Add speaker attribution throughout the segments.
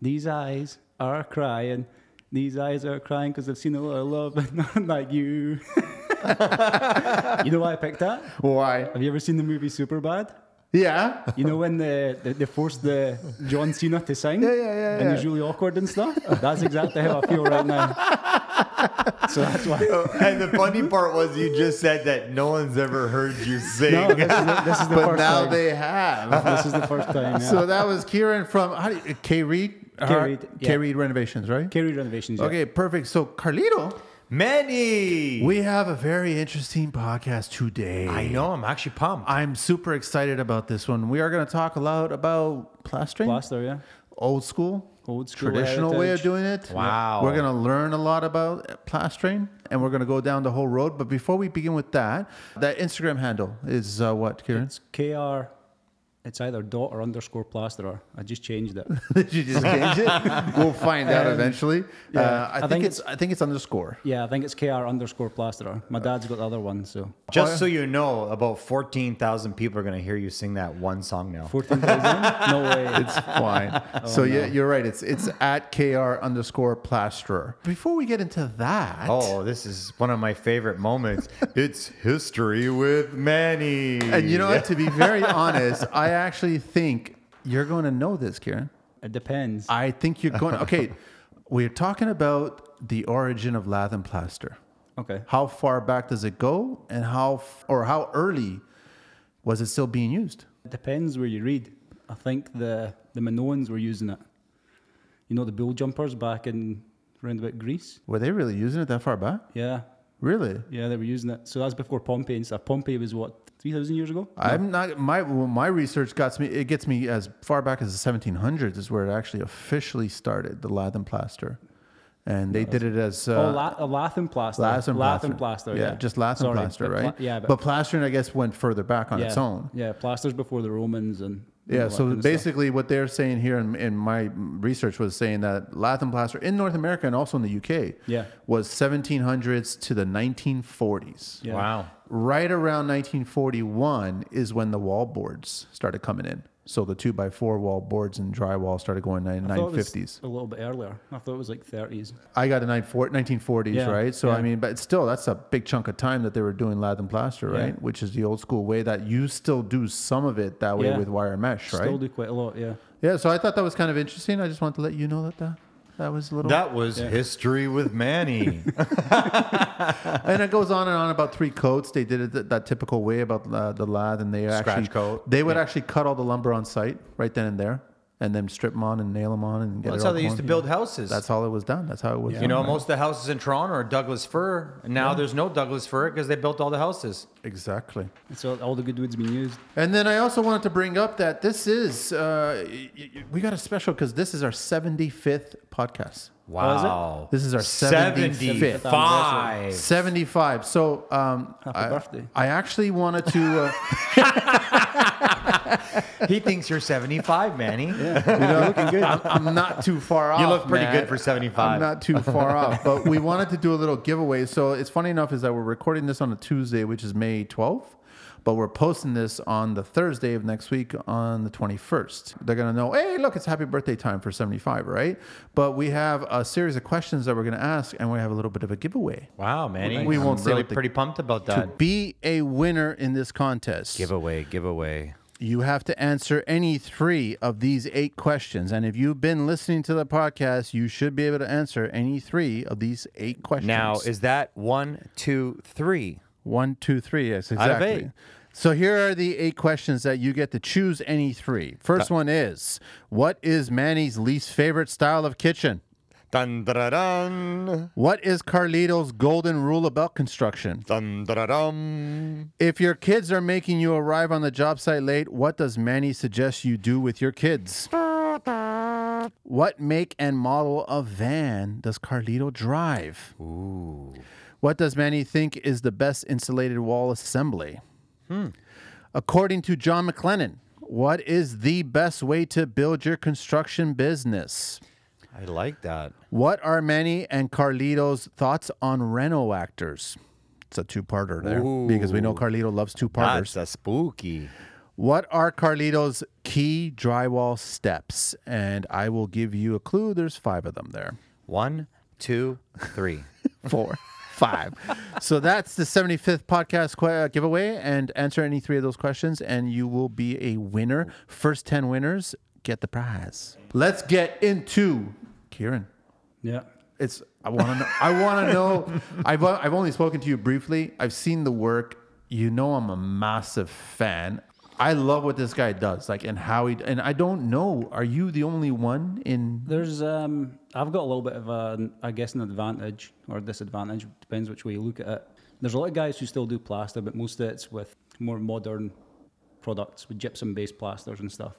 Speaker 1: these eyes are crying. These eyes are crying because they've seen a lot of love, but not like you. you know why I picked that?
Speaker 2: Why?
Speaker 1: Have you ever seen the movie Superbad?
Speaker 2: Yeah.
Speaker 1: You know when the, the, they forced the John Cena to sing?
Speaker 2: Yeah, yeah, yeah,
Speaker 1: And
Speaker 2: yeah.
Speaker 1: he's really awkward and stuff? That's exactly how I feel right now. So that's why.
Speaker 3: and the funny part was you just said that no one's ever heard you sing.
Speaker 1: No, this is the, this is the
Speaker 2: But
Speaker 1: first
Speaker 2: now
Speaker 1: time.
Speaker 2: they have.
Speaker 1: This is the first time. Yeah.
Speaker 2: so that was Kieran from how do you, K Reed.
Speaker 1: K. Reed, yeah.
Speaker 2: K Reed Renovations, right?
Speaker 1: Kerry renovations. yeah.
Speaker 2: Okay, perfect. So Carlito,
Speaker 3: Many.
Speaker 2: we have a very interesting podcast today.
Speaker 3: I know. I'm actually pumped.
Speaker 2: I'm super excited about this one. We are going to talk a lot about plastering,
Speaker 1: Plaster, yeah.
Speaker 2: old school,
Speaker 1: Old school
Speaker 2: traditional way of
Speaker 1: heritage.
Speaker 2: doing it.
Speaker 3: Wow.
Speaker 2: We're going to learn a lot about plastering, and we're going to go down the whole road. But before we begin with that, that Instagram handle is uh, what, Kieran?
Speaker 1: It's KR. It's either dot or underscore plasterer. I just changed it.
Speaker 2: Did you just change it? We'll find out eventually. uh, I, think,
Speaker 1: think
Speaker 2: it's, I think it's underscore.
Speaker 1: yeah, I think it's KR underscore plasterer. My dad's got the other one, so
Speaker 3: Just so you know, about 14,000 people are going to hear you sing that one song now.
Speaker 1: 14,000? no way.
Speaker 2: It's fine. so yeah, you're right. It's it's at kr underscore plasterer. Before we get into that,
Speaker 3: Oh, this is one of my favorite moments. it's history with Manny.
Speaker 2: and you know what? To be very honest, I actually think you're going to know this, Kieran.
Speaker 1: It depends.
Speaker 2: I think you're going. Okay, we're talking about the origin of lath and plaster.
Speaker 1: Okay.
Speaker 2: How far back does it go, and how f- or how early was it still being used?
Speaker 1: It depends where you read. I think the, the Minoans were using it. You know, the bull jumpers back in round about Greece?
Speaker 2: Were they really using it that far back?
Speaker 1: Yeah.
Speaker 2: Really?
Speaker 1: Yeah, they were using it. So that's before Pompeii and stuff. Pompeii was what, 3,000 years ago?
Speaker 2: I'm not my well, my research got me. It gets me as far back as the 1700s is where it actually officially started the lath and plaster, and they did it as uh,
Speaker 1: oh, la- a lath and plaster.
Speaker 2: lath and
Speaker 1: Lath
Speaker 2: plaster.
Speaker 1: yeah.
Speaker 2: just lath
Speaker 1: Sorry,
Speaker 2: and plaster,
Speaker 1: but
Speaker 2: right?
Speaker 1: pla- yeah,
Speaker 2: but,
Speaker 1: but,
Speaker 2: plastering I guess went further back on
Speaker 1: yeah,
Speaker 2: its own.
Speaker 1: Yeah, plasters before the Romans and. and
Speaker 2: Yeah,
Speaker 1: all that
Speaker 2: so
Speaker 1: kind of stuff.
Speaker 2: basically, what they're saying here in, in my research was saying that lath and plaster in North America and also in the UK
Speaker 1: Yeah.
Speaker 2: was 1700s to the 1940s.
Speaker 1: Yeah.
Speaker 3: Wow.
Speaker 2: Right around 1941 is when the wall boards started coming in. So the two by four wall boards and drywall started going in
Speaker 1: I thought it was
Speaker 2: 950s.
Speaker 1: A little bit earlier. I thought it was like 30s.
Speaker 2: I got a 94 1940s,
Speaker 1: Yeah,
Speaker 2: right? So I
Speaker 1: yeah.
Speaker 2: mean, but still, that's a big chunk of time that they were doing lath and plaster,
Speaker 1: Yeah.
Speaker 2: right? Which is the old school way that you still do some of it that way
Speaker 1: Yeah.
Speaker 2: with wire mesh, right?
Speaker 1: Still do quite a lot, yeah.
Speaker 2: Yeah, so I thought that was kind of interesting. I just wanted to let you know that that, that was a little.
Speaker 3: That was history with Manny.
Speaker 2: and it goes on and on about three coats. They did it that, that typical way about uh, the lath, and they actually
Speaker 3: coat.
Speaker 2: They would actually cut all the lumber on site right then and there, and then strip them on and nail them on and get.
Speaker 3: That's
Speaker 2: it all
Speaker 3: how they used to
Speaker 2: going.
Speaker 3: build houses.
Speaker 2: That's how it was done. That's how it was.
Speaker 3: you
Speaker 2: done,
Speaker 3: know,
Speaker 2: right?
Speaker 3: most of the houses in Toronto are Douglas fir. And now there's no Douglas fir because they built all the houses.
Speaker 2: exactly.
Speaker 1: So all the good wood's been used.
Speaker 2: And then I also wanted to bring up that this is uh, y- y- we got a special because this is our seventy fifth podcast.
Speaker 3: Wow.
Speaker 2: This is our 75th.
Speaker 3: 75.
Speaker 2: 75. So, um,
Speaker 1: Happy
Speaker 2: I,
Speaker 1: birthday.
Speaker 2: I actually wanted to. Uh,
Speaker 3: he thinks you're 75, Manny.
Speaker 2: You know, looking good. I'm, I'm not too far off.
Speaker 3: You look pretty
Speaker 2: man.
Speaker 3: good for 75.
Speaker 2: I'm not too far off, but we wanted to do a little giveaway. So it's funny enough is that we're recording this on a Tuesday, which is May 12th, but we're posting this on the Thursday of next week on the 21st. They're gonna know, hey, look, it's happy birthday time for 75, right? But we have a series of questions that we're gonna ask, and we have a little bit of a giveaway.
Speaker 3: Wow, Manny.
Speaker 2: We
Speaker 3: I'm
Speaker 2: won't say
Speaker 3: really
Speaker 2: what the-
Speaker 3: pretty pumped about
Speaker 2: To
Speaker 3: that.
Speaker 2: be a winner in this contest,
Speaker 3: Giveaway, giveaway.
Speaker 2: You have to answer any three of these eight questions. And if you've been listening to the podcast, you should be able to answer any three of these eight questions.
Speaker 3: Now, is that one, two, three?
Speaker 2: one, two, three. Yes,
Speaker 3: of
Speaker 2: exactly.
Speaker 3: eight.
Speaker 2: So here are the eight questions that you get to choose any three. First one is What is Manny's least favorite style of kitchen?
Speaker 3: Dun, da, dun,
Speaker 2: What is Carlito's golden rule about construction?
Speaker 3: dun, da, dum.
Speaker 2: If your kids are making you arrive on the job site late, what does Manny suggest you do with your kids? What make and model of van does Carlito drive?
Speaker 3: Ooh.
Speaker 2: What does Manny think is the best insulated wall assembly? According to John McLennan, what is the best way to build your construction business?
Speaker 3: I like that.
Speaker 2: What are Manny and Carlito's thoughts on reno actors? It's a two-parter there because we know Carlito loves two-parters.
Speaker 3: That's a spooky.
Speaker 4: What are Carlito's key drywall steps? And I will give you a clue. There's five of them there.
Speaker 3: One, two, three.
Speaker 4: four, five. so that's the 75th podcast que- uh, giveaway. And answer any three of those questions, and you will be a winner. First 10 winners get the prize. Let's get into Kieran.
Speaker 1: Yeah.
Speaker 4: It's I want to know. I want to know. I've I've only spoken to you briefly. I've seen the work. You know, I'm a massive fan. I love what this guy does, like and how he. And I don't know. Are you the only one in?
Speaker 1: There's, um, I've got a little bit of a, I guess, an advantage or disadvantage, depends which way you look at it. There's a lot of guys who still do plaster, but most of it's with more modern products, with gypsum based plasters and stuff.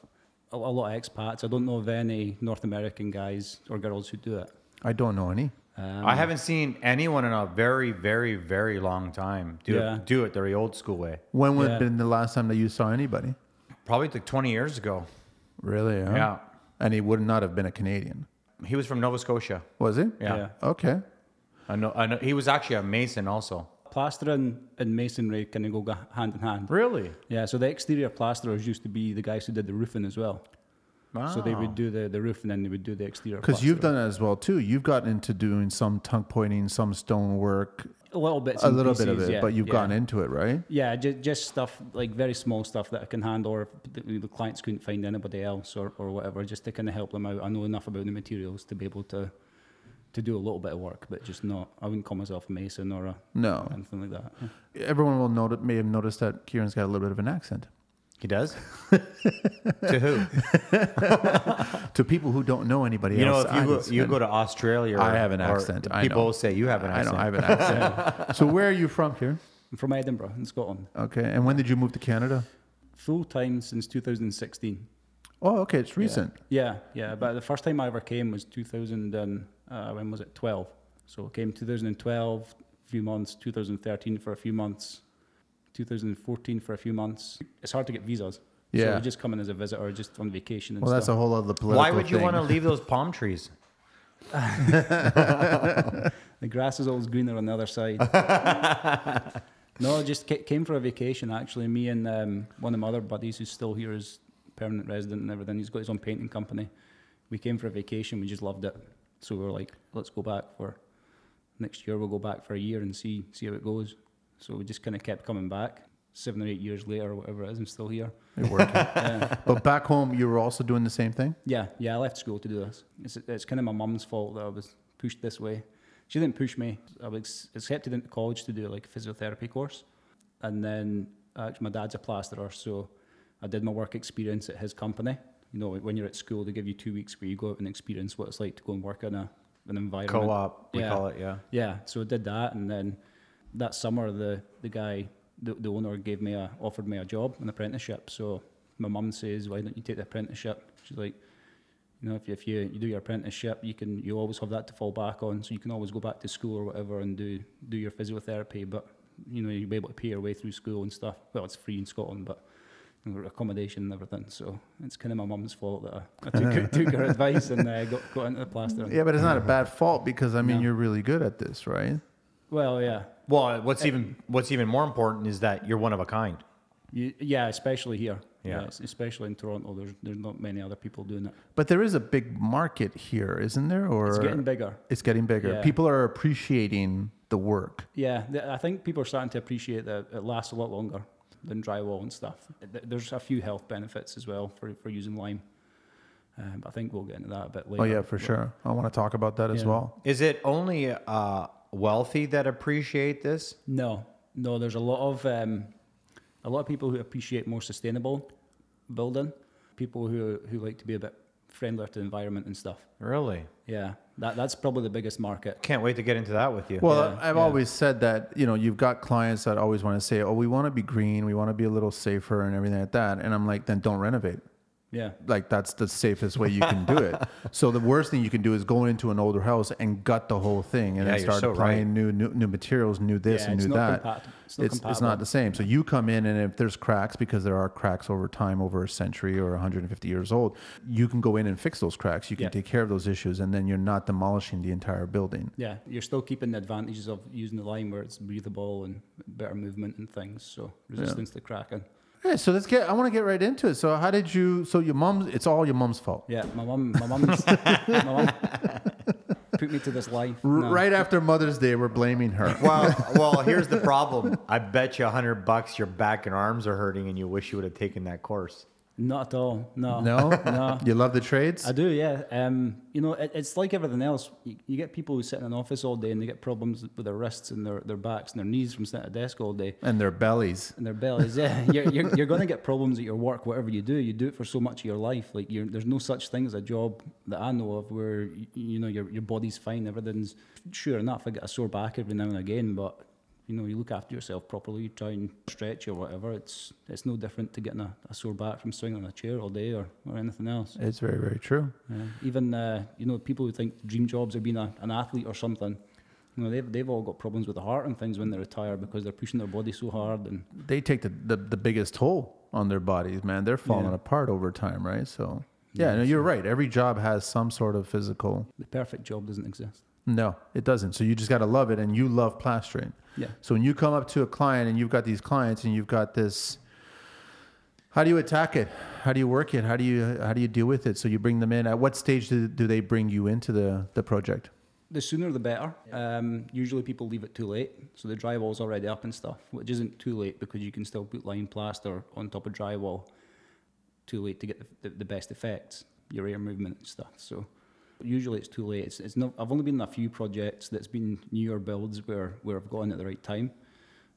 Speaker 1: A, a lot of expats. I don't know of any North American guys or girls who do it.
Speaker 4: I don't know any.
Speaker 3: I haven't seen anyone in a very, very, very long time do
Speaker 1: Yeah.
Speaker 3: it, do it the old school way.
Speaker 4: When would have
Speaker 1: Yeah.
Speaker 4: been the last time that you saw anybody?
Speaker 3: Probably like 20 years ago.
Speaker 4: Really? huh?
Speaker 3: Yeah.
Speaker 4: And he would not have been a Canadian,
Speaker 3: He was from Nova Scotia.
Speaker 4: was he?
Speaker 3: Yeah.
Speaker 1: Yeah.
Speaker 4: Okay.
Speaker 3: I know, I know. He was actually a Mason also.
Speaker 1: Plastering and masonry kind of go ga- hand in hand.
Speaker 3: Really?
Speaker 1: Yeah, so the exterior plasterers used to be the guys who did the roofing as well. So they would do the, the roof and then they would do the exterior.
Speaker 4: Because you've
Speaker 1: plastering.
Speaker 4: done it as well too. You've gotten into doing some tongue pointing, some stone work,
Speaker 1: a little bit,
Speaker 4: a little bit of it, but you've
Speaker 1: yeah.
Speaker 4: gotten into it, right?
Speaker 1: Yeah, just, just stuff like very small stuff that I can handle, or if the, the clients couldn't find anybody else or, or whatever, just to kind of help them out. I know enough about the materials to be able to to do a little bit of work, but just not. I wouldn't call myself a mason or a,
Speaker 4: No.
Speaker 1: anything like that.
Speaker 4: Everyone will note, may have noticed that Kieran's got a little bit of an accent.
Speaker 3: He does? to who?
Speaker 4: To people who don't know anybody
Speaker 3: You know,
Speaker 4: else,
Speaker 3: if you
Speaker 4: I
Speaker 3: go,
Speaker 4: just-
Speaker 3: you go to Australia,
Speaker 4: I have an
Speaker 3: or
Speaker 4: accent, I
Speaker 3: People
Speaker 4: know.
Speaker 3: say you have an
Speaker 4: I
Speaker 3: accent.
Speaker 4: don't have an accent. so where are you from, Kieran?
Speaker 1: I'm from Edinburgh in Scotland,
Speaker 4: Okay, and when did you move to Canada?
Speaker 1: full time since 2016.
Speaker 4: Oh, okay, it's recent.
Speaker 1: Yeah, yeah. But the first time I ever came was 2000 and uh, when was it? 12. So I came 2012, a few months. 2013 for a few months. 2014 for a few months. It's hard to get visas. So
Speaker 4: Yeah.
Speaker 1: you just come in as a visitor, just on vacation and
Speaker 4: Well, that's a
Speaker 1: stuff.
Speaker 4: whole other political.
Speaker 3: Why would you
Speaker 4: thing.
Speaker 3: want to leave those palm trees?
Speaker 1: the grass is always greener on the other side. no, I just ca- came for a vacation actually. Me and um, one of my other buddies who's still here is permanent resident and everything. He's got his own painting company. We came for a vacation. We just loved it. So we were like, let's go back for next year. We'll go back for a year and see see how it goes. So we just kind of kept coming back. Seven or eight years later, or whatever it is, I'm still here.
Speaker 4: You're working. But back home, you were also doing the same thing.
Speaker 1: Yeah, yeah, I left school to do this. It's, it's kind of my mum's fault that I was pushed this way. She didn't push me. I was accepted into college to do like a physiotherapy course. And then uh, my dad's a plasterer, so I did my work experience at his company. You know, when you're at school, they give you two weeks where you go out and experience what it's like to go and work in a, an environment.
Speaker 3: Co op, we
Speaker 1: Yeah.
Speaker 3: call it, yeah.
Speaker 1: Yeah, so I did that, and then that summer the the guy, the, the owner, gave me a offered me a job, an apprenticeship. So my mum says, "Why don't you take the apprenticeship?" She's like, "You know, if you, if you you do your apprenticeship, you can you always have that to fall back on, so you can always go back to school or whatever and do do your physiotherapy, but." You know, you'll be able to pay your way through school and stuff. Well, it's free in Scotland, but you know, accommodation and everything. So it's kind of my mum's fault that I, I took, her- took her advice and uh, got, got into the plastering.
Speaker 4: Yeah, but it's not a bad fault because I mean
Speaker 1: No.
Speaker 4: you're really good at this, right?
Speaker 1: Well, yeah.
Speaker 3: Well, what's even what's even more important is that you're one of a kind.
Speaker 1: You, yeah, especially here.
Speaker 3: Yeah.
Speaker 1: Yeah, es- especially in Toronto, there's there's not many other people doing it.
Speaker 4: But there is a big market here, isn't there? Or
Speaker 1: It's getting bigger.
Speaker 4: It's getting bigger.
Speaker 1: Yeah.
Speaker 4: People are appreciating the work.
Speaker 1: Yeah, th- I think people are starting to appreciate that it lasts a lot longer than drywall and stuff. Th- There's a few health benefits as well for, for using lime. Um, but I think we'll get into that a bit later.
Speaker 4: Oh yeah, for sure. I want to talk about that as
Speaker 1: Yeah.
Speaker 4: well.
Speaker 3: Is it only uh, wealthy that appreciate this?
Speaker 1: No, no. There's a lot of um, a lot of people who appreciate more sustainable building. People who who like to be a bit friendlier to the environment and stuff.
Speaker 3: Really?
Speaker 1: Yeah, that that's probably the biggest market.
Speaker 3: Can't wait to get into that with you.
Speaker 4: Well,
Speaker 1: Yeah,
Speaker 4: I've
Speaker 1: yeah.
Speaker 4: always said that, you know, you've got clients that always want to say, "Oh, we want to be green, we want to be a little safer and everything like that." And I'm like, "Then don't renovate."
Speaker 1: Yeah.
Speaker 4: Like that's the safest way you can do it. so the worst thing you can do is go into an older house and gut the whole thing and
Speaker 3: Yeah,
Speaker 4: then
Speaker 3: you're
Speaker 4: start
Speaker 3: so
Speaker 4: applying
Speaker 3: right.
Speaker 4: new, new new materials, new this
Speaker 1: Yeah,
Speaker 4: and
Speaker 1: it's
Speaker 4: new
Speaker 1: not
Speaker 4: that.
Speaker 1: compatible. It's not
Speaker 4: it's, it's
Speaker 1: compatible.
Speaker 4: not the same. So you come in, and if there's cracks, because there are cracks over time, over a century or 150 years old, you can go in and fix those cracks. You can
Speaker 1: Yeah.
Speaker 4: take care of those issues, and then you're not demolishing the entire building.
Speaker 1: Yeah, you're still keeping the advantages of using the lime where it's breathable and better movement and things. So resistance to cracking.
Speaker 4: Yeah, so let's get. I want to get right into it. So how did you? So your mom's. It's all your mom's fault.
Speaker 1: Yeah, my mum, my mum's, my mum put me to this life.
Speaker 4: R-
Speaker 1: No.
Speaker 4: Right after Mother's Day, we're blaming her.
Speaker 3: Well, well, here's the problem. I bet you a hundred bucks your back and arms are hurting, and you wish you would have taken that course.
Speaker 1: Not at all. No.
Speaker 4: No,
Speaker 1: No.
Speaker 4: You love the trades.
Speaker 1: I do, yeah. Um, you know, it, it's like everything else. You, you get people who sit in an office all day and they get problems with their wrists and their, their backs and their knees from sitting at a desk all day.
Speaker 4: and their bellies.
Speaker 1: and their bellies. Yeah, you're, you're, you're going to get problems at your work, whatever you do. You do it for so much of your life. Like you're, there's no such thing as a job that I know of where you, you know your your body's fine, everything's sure enough. I get a sore back every now and again, but you know you look after yourself properly. You try and stretch or whatever. It's it's no different to getting a, a sore back from swinging on a chair all day or, or anything else.
Speaker 4: It's very, very true.
Speaker 1: Yeah. Even uh, you know people who think dream jobs are being a, an athlete or something. You know, they've, they've all got problems with the heart and things when they retire because they're pushing their body so hard and
Speaker 4: They take the, the, the biggest toll on their bodies, man. They're falling
Speaker 1: Yeah.
Speaker 4: apart over time, right? So yeah, no, you're right. Every job has some sort of physical.
Speaker 1: the perfect job doesn't exist.
Speaker 4: No, it doesn't. So you just got to love it, and you love plastering.
Speaker 1: Yeah.
Speaker 4: So when you come up to a client and you've got these clients and you've got this, how do you attack it? How do you work it? How do you how do you deal with it? So you bring them in. At what stage do, do they bring you into the the project?
Speaker 1: The sooner the better. Um, usually people leave it too late, so the drywall's already up and stuff, which isn't too late because you can still put lime plaster on top of drywall. Too late to get the, the, the best effects, your air movement and stuff. So usually it's too late. It's, it's not, I've only been in a few projects that's been newer builds where where I've gotten at the right time.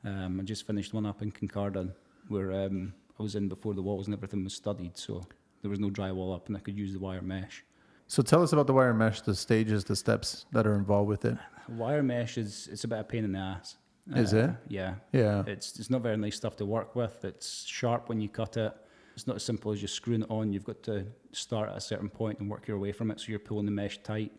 Speaker 1: Um, I just finished one up in Concarden where um, I was in before the walls and everything was studied, so there was no drywall up and I could use the wire mesh.
Speaker 4: So tell us about the wire mesh, the stages, the steps that are involved with it.
Speaker 1: Wire mesh is it's a bit of pain in the ass.
Speaker 4: Is it?
Speaker 1: Yeah.
Speaker 4: Yeah.
Speaker 1: It's it's not very nice stuff to work with. It's sharp when you cut it. It's not as simple as just screwing it on. You've got to start at a certain point and work your way from it. So you're pulling the mesh tight.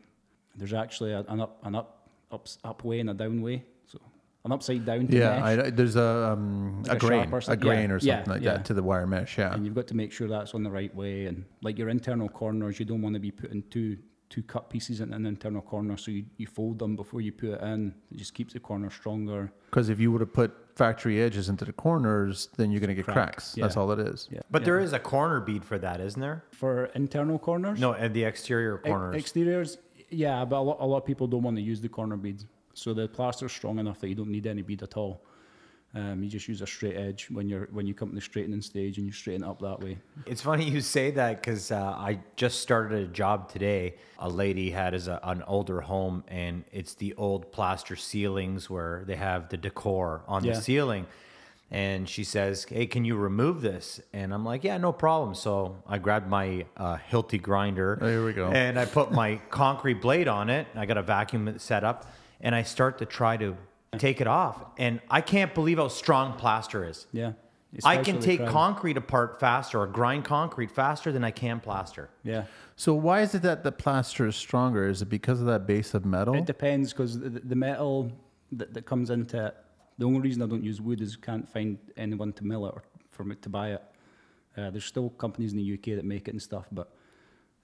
Speaker 1: There's actually a, an up an up up up way and a down way. So an upside down to
Speaker 4: Yeah,
Speaker 1: mesh.
Speaker 4: I, there's a um,
Speaker 1: Like
Speaker 4: a
Speaker 1: a
Speaker 4: grain,
Speaker 1: sharp or
Speaker 4: a
Speaker 1: something.
Speaker 4: grain
Speaker 1: Yeah,
Speaker 4: or
Speaker 1: yeah,
Speaker 4: something like
Speaker 1: yeah.
Speaker 4: that to the wire mesh. Yeah,
Speaker 1: and you've got to make sure that's on the right way and like your internal corners you don't want to be putting two two cut pieces in an internal corner so you, you fold them before you put it in it just keeps the corner stronger
Speaker 4: because if you were to put factory edges into the corners, then you're gonna get
Speaker 1: Crack,
Speaker 4: cracks. That's
Speaker 1: yeah.
Speaker 4: all it is.
Speaker 1: yeah
Speaker 3: But
Speaker 1: yeah.
Speaker 3: there is a corner bead for that, isn't there?
Speaker 1: for internal corners
Speaker 3: No, and the exterior
Speaker 1: E-
Speaker 3: corners.
Speaker 1: exteriors yeah but a lot, a lot of people don't want to use the corner beads so the plaster's strong enough that you don't need any bead at all um, you just use a straight edge when you're when you come to the straightening stage and you straighten up that way
Speaker 3: It's funny you say that because uh, I just started a job today. A lady had as a, an older home, and it's the old plaster ceilings where they have the decor on
Speaker 1: Yeah.
Speaker 3: the ceiling. And she says, "Hey, can you remove this?" And I'm like, "Yeah, no problem." So I grabbed my uh, Hilti grinder.
Speaker 4: There Oh, we go.
Speaker 3: And I put my concrete blade on it. I got a vacuum set up, and I start to try to take it off. And I can't believe how strong plaster is.
Speaker 1: yeah
Speaker 3: I can
Speaker 1: Especially
Speaker 3: take
Speaker 1: crown.
Speaker 3: concrete apart faster or grind concrete faster than I can plaster.
Speaker 1: yeah
Speaker 4: So why is it that the plaster is stronger? Is it because of that base of metal?
Speaker 1: It depends because the, the metal that, that comes into it, the only reason I don't use wood is can't find anyone to mill it or for me to buy it. Uh, there's still companies in the UK that make it and stuff, but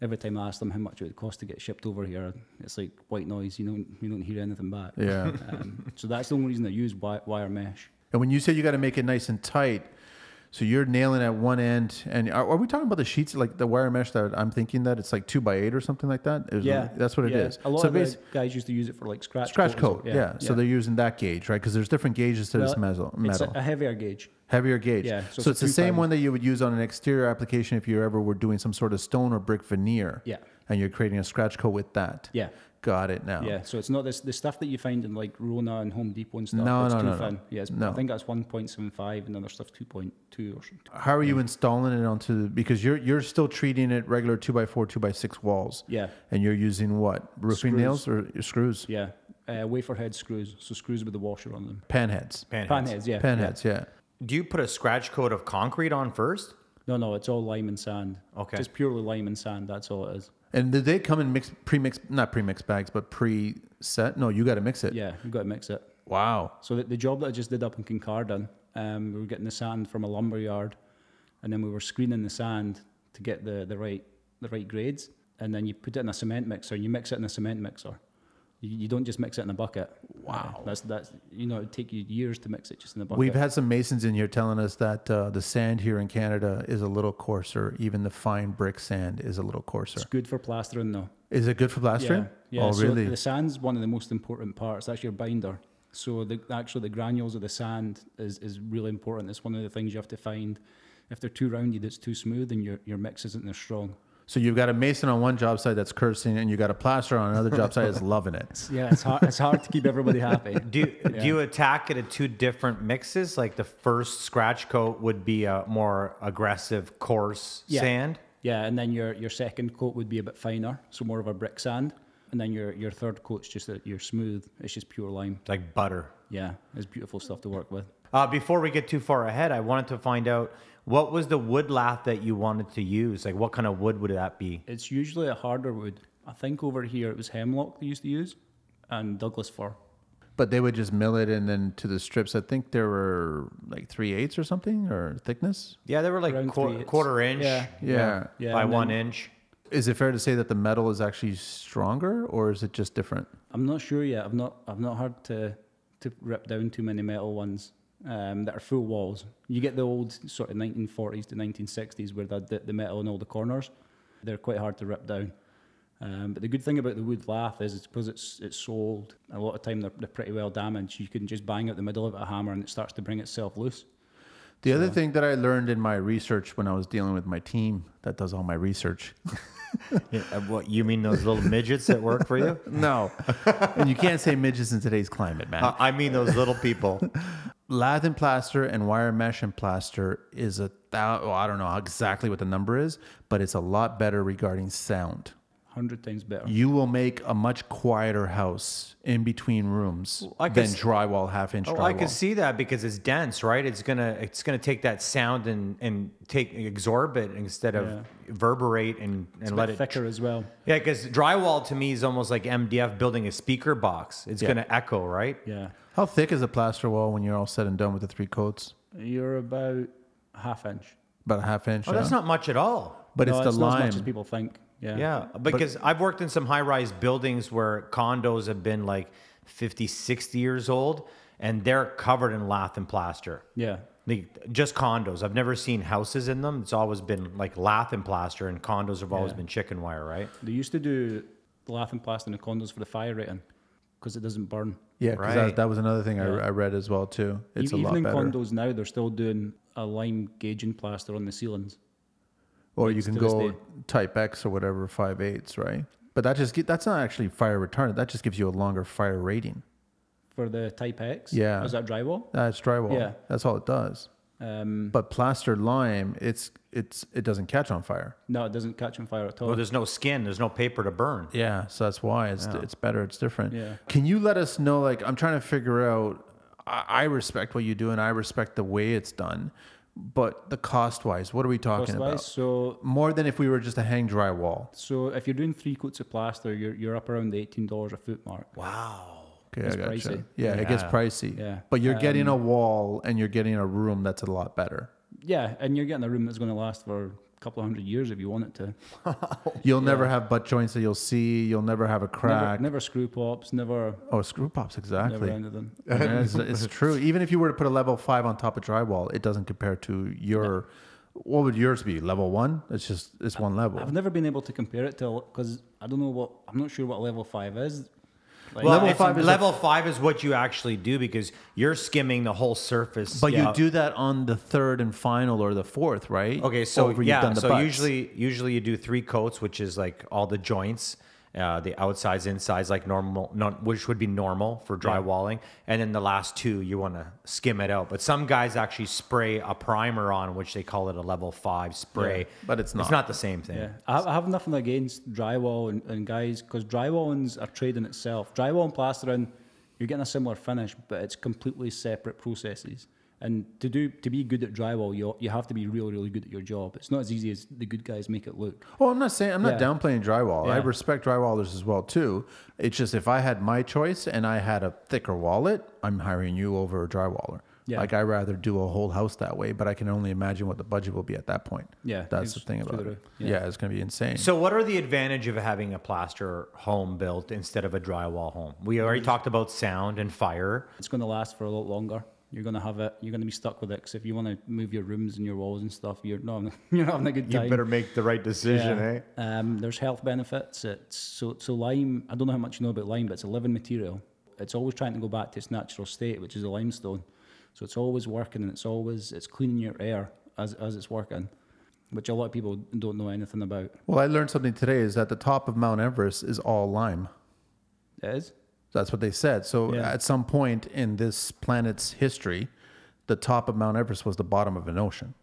Speaker 1: every time I ask them how much it would cost to get shipped over here, it's like white noise. You don't you don't hear anything back.
Speaker 4: Yeah.
Speaker 1: Um, so that's the only reason I use wire, wire mesh.
Speaker 4: And when you say you got to make it nice and tight, so you're nailing at one end, and are, are we talking about the sheets like the wire mesh that I'm thinking that it's like two by eight or something like that? Is-
Speaker 1: Yeah,
Speaker 4: that's what it
Speaker 1: yeah.
Speaker 4: is.
Speaker 1: A lot
Speaker 4: so
Speaker 1: of the
Speaker 4: basi-
Speaker 1: guys used to use it for like scratch
Speaker 4: scratch
Speaker 1: coat.
Speaker 4: coat, yeah. So they're using that gauge, right? Because there's different gauges to this metal,
Speaker 1: It's
Speaker 4: metal
Speaker 1: a, a heavier gauge.
Speaker 4: heavier gauge.
Speaker 1: Yeah,
Speaker 4: So,
Speaker 1: so it's
Speaker 4: it's the
Speaker 1: two
Speaker 4: same
Speaker 1: pound.
Speaker 4: one that you would use on an exterior application if you ever were doing some sort of stone or brick veneer.
Speaker 1: Yeah.
Speaker 4: And you're creating a scratch coat with that.
Speaker 1: Yeah.
Speaker 4: Got it now.
Speaker 1: Yeah, so it's not this the stuff that you find in like Rona and Home Depot and stuff.
Speaker 4: No,
Speaker 1: it's
Speaker 4: no,
Speaker 1: too
Speaker 4: no, no.
Speaker 1: thin. Yeah, it's,
Speaker 4: No.
Speaker 1: I think that's one point seven five, and other stuff two point two or something.
Speaker 4: How are you installing it onto? Because you're you're still treating it regular two by four, two by six walls.
Speaker 1: Yeah,
Speaker 4: And you're using what? Roofing
Speaker 1: Screws.
Speaker 4: nails or screws?
Speaker 1: yeah. Uh, wafer head screws, so screws with the washer on them.
Speaker 4: Panheads.
Speaker 3: Panheads.
Speaker 1: Panheads, yeah.
Speaker 4: Panheads, yeah.
Speaker 3: Do you put a scratch coat of concrete on first?
Speaker 1: No, no, it's all lime and sand.
Speaker 3: Okay.
Speaker 1: Just purely lime and sand. That's all it is.
Speaker 4: And did they come in mix pre-mix not pre-mixed bags, but pre-set? No, you got to mix it.
Speaker 1: Yeah, you've got to mix it.
Speaker 4: Wow.
Speaker 1: So the, the job that I just did up in Kincardine, um, we were getting the sand from a lumber yard, and then we were screening the sand to get the, the right the right grades, and then you put it in a cement mixer. You mix it in a cement mixer. You, you don't just mix it in a bucket. Uh,
Speaker 4: Wow.
Speaker 1: That's that's you know it'd take you years to mix it just in a bucket.
Speaker 4: We've had some masons in here telling us that uh, the sand here in Canada is a little coarser. Even the fine brick sand is a little coarser.
Speaker 1: it's good for plastering though.
Speaker 4: Is it good for plastering?
Speaker 1: Yeah, yeah.
Speaker 4: Oh,
Speaker 1: so
Speaker 4: really?
Speaker 1: The sand's one of the most important parts. That's your binder. So the actually the granules of the sand is, is really important. It's one of the things you have to find. If they're too rounded, it's too smooth, and your your mix isn't as strong.
Speaker 4: so you've got a mason on one job site that's cursing, and you got a plaster on another job site that's loving it.
Speaker 1: Yeah, it's hard. it's hard to keep everybody happy.
Speaker 3: Do you, do you attack it at two different mixes? Like the first scratch coat would be a more aggressive, coarse
Speaker 1: Yeah.
Speaker 3: sand.
Speaker 1: Yeah, and then your your second coat would be a bit finer, so more of a brick sand, and then your your third coat's just that you're smooth. It's just pure lime.
Speaker 3: It's like butter.
Speaker 1: Yeah, it's beautiful stuff to work with.
Speaker 3: Uh, before we get too far ahead, I wanted to find out what was the wood lath that you wanted to use. Like, what kind of wood would that be?
Speaker 1: It's usually a harder wood. I think over here it was hemlock they used to use, and Douglas fir.
Speaker 4: But they would just mill it and then to the strips. I think there were like three eighths or something or thickness.
Speaker 3: Yeah, they were like
Speaker 1: Around
Speaker 3: quar-
Speaker 1: three-
Speaker 3: quarter inch
Speaker 1: Yeah.
Speaker 4: Yeah.
Speaker 1: Yeah,
Speaker 3: by
Speaker 1: and
Speaker 3: one inch.
Speaker 4: Is it fair to say that the metal is actually stronger or is it just different?
Speaker 1: I'm not sure yet. I've not I've not had to to rip down too many metal ones um, that are full walls. You get the old sort of 1940s to 1960s where the, the, the metal in all the corners, they're quite hard to rip down. Um, but the good thing about the wood lath is it's because it's it's so old. A lot of time they're, they're pretty well damaged. You can just bang out the middle of it a hammer and it starts to bring itself loose.
Speaker 4: The other thing that I learned in my research when I was dealing with my team that does all my research.
Speaker 3: Yeah, uh, what you mean those little midgets that work for you?
Speaker 4: No. and you can't say midges in today's climate, man.
Speaker 3: Uh, I mean those little people.
Speaker 4: lath and plaster and wire mesh and plaster is a thou- well, I don't know exactly what the number is, but it's a lot better regarding sound.
Speaker 1: Hundred times better.
Speaker 4: You will make a much quieter house in between rooms
Speaker 3: I could
Speaker 4: than
Speaker 3: s-
Speaker 4: drywall, half inch
Speaker 3: Oh,
Speaker 4: drywall.
Speaker 3: I could see that because it's dense, right? It's gonna it's gonna take that sound and and take absorb it instead of
Speaker 1: Yeah.
Speaker 3: reverberate and and
Speaker 1: It's a
Speaker 3: let
Speaker 1: bit
Speaker 3: it.
Speaker 1: thicker as well.
Speaker 3: Yeah, because drywall to me is almost like MDF building a speaker box. It's gonna echo, right?
Speaker 1: Yeah,
Speaker 4: How thick is a plaster wall when you're all said and done with the three coats?
Speaker 1: you're about half inch.
Speaker 4: About a half inch.
Speaker 3: Oh, that's
Speaker 4: huh?
Speaker 3: not much at all.
Speaker 4: but
Speaker 1: No,
Speaker 4: it's the
Speaker 1: not as
Speaker 4: lime.
Speaker 1: much as people think. Yeah.
Speaker 3: Yeah, because I've worked in some high rise buildings where condos have been like 50, 60 years old and they're covered in lath and plaster.
Speaker 1: Yeah.
Speaker 3: Like just condos. I've never seen houses in them. It's always been like lath and plaster, and condos have always
Speaker 1: Yeah.
Speaker 3: been chicken wire, right?
Speaker 4: Oh.
Speaker 1: They used to do the laughing plaster in the condos for the fire rating because it doesn't burn.
Speaker 4: Yeah,
Speaker 3: Right.
Speaker 4: because that, that was another thing I,
Speaker 1: Yeah.
Speaker 4: I read as well too. It's
Speaker 1: even
Speaker 4: a lot
Speaker 1: in
Speaker 4: better.
Speaker 1: condos now, they're still doing a lime gauging plaster on the ceilings.
Speaker 4: or you
Speaker 1: it's
Speaker 4: can
Speaker 1: to this
Speaker 4: go
Speaker 1: day.
Speaker 4: type X or whatever five eights, right? But that just get, that's not actually fire retardant. That just gives you a longer fire rating.
Speaker 1: For the Type X,
Speaker 4: Yeah.
Speaker 1: is that drywall?
Speaker 4: That's drywall.
Speaker 1: Yeah.
Speaker 4: that's all it does.
Speaker 1: Um,
Speaker 4: But plaster lime, it's it's it doesn't catch on fire.
Speaker 1: no, it doesn't catch on fire at all.
Speaker 3: Well, there's no skin, there's no paper to burn.
Speaker 4: Yeah, so that's why it's it's better. It's different.
Speaker 1: Yeah.
Speaker 4: Can you let us know? Like, I'm trying to figure out. I, I respect what you do, and I respect the way it's done. But the cost wise, what are we talking
Speaker 1: Cost-wise,
Speaker 4: about?
Speaker 1: so
Speaker 4: More than if we were just to hang drywall.
Speaker 1: so if you're doing three coats of plaster, you're you're up around the eighteen dollars a foot mark.
Speaker 3: Wow.
Speaker 4: Okay,
Speaker 1: It's
Speaker 4: I gotcha.
Speaker 1: pricey.
Speaker 4: Yeah, it gets
Speaker 3: Yeah.
Speaker 4: pricey.
Speaker 1: Yeah. Um,
Speaker 4: But you're getting a wall and you're getting a room that's a lot better.
Speaker 1: Yeah, and you're getting a room that's going to last for a couple of hundred years if you want it to.
Speaker 4: You'll never have butt joints that you'll see. You'll never have a
Speaker 1: Oh, Never,
Speaker 4: crack.
Speaker 1: never screw pops, never
Speaker 4: Oh, screw pops,
Speaker 1: never
Speaker 4: exactly.
Speaker 1: anything.
Speaker 4: Yeah, it's, it's true. Even if you were to put a level five on top of drywall, it doesn't compare to your. What would yours be? Level one? It's just it's one level.
Speaker 1: I've never been able to compare it to because I don't know what I'm not sure what level five is. Like,
Speaker 3: Well,
Speaker 4: Level
Speaker 3: level,
Speaker 4: five
Speaker 3: five
Speaker 4: is
Speaker 3: is,
Speaker 4: a-
Speaker 3: level five is what you actually do because you're skimming the whole surface.
Speaker 4: But
Speaker 3: Yeah.
Speaker 4: you do that on the third and final or the fourth, right?
Speaker 3: Okay, so
Speaker 4: Over you've
Speaker 3: yeah,
Speaker 4: done the
Speaker 3: so
Speaker 4: butts.
Speaker 3: usually usually you do three coats, which is like all the joints, uh, the outsides, insides, like normal, not, which would be normal for drywalling, and then the last two you want to skim it out. But some guys actually spray a primer on, which they call it a level five spray,
Speaker 4: but it's not.
Speaker 3: It's not the same thing.
Speaker 1: yeah, I have, I have nothing against drywall and, and guys because drywalling's a trade in itself. Drywall and plastering, you're getting a similar finish, but it's completely separate processes. And to do to be good at drywall, you you have to be really really good at your job. It's not as easy as the good guys make it look.
Speaker 4: Oh, I'm not saying I'm not
Speaker 1: Yeah.
Speaker 4: downplaying drywall. I
Speaker 1: Yeah.
Speaker 4: respect drywallers as well too. It's just if I had my choice and I had a thicker wallet, I'm hiring you over a drywaller.
Speaker 1: Yeah.
Speaker 4: Like I rather do a whole house that way, but I can only imagine what the budget will be at that point.
Speaker 1: Yeah,
Speaker 4: that's
Speaker 1: it's
Speaker 4: the thing
Speaker 1: through
Speaker 4: about
Speaker 1: the
Speaker 4: it.
Speaker 1: roof.
Speaker 4: Yeah.
Speaker 1: Yeah.
Speaker 4: it's gonna be insane.
Speaker 3: So, what are the advantage of having a plaster home built instead of a drywall home? We
Speaker 4: Mm.
Speaker 3: already talked about sound and fire.
Speaker 1: It's going to last for a lot longer. You're going to have it. You're going to be stuck with it. 'cause if you want to move your rooms and your walls and stuff, you're not. having- You're not having a good time.
Speaker 3: make the right decision, eh?
Speaker 1: Yeah. Um, there's health benefits. It's so so lime. I don't know how much you know about lime, but it's a living material. It's always trying to go back to its natural state, which is a limestone. So it's always working, and it's always it's cleaning your air as as it's working, which a lot of people don't know anything about.
Speaker 4: well, I learned something today is that the top of Mount Everest is all lime.
Speaker 1: It is.
Speaker 4: That's what they said. So
Speaker 1: Yeah.
Speaker 4: at some point in this planet's history, the top of Mount Everest was the bottom of an ocean.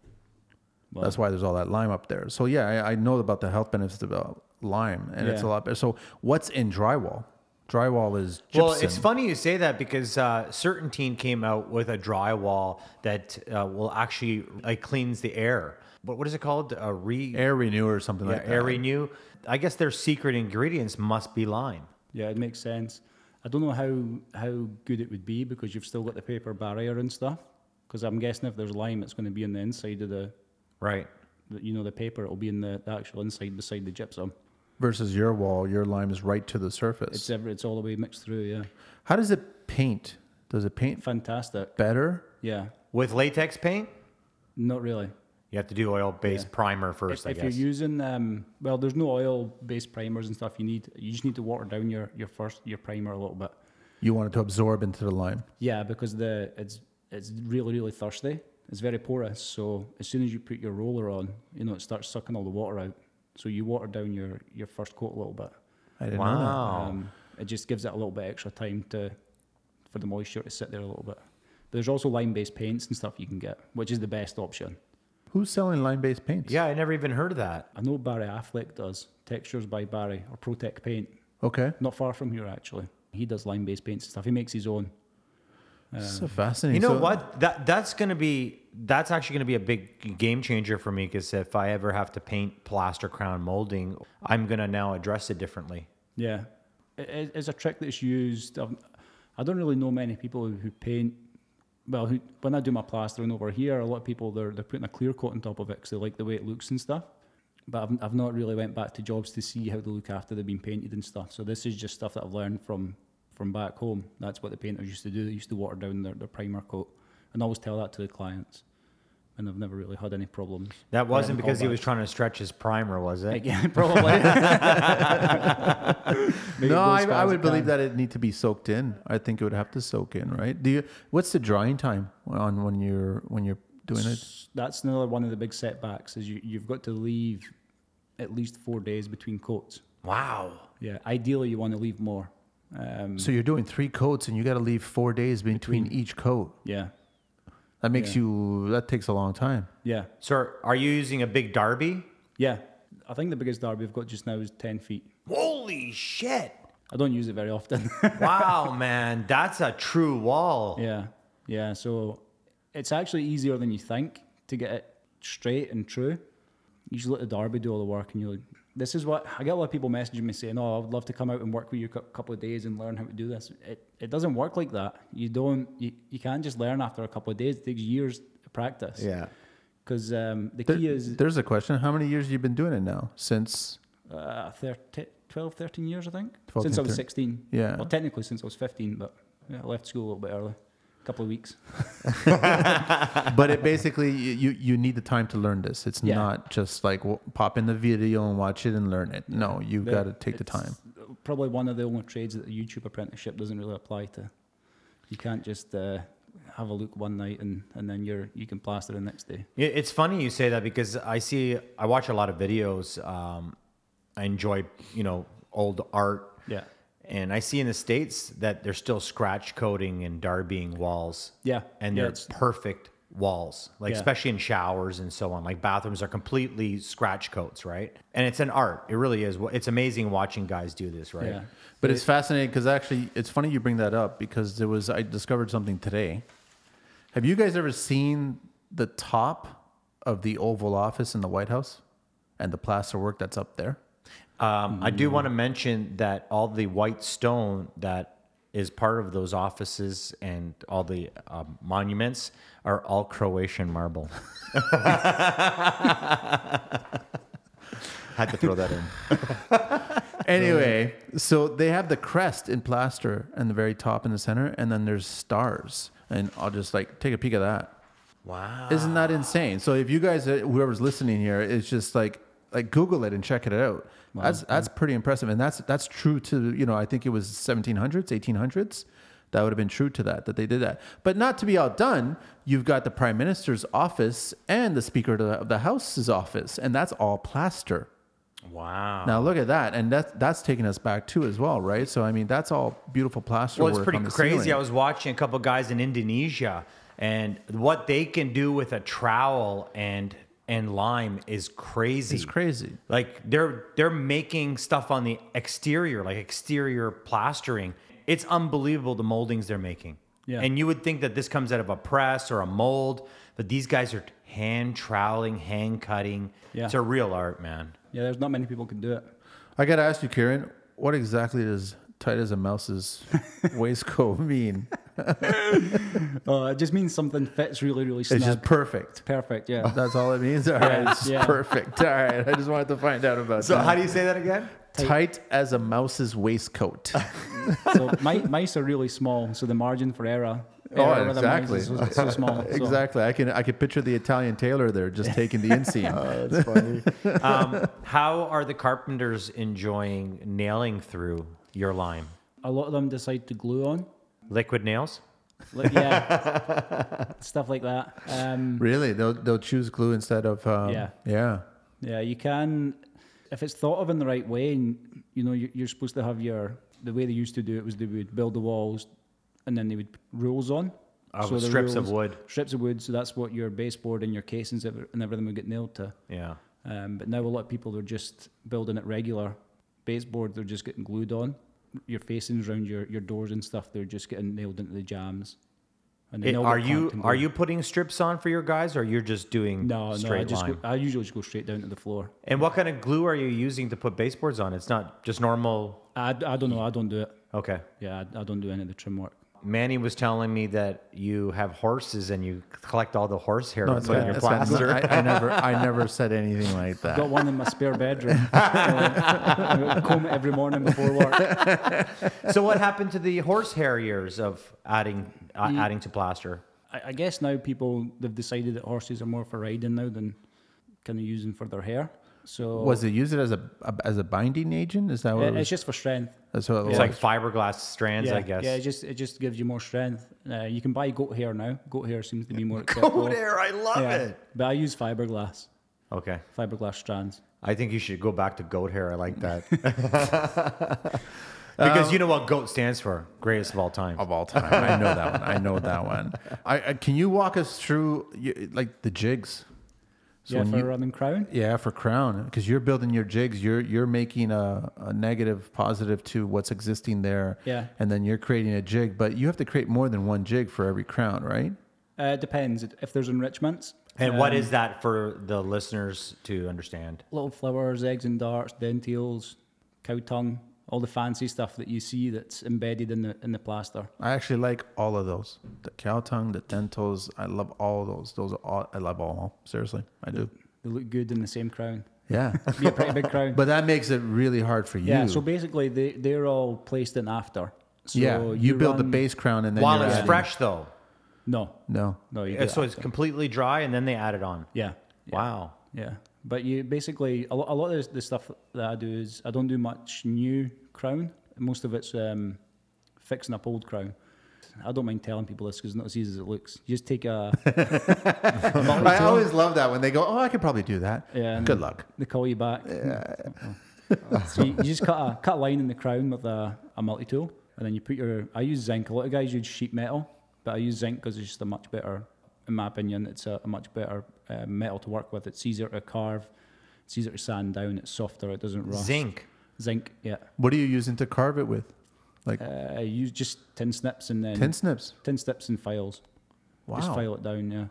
Speaker 1: Wow.
Speaker 4: That's why there's all that lime up there. So yeah, I, I know about the health benefits about lime, and it's a
Speaker 1: Yeah.
Speaker 4: lot better. So what's in drywall? Drywall is gypsum.
Speaker 3: Well, it's funny you say that because uh, Certainteen came out with a drywall that uh, will actually like cleans the air. What, what is it called? A re
Speaker 4: air renew or something
Speaker 3: yeah,
Speaker 4: like that.
Speaker 3: air renew. I guess their secret ingredients must be lime.
Speaker 1: Yeah, it makes sense. I don't know how how good it would be because you've still got the paper barrier and stuff. Because I'm guessing if there's lime, it's going to be on the inside of the,
Speaker 3: Right.
Speaker 1: the you know the paper. It'll be in the, the actual inside beside the gypsum.
Speaker 4: Versus your wall, your lime is right to the surface.
Speaker 1: It's every, it's all the way mixed through. Yeah,
Speaker 4: How does it paint? Does it paint
Speaker 1: fantastic.
Speaker 4: better?
Speaker 1: Yeah,
Speaker 3: With latex paint,
Speaker 1: not really.
Speaker 3: you have to do oil based primer first, I
Speaker 1: If you're
Speaker 3: guess.
Speaker 1: using um, well, there's no oil-based primers and stuff. You need you just need to water down your your first your primer a little bit.
Speaker 4: You want it to absorb into the lime.
Speaker 1: Yeah, because the it's it's really really thirsty. It's very porous, so as soon as you put your roller on, you know it starts sucking all the water out. So you water down your your first coat a little bit.
Speaker 4: I didn't know that.
Speaker 3: wow.
Speaker 1: Um, it just gives it a little bit extra time to for the moisture to sit there a little bit. But there's also lime-based paints and stuff you can get, which is the best option.
Speaker 4: Who's selling lime-based paints?
Speaker 3: yeah, I never even heard of that.
Speaker 1: I know Barry Affleck does Textures by Barry or Protec Paint,
Speaker 4: Okay.
Speaker 1: not far from here actually. He does lime based paints and stuff. He makes his own.
Speaker 4: so fascinating.
Speaker 3: You know
Speaker 4: So-
Speaker 3: what? That that's gonna be that's actually gonna be a big game changer for me because if I ever have to paint plaster crown molding, I'm gonna now address it differently.
Speaker 1: Yeah, It- it- it's a trick that's used. I've, I don't really know many people who, who paint. Well, who, when I do my plastering over here, a lot of people they're they're putting a clear coat on top of it because they like the way it looks and stuff. But I've, I've not really went back to jobs to see how they look after they've been painted and stuff. So this is just stuff that I've learned from from back home. That's what the painters used to do. They used to water down their, their primer coat, and I always tell that to the clients. And I've never really had any problems.
Speaker 3: That wasn't because he
Speaker 1: callback.
Speaker 3: was trying to stretch his primer, was it?
Speaker 1: Yeah, probably. Maybe
Speaker 4: No,
Speaker 1: go
Speaker 4: I,
Speaker 1: as far
Speaker 4: I
Speaker 1: as
Speaker 4: would
Speaker 1: it
Speaker 4: believe
Speaker 1: can.
Speaker 4: that it need to be soaked in. I think it would have to soak in, right? Do you? What's the drying time on when you're when you're doing it?
Speaker 1: that's another one of the big setbacks is you, you've got to leave at least four days between coats.
Speaker 3: Wow.
Speaker 1: Yeah, ideally you want to leave more. Um,
Speaker 4: So you're doing three coats, and you got to leave four days between each coat.
Speaker 1: yeah,
Speaker 4: That makes
Speaker 1: Yeah.
Speaker 4: you. That takes a long time.
Speaker 1: yeah,
Speaker 3: So are- are you using a big Darby?
Speaker 1: yeah. I think the biggest derby I've got just now is ten feet.
Speaker 3: Holy shit.
Speaker 1: I don't use it very often.
Speaker 3: Wow, man. That's a true wall.
Speaker 1: yeah, yeah. So it's actually easier than you think to get it straight and true. You just let the derby do all the work, and you're like, this is what I get. A lot of people messaging me saying, "Oh, I would love to come out and work with you a cou- couple of days and learn how to do this." It it doesn't work like that. You don't. You, you can't just learn after a couple of days. It takes years of practice. Because um, the
Speaker 4: There-
Speaker 1: key is
Speaker 4: there's a question. How many years have you been doing it now? Since
Speaker 1: uh, 30, 12, 13 years, I think,
Speaker 4: 12,
Speaker 1: since I was
Speaker 4: 13.
Speaker 1: sixteen.
Speaker 4: Yeah.
Speaker 1: Well, technically since I was fifteen, but yeah, I left school a little bit early, a couple of weeks.
Speaker 4: but it basically you you- you need the time to learn this. It's
Speaker 1: Yeah.
Speaker 4: not just like w pop in the video and watch it and learn it. No, you
Speaker 1: The-
Speaker 4: got to take the
Speaker 1: it's
Speaker 4: time.
Speaker 1: Probably one of the only trades that the YouTube apprenticeship doesn't really apply to. You can't just uh, have a look one night and, and then you're you can plaster the next day.
Speaker 3: Yeah, It's funny you say that because I see, I watch a lot of videos. Um, I enjoy, you know, old art.
Speaker 1: Yeah.
Speaker 3: And I see in the States that they're still scratch coating and darbying walls.
Speaker 1: Yeah.
Speaker 3: And
Speaker 1: Yeah,
Speaker 3: they're
Speaker 1: it's-
Speaker 3: perfect walls, like
Speaker 1: Yeah.
Speaker 3: especially in showers and so on. Like bathrooms are completely scratch coats, right? And it's an art. It really is. It's amazing watching guys do this, right?
Speaker 1: Yeah.
Speaker 4: But it's fascinating because actually, it's funny you bring that up because there was I discovered something today. Have you guys ever seen the top of the Oval Office in the White House and the plaster work that's up there?
Speaker 1: Mm-hmm.
Speaker 3: Um, I do want to mention that all the white stone that is part of those offices and all the um, monuments are all Croatian marble. Had to throw that in.
Speaker 4: Anyway, so they have the crest in plaster and the very top in the center, and then there's stars. And I'll just like take a peek at that.
Speaker 3: Wow.
Speaker 4: Isn't that insane? So if you guys, uh, whoever's listening here, it's just like like Google it and check it out. That's that's pretty impressive, and that's that's true to you know I think it was 1700s, 1800s. That would have been true to that that they did that. But not to be outdone, you've got the prime minister's office and the speaker of the, of the house's office, and that's all plaster.
Speaker 3: Wow.
Speaker 4: Now look at that, and that that's taking us back too as well, right? So I mean, that's all beautiful plaster.
Speaker 3: Well, it's
Speaker 4: work
Speaker 3: pretty
Speaker 4: on the
Speaker 3: crazy.
Speaker 4: ceiling.
Speaker 3: I was watching a couple guys in Indonesia, and what they can do with a trowel and and lime is crazy.
Speaker 4: it's crazy.
Speaker 3: Like they're they're making stuff on the exterior, like exterior plastering. It's unbelievable the moldings they're making.
Speaker 1: Yeah.
Speaker 3: And you would think that this comes out of a press or a mold, but these guys are hand troweling, hand cutting.
Speaker 1: Yeah.
Speaker 3: It's a real art, man.
Speaker 1: Yeah, there's not many people can do it.
Speaker 4: I gotta ask you, Kieran, what exactly does tight as a mouse's waistcoat mean?
Speaker 1: Uh, it just means something fits really, really snug.
Speaker 4: It's just perfect.
Speaker 1: perfect. Yeah,
Speaker 4: That's all it means. All right, it's just
Speaker 1: yeah.
Speaker 4: perfect. All right, I just wanted to find out about that.
Speaker 3: do you say that again?
Speaker 4: tight as a mouse's waistcoat.
Speaker 1: so mi- mice are really small, so the margin for error,
Speaker 4: Oh,
Speaker 1: error with a mouse
Speaker 4: exactly.
Speaker 1: is so, so small. So
Speaker 4: exactly. I can I could picture the Italian tailor there just taking the inseam.
Speaker 1: Uh,
Speaker 3: um, how are the carpenters enjoying nailing through your lime?
Speaker 1: A lot of them decide to glue on,
Speaker 3: Liquid nails?
Speaker 1: like, yeah, stuff like that. Um,
Speaker 4: really, they'll they'll choose glue instead of um,
Speaker 1: Yeah.
Speaker 4: yeah.
Speaker 1: yeah, you can if it's thought of in the right way, and you know you- you're supposed to have your the way they used to do it was they would build the walls, and then they would put rules on.
Speaker 3: Oh,
Speaker 1: the
Speaker 3: strips of wood.
Speaker 1: Strips of wood. So that's what your baseboard and your casings ever- and everything would get nailed to.
Speaker 3: Yeah.
Speaker 1: Um, but now a lot of people are just building it regular. Baseboard, they're just getting glued on. Your facings around your, your doors and stuff, they're just getting nailed into the jams. And they
Speaker 3: It-
Speaker 1: nail
Speaker 3: Eh, are
Speaker 1: the
Speaker 3: you
Speaker 1: plank and
Speaker 3: are
Speaker 1: go-
Speaker 3: you putting strips on for your guys, or you're just doing
Speaker 1: No, no. I
Speaker 3: straight
Speaker 1: just
Speaker 3: line?
Speaker 1: go, I usually just go straight down to the floor.
Speaker 3: and what kind of glue are you using to put baseboards on? It's not just normal.
Speaker 1: I, I don't know. I don't do it.
Speaker 3: Okay.
Speaker 1: Yeah, I, I don't do any of the trim work.
Speaker 3: Manny was telling me that you have horses and you collect all the horse hair and
Speaker 4: It's
Speaker 3: put it in
Speaker 4: fine,
Speaker 3: your
Speaker 4: it's fine.
Speaker 3: plaster.
Speaker 4: I, I never I never said anything like that.
Speaker 1: Got one in my spare bedroom. Uh, comb it every morning before work.
Speaker 3: so what happened to the horse hair years of adding uh,
Speaker 1: Mm.
Speaker 3: adding to plaster?
Speaker 1: I, I guess now people they've decided that horses are more for riding now than kind of using for their hair. So
Speaker 4: Was it used it as a, a as a binding agent? Is that what
Speaker 1: it-
Speaker 4: it
Speaker 1: Uh, it's
Speaker 4: was?
Speaker 1: just for strength.
Speaker 4: That's what it
Speaker 3: It's
Speaker 4: was.
Speaker 3: like fiberglass strands, I guess.
Speaker 1: Yeah, it just it just gives you more strength. Uh, you can buy goat hair now. Goat hair seems to be more acceptable.
Speaker 3: I love
Speaker 1: Yeah, But I use fiberglass,
Speaker 3: Okay.
Speaker 1: fiberglass strands.
Speaker 3: I think you should go back to goat hair. I like that. because you know what goat stands for? Greatest of all time.
Speaker 4: of all time. I know that one. I know that one. I, I can you walk us through you, like the jigs?
Speaker 1: yeah,
Speaker 4: when
Speaker 1: for
Speaker 4: you-
Speaker 1: running crown.
Speaker 4: yeah, for crown because you're building your jigs. You're you're making a, a negative positive to what's existing there.
Speaker 1: Yeah.
Speaker 4: and then you're creating a jig, but you have to create more than one jig for every crown, right?
Speaker 1: Uh, it depends if there's enrichments.
Speaker 3: and what is that for the listeners to understand?
Speaker 1: Little flowers, eggs and darts, dentails, cow tongue, all the fancy stuff that you see that's embedded in the in the plaster.
Speaker 4: I actually like all of those. The cow tongue, the dentals. I love all those. Those are all. I love all. Seriously, I do.
Speaker 1: They look good in the same crown.
Speaker 4: Yeah,
Speaker 1: Be a pretty big crown.
Speaker 4: but that makes it really hard for you.
Speaker 1: yeah. So basically, they they're all placed in after. So
Speaker 4: yeah, you, build the
Speaker 1: run-
Speaker 4: base crown and then
Speaker 3: While
Speaker 4: you're
Speaker 3: it's
Speaker 4: adding-
Speaker 3: fresh, though.
Speaker 1: No,
Speaker 4: No,
Speaker 1: no. You do
Speaker 3: Yeah,
Speaker 1: it
Speaker 3: so it's
Speaker 1: after.
Speaker 3: completely dry and then they add it on.
Speaker 1: yeah.
Speaker 3: Wow.
Speaker 1: Yeah, but you basically a, lo- a lot of the stuff that I do is I don't do much new crown. Most of it's um, fixing up old crown. I don't mind telling people this because it's not as easy as it looks. You just take a
Speaker 4: I always love that when they go, "Oh, I could probably do that."
Speaker 1: Yeah.
Speaker 4: Good luck.
Speaker 1: they call you back. so you, you just cut a cut a line in the crown with a, a multi tool, and then you put your. I use zinc. A lot of guys use sheet metal, but I use zinc because it's just a much better, in my opinion, it's a, a much better uh, metal to work with. It's easier to carve. It's easier to sand down. It's softer. It doesn't rust.
Speaker 3: Zinc.
Speaker 1: Zinc. Yeah.
Speaker 4: What are you using to carve it with? Like
Speaker 1: Uh, use just tin snips and then
Speaker 4: tin snips.
Speaker 1: tin snips and files.
Speaker 4: Wow.
Speaker 1: Just file it down. Yeah.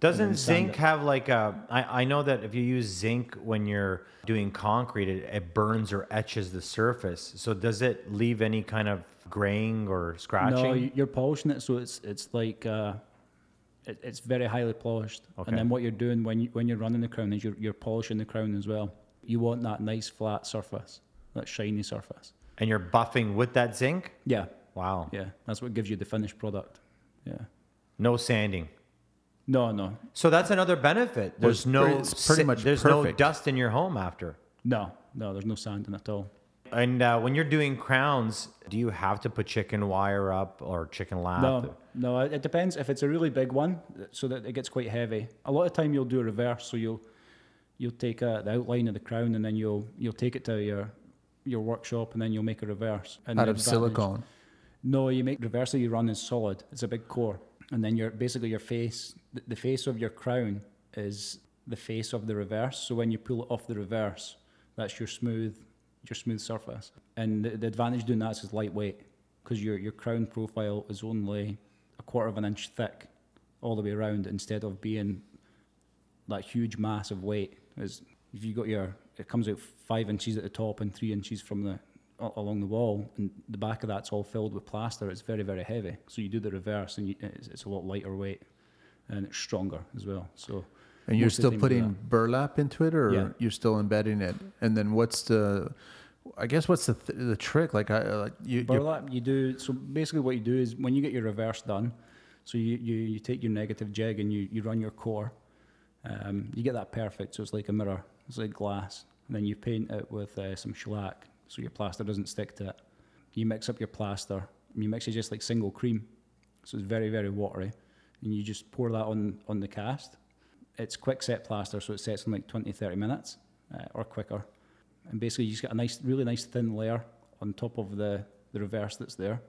Speaker 3: Doesn't
Speaker 1: sand
Speaker 3: zinc have like a? I, I know that if you use zinc when you're doing concrete, it, it burns or etches the surface. So does it leave any kind of graying or scratching?
Speaker 1: No, y- you're polishing it, so it's it's like uh, it, it's very highly polished.
Speaker 3: Okay.
Speaker 1: And then what you're doing when you, when you're running the crown is you're, you're polishing the crown as well. You want that nice flat surface, that shiny surface.
Speaker 3: and you're buffing with that zinc.
Speaker 1: Yeah,
Speaker 3: Wow.
Speaker 1: yeah, that's what gives you the finished product. Yeah.
Speaker 3: No sanding.
Speaker 1: No, no,
Speaker 3: So that's another benefit. There's
Speaker 4: it's
Speaker 3: no
Speaker 4: pretty- it's pretty
Speaker 3: si-
Speaker 4: much
Speaker 3: there's no
Speaker 4: perfect.
Speaker 3: dust in your home after.
Speaker 1: no, no. There's no sanding at all.
Speaker 3: And uh, when you're doing crowns, do you have to put chicken wire up or chicken lap?
Speaker 1: No, no. It, it depends if it's a really big one, th- so that it gets quite heavy. A lot of time you'll do a reverse, so you'll you'll take uh the outline of the crown and then you'll you'll take it to your your workshop and then you'll make a reverse. And
Speaker 4: out
Speaker 1: the
Speaker 4: of
Speaker 1: advantage-
Speaker 4: silicone.
Speaker 1: No, you make reverse that you run is solid. It's a big core, and then your basically your face, th- the face of your crown is the face of the reverse. So when you pull it off the reverse, that's your smooth, your smooth surface. And the, the advantage doing that is lightweight, because your your crown profile is only a quarter of an inch thick, all the way around, instead of being that huge mass of weight. Is if you got your it comes out five inches at the top and three inches from the a- along the wall, and the back of that's all filled with plaster. It's very very heavy. So you do the reverse, and you, it's, it's a lot lighter weight, and it's stronger as well. So
Speaker 4: And you're
Speaker 1: most of the
Speaker 4: still
Speaker 1: time do
Speaker 4: putting
Speaker 1: that.
Speaker 4: burlap into it, or
Speaker 1: Yeah.
Speaker 4: you're still embedding it. And then what's the? I guess what's the th- the trick? Like I like you. you
Speaker 1: burlap. You do so basically what you do is when you get your reverse done, so you you, you take your negative jig and you you run your core. Um, you get that perfect, so it's like a mirror. It's like glass. And then you paint it with uh, some shellac, so your plaster doesn't stick to it. You mix up your plaster. You mix it just like single cream, so it's very very watery, and you just pour that on on the cast. It's quick set plaster, so it sets in like 20, 30 minutes uh, or quicker. And basically, you just get a nice, really nice thin layer on top of the, the reverse that's there.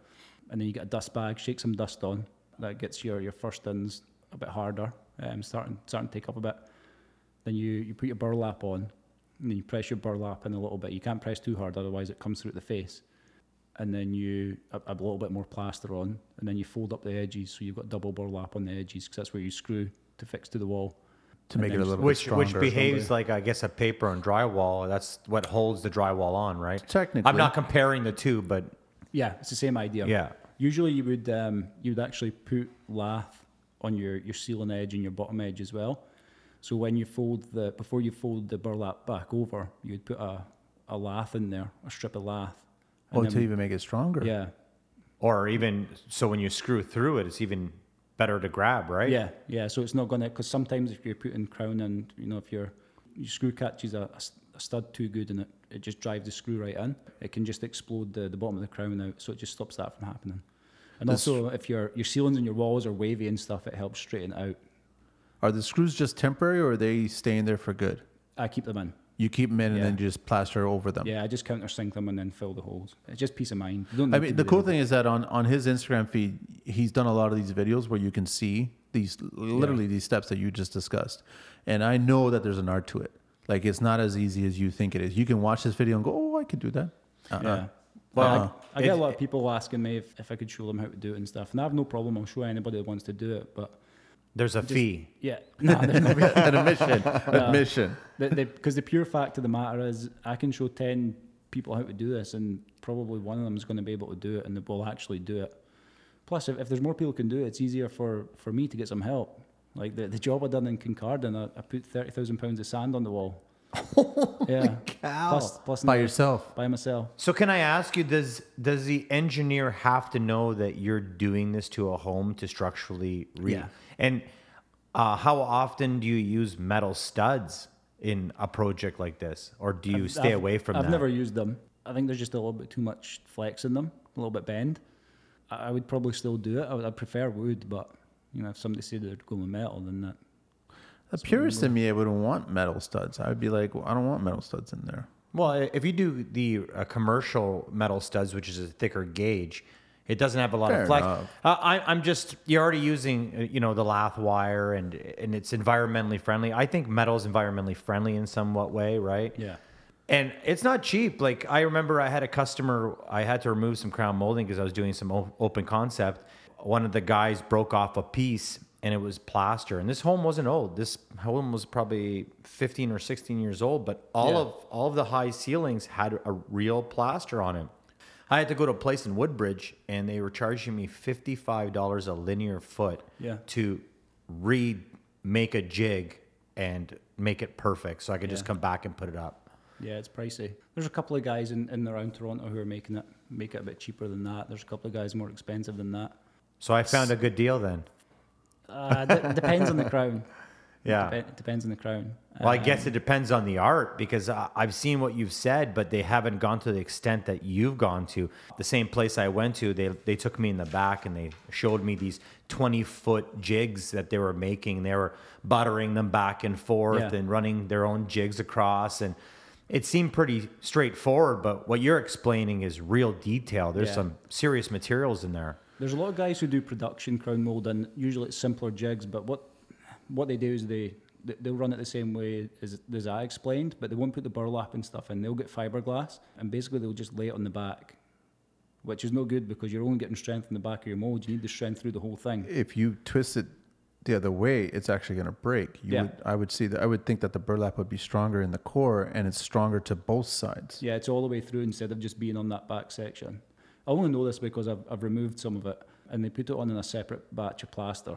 Speaker 1: And then you get a dust bag, shake some dust on. That gets your, your first ins a bit harder, um, starting, starting to take up a bit. Then you, you put your burlap on, and then you press your burlap in a little bit. You can't press too hard, otherwise, it comes through the face. And then you a, a little bit more plaster on, and then you fold up the edges so you've got double burlap on the edges because that's where you screw to fix to the wall.
Speaker 4: to make it a
Speaker 1: and then
Speaker 4: little bit
Speaker 3: Which
Speaker 4: stronger.
Speaker 3: which behaves like I guess a paper and drywall. That's what holds the drywall on, right?
Speaker 4: Technically.
Speaker 3: I'm not comparing the two, but
Speaker 1: Yeah, it's the same idea.
Speaker 3: Yeah.
Speaker 1: Usually you would um, you would actually put lath on your your ceiling edge and your bottom edge as well. So when you fold the before you fold the burlap back over, you would put a, a lath in there, a strip of lath.
Speaker 4: oh, to even make it stronger.
Speaker 1: Yeah.
Speaker 3: or even so when you screw through it, it's even better to grab, right?
Speaker 1: Yeah, yeah. So it's not going to because sometimes if you're putting crown and you know if your your screw catches a, a s- a stud too good and it, it just drives the screw right in, it can just explode the, the bottom of the crown out. So it just stops that from happening. And also if your your ceilings and your walls are wavy and stuff, it helps straighten it out.
Speaker 4: Are the screws just temporary, or are they staying there for good?
Speaker 1: I keep them in.
Speaker 4: You keep them in and
Speaker 1: Yeah.
Speaker 4: then just plaster over them.
Speaker 1: Yeah, I just countersink them and then fill the holes. It's just peace of mind. You don't
Speaker 4: I
Speaker 1: need
Speaker 4: mean,
Speaker 1: to
Speaker 4: the
Speaker 1: do
Speaker 4: cool
Speaker 1: that.
Speaker 4: thing is that on on his Instagram feed, he's done a lot of these videos where you can see these literally these steps that you just discussed, and I know that there's an art to it. Like it's not as easy as you think it is. You can watch this video and go, "Oh, I could do that." Uh-uh.
Speaker 1: Yeah.
Speaker 3: Well,
Speaker 1: I get a lot of people asking me if, if I could show them how to do it and stuff, and I have no problem. I'll show anybody that wants to do it. But
Speaker 3: there's a fee.
Speaker 1: yeah, nah, there's no
Speaker 4: an admission, admission.
Speaker 1: because the pure fact of the matter is, I can show ten people how to do this, and probably one of them is going to be able to do it, and they will actually do it. Plus, if, if there's more people can do it, it's easier for, for me to get some help. Like the, the job I done in Kincardine, I, I put thirty thousand pounds of sand on the wall. yeah,
Speaker 3: cow.
Speaker 1: plus plus
Speaker 4: Oh By
Speaker 1: another-
Speaker 4: yourself,
Speaker 1: by myself.
Speaker 3: So can I ask you, does does the engineer have to know that you're doing this to a home to structurally re?
Speaker 1: Yeah.
Speaker 3: And uh, how often do you use metal studs in a project like this, or do you stay
Speaker 1: I've-
Speaker 3: away from
Speaker 1: I've
Speaker 3: that?
Speaker 1: never used them. I think there's just a little bit too much flex in them, a little bit bend. I, I would probably still do it. I would I'd prefer wood, but you know, if somebody said they're going with metal, then that
Speaker 4: the purist in me, I wouldn't want metal studs. I'd be like, well, "I don't want metal studs in there."
Speaker 3: Well, i- if you do the uh, commercial metal studs, which is a thicker gauge, it doesn't have a lot
Speaker 4: Fair
Speaker 3: of flex. Uh,
Speaker 4: enough.
Speaker 3: I, I'm just you're already using uh, you know the lath wire and and it's environmentally friendly. I think metal is environmentally friendly in somewhat way, right?
Speaker 1: yeah.
Speaker 3: And it's not cheap. Like I remember, I had a customer. I had to remove some crown molding because I was doing some o- open concept. One of the guys broke off a piece and it was plaster. And this home wasn't old. This home was probably 15 or 16 years old, but all
Speaker 4: Yeah.
Speaker 3: of all of the high ceilings had a real plaster on it. I had to go to a place in Woodbridge and they were charging me $55 a linear foot
Speaker 1: Yeah.
Speaker 3: to remake a jig and make it perfect so I could just
Speaker 1: Yeah.
Speaker 3: come back and put it up.
Speaker 1: Yeah, it's pricey. There's a couple of guys in, in and around Toronto who are making it make it a bit cheaper than that. There's a couple of guys more expensive than that.
Speaker 3: So I found a good deal then.
Speaker 1: Uh, d- depends on the crown.
Speaker 3: Yeah.
Speaker 1: Depen- depends on the crown. Uh,
Speaker 3: Well, I guess it depends on the art because I, I've seen what you've said, but they haven't gone to the extent that you've gone to. The same place I went to, they they took me in the back and they showed me these twenty foot jigs that they were making. They were buttering them back and forth
Speaker 1: Yeah.
Speaker 3: and running their own jigs across, and it seemed pretty straightforward. But what you're explaining is real detail. There's
Speaker 1: Yeah.
Speaker 3: some serious materials in there.
Speaker 1: There's a lot of guys who do production crown mold, and usually it's simpler jigs. But what what they do is they they- they'll run it the same way as, as I explained, but they won't put the burlap and stuff in. They'll get fiberglass, and basically they'll just lay it on the back, which is no good because you're only getting strength in the back of your mold. You need the strength through the whole thing.
Speaker 4: If you twist it the other way, it's actually going to break. You
Speaker 1: Yeah.
Speaker 4: would, I would see that. I would think that the burlap would be stronger in the core, and it's stronger to both sides.
Speaker 1: Yeah, it's all the way through instead of just being on that back section. I only know this because I've, I've removed some of it and they put it on in a separate batch of plaster.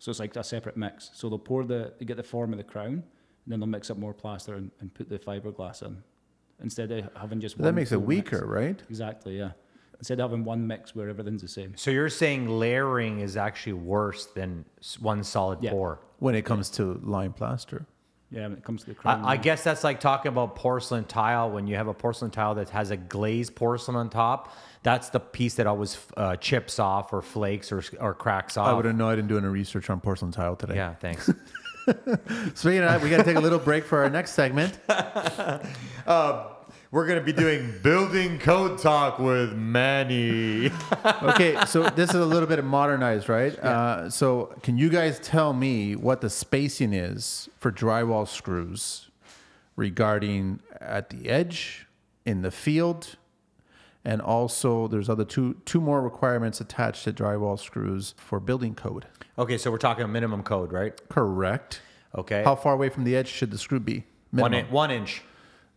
Speaker 1: So it's like a separate mix. So they'll pour the, they get the form of the crown and then they'll mix up more plaster and, and put the fiberglass in instead of having just
Speaker 4: But that
Speaker 1: one
Speaker 4: makes it
Speaker 1: full mix.
Speaker 4: weaker, right?
Speaker 1: Exactly, yeah. Instead of having one mix where everything's the same.
Speaker 3: So you're saying layering is actually worse than s- one solid
Speaker 1: Yeah.
Speaker 3: pour.
Speaker 4: When it comes to lime plaster.
Speaker 1: Yeah, when it comes to the crown.
Speaker 4: Um,
Speaker 3: I, I guess that's like talking about porcelain tile when you have a porcelain tile that has a glazed porcelain on top. That's the piece that always uh, chips off or flakes or, or cracks off.
Speaker 4: I would have known I didn't do any research on porcelain tile today.
Speaker 3: yeah, thanks.
Speaker 4: Speaking of that, we got to take a little break for our next segment.
Speaker 3: We're going to be doing building code talk with Manny.
Speaker 4: Okay, so this is a little bit modernized, right? Uh, so, can you guys tell me what the spacing is for drywall screws regarding at the edge, in the field, and also there's other two two more requirements attached to drywall screws for building code.
Speaker 3: okay, so we're talking minimum code, right?
Speaker 4: Correct.
Speaker 3: Okay.
Speaker 4: How far away from the edge should the screw be?
Speaker 3: one,
Speaker 4: Minimum.
Speaker 3: in, one inch,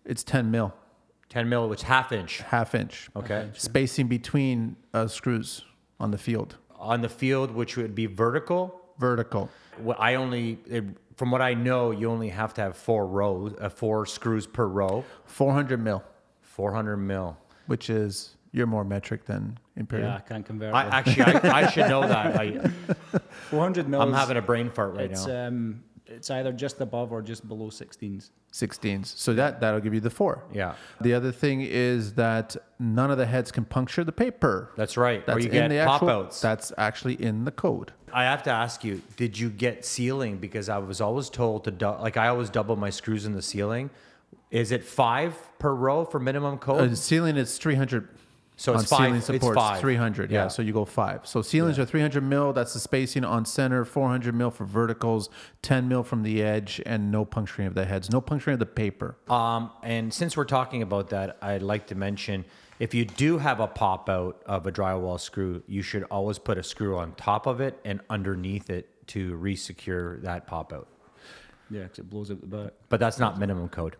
Speaker 4: It's 10 mil,
Speaker 3: 10 mil, which half inch.
Speaker 4: half inch.
Speaker 3: Okay.
Speaker 4: Spacing between uh, screws on the field,
Speaker 3: On the field, which would be vertical.
Speaker 4: vertical.
Speaker 3: What I only, it, from what I know, you only have to have four rows, uh, four screws per row,
Speaker 4: 400 mil.
Speaker 3: 400 mil.
Speaker 4: which is you're more metric than imperial.
Speaker 1: yeah, I can't convert.
Speaker 3: I, actually, I, I should know that. I,
Speaker 1: 400 mils.
Speaker 3: I'm having a brain fart right
Speaker 4: uh,
Speaker 1: it's,
Speaker 3: now.
Speaker 1: um, it's either just above or just below 16s.
Speaker 4: 16s. So that that'll give you the four.
Speaker 3: yeah,
Speaker 4: The other thing is that none of the heads can puncture the paper.
Speaker 3: that's right. or you get pop
Speaker 4: actual,
Speaker 3: outs.
Speaker 4: That's actually in the code.
Speaker 3: I have to ask you: Did you get ceiling? Because I was always told to dou- like I always double my screws in the ceiling. Is it five per row for minimum
Speaker 4: Uh,
Speaker 3: code?
Speaker 4: the ceiling is 300.
Speaker 3: Oh. So it's
Speaker 4: on
Speaker 3: five-
Speaker 4: ceiling
Speaker 3: it's
Speaker 4: supports
Speaker 3: five.
Speaker 4: 300. Yeah.
Speaker 3: Yeah.
Speaker 4: So you go five. So ceilings are 300 mil. That's the spacing on center. 400 mil for verticals. 10 mil from the edge, and no puncturing of the heads. No puncturing of the paper.
Speaker 3: um, and since we're talking about that, I'd like to mention if you do have a pop out of a drywall screw, you should always put a screw on top of it and underneath it to re-secure that pop out.
Speaker 1: Yeah, because it blows out the back.
Speaker 3: But that's not minimum code.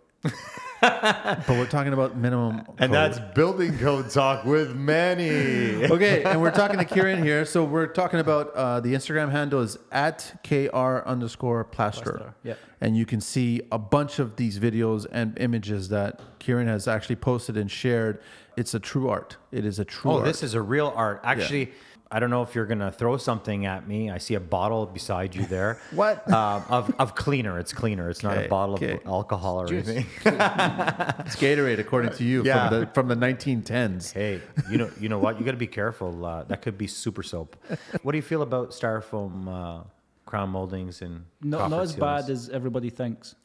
Speaker 4: But we're talking about minimum. code.
Speaker 3: building code talk with Manny.
Speaker 4: okay, and we're talking to Kieran here. So we're talking about uh, the Instagram handle is at kr underscore plaster.
Speaker 1: Plaster, yeah.
Speaker 4: And you can see a bunch of these videos and images that Kieran has actually posted and shared. It's a true art. It is a true
Speaker 3: Oh,
Speaker 4: art.
Speaker 3: this is a real art. Actually, I don't know if you're gonna throw something at me. I see a bottle beside you there.
Speaker 4: What?
Speaker 3: Um, of, of cleaner. It's cleaner. It's not
Speaker 4: Okay,
Speaker 3: a bottle
Speaker 4: okay.
Speaker 3: of alcohol or
Speaker 1: Juice.
Speaker 3: anything.
Speaker 4: It's Gatorade, according to you,
Speaker 3: Yeah.
Speaker 4: from, the, from the 1910s.
Speaker 3: Hey, you know, you know what? You got to be careful. Uh, that could be super soap. What do you feel about styrofoam uh, crown moldings and
Speaker 1: Not,
Speaker 3: coffer
Speaker 1: not as
Speaker 3: seals?
Speaker 1: bad as everybody thinks.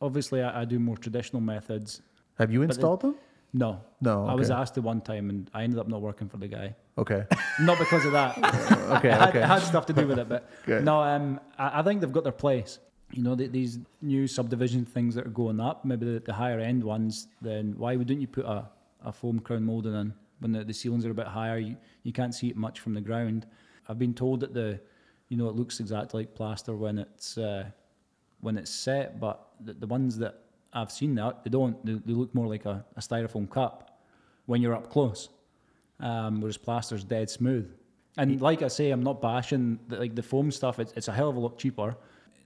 Speaker 1: Obviously, I, I do more traditional methods.
Speaker 4: Have you installed them?
Speaker 1: No.
Speaker 4: No,
Speaker 1: I was
Speaker 4: okay.
Speaker 1: asked the one time and I ended up not working for the guy.
Speaker 4: Okay.
Speaker 1: Not because of that.
Speaker 4: Okay.
Speaker 1: I, had,
Speaker 4: Okay.
Speaker 1: I had stuff to do with it, but
Speaker 4: Good.
Speaker 1: no, um, I, I think they've got their place. You know, the, these new subdivision things that are going up, maybe the, the higher end ones, then why wouldn't you put a, a foam crown molding in when the, the ceilings are a bit higher? You, you can't see it much from the ground. I've been told that the, you you know, it looks exactly like plaster when it's uh, when it's set, but the, the ones that I've seen that they don't. They, they look more like a, a styrofoam cup when you're up close, um, whereas plaster's dead smooth. And like I say, I'm not bashing the, like the foam stuff. It's, it's a hell of a lot cheaper.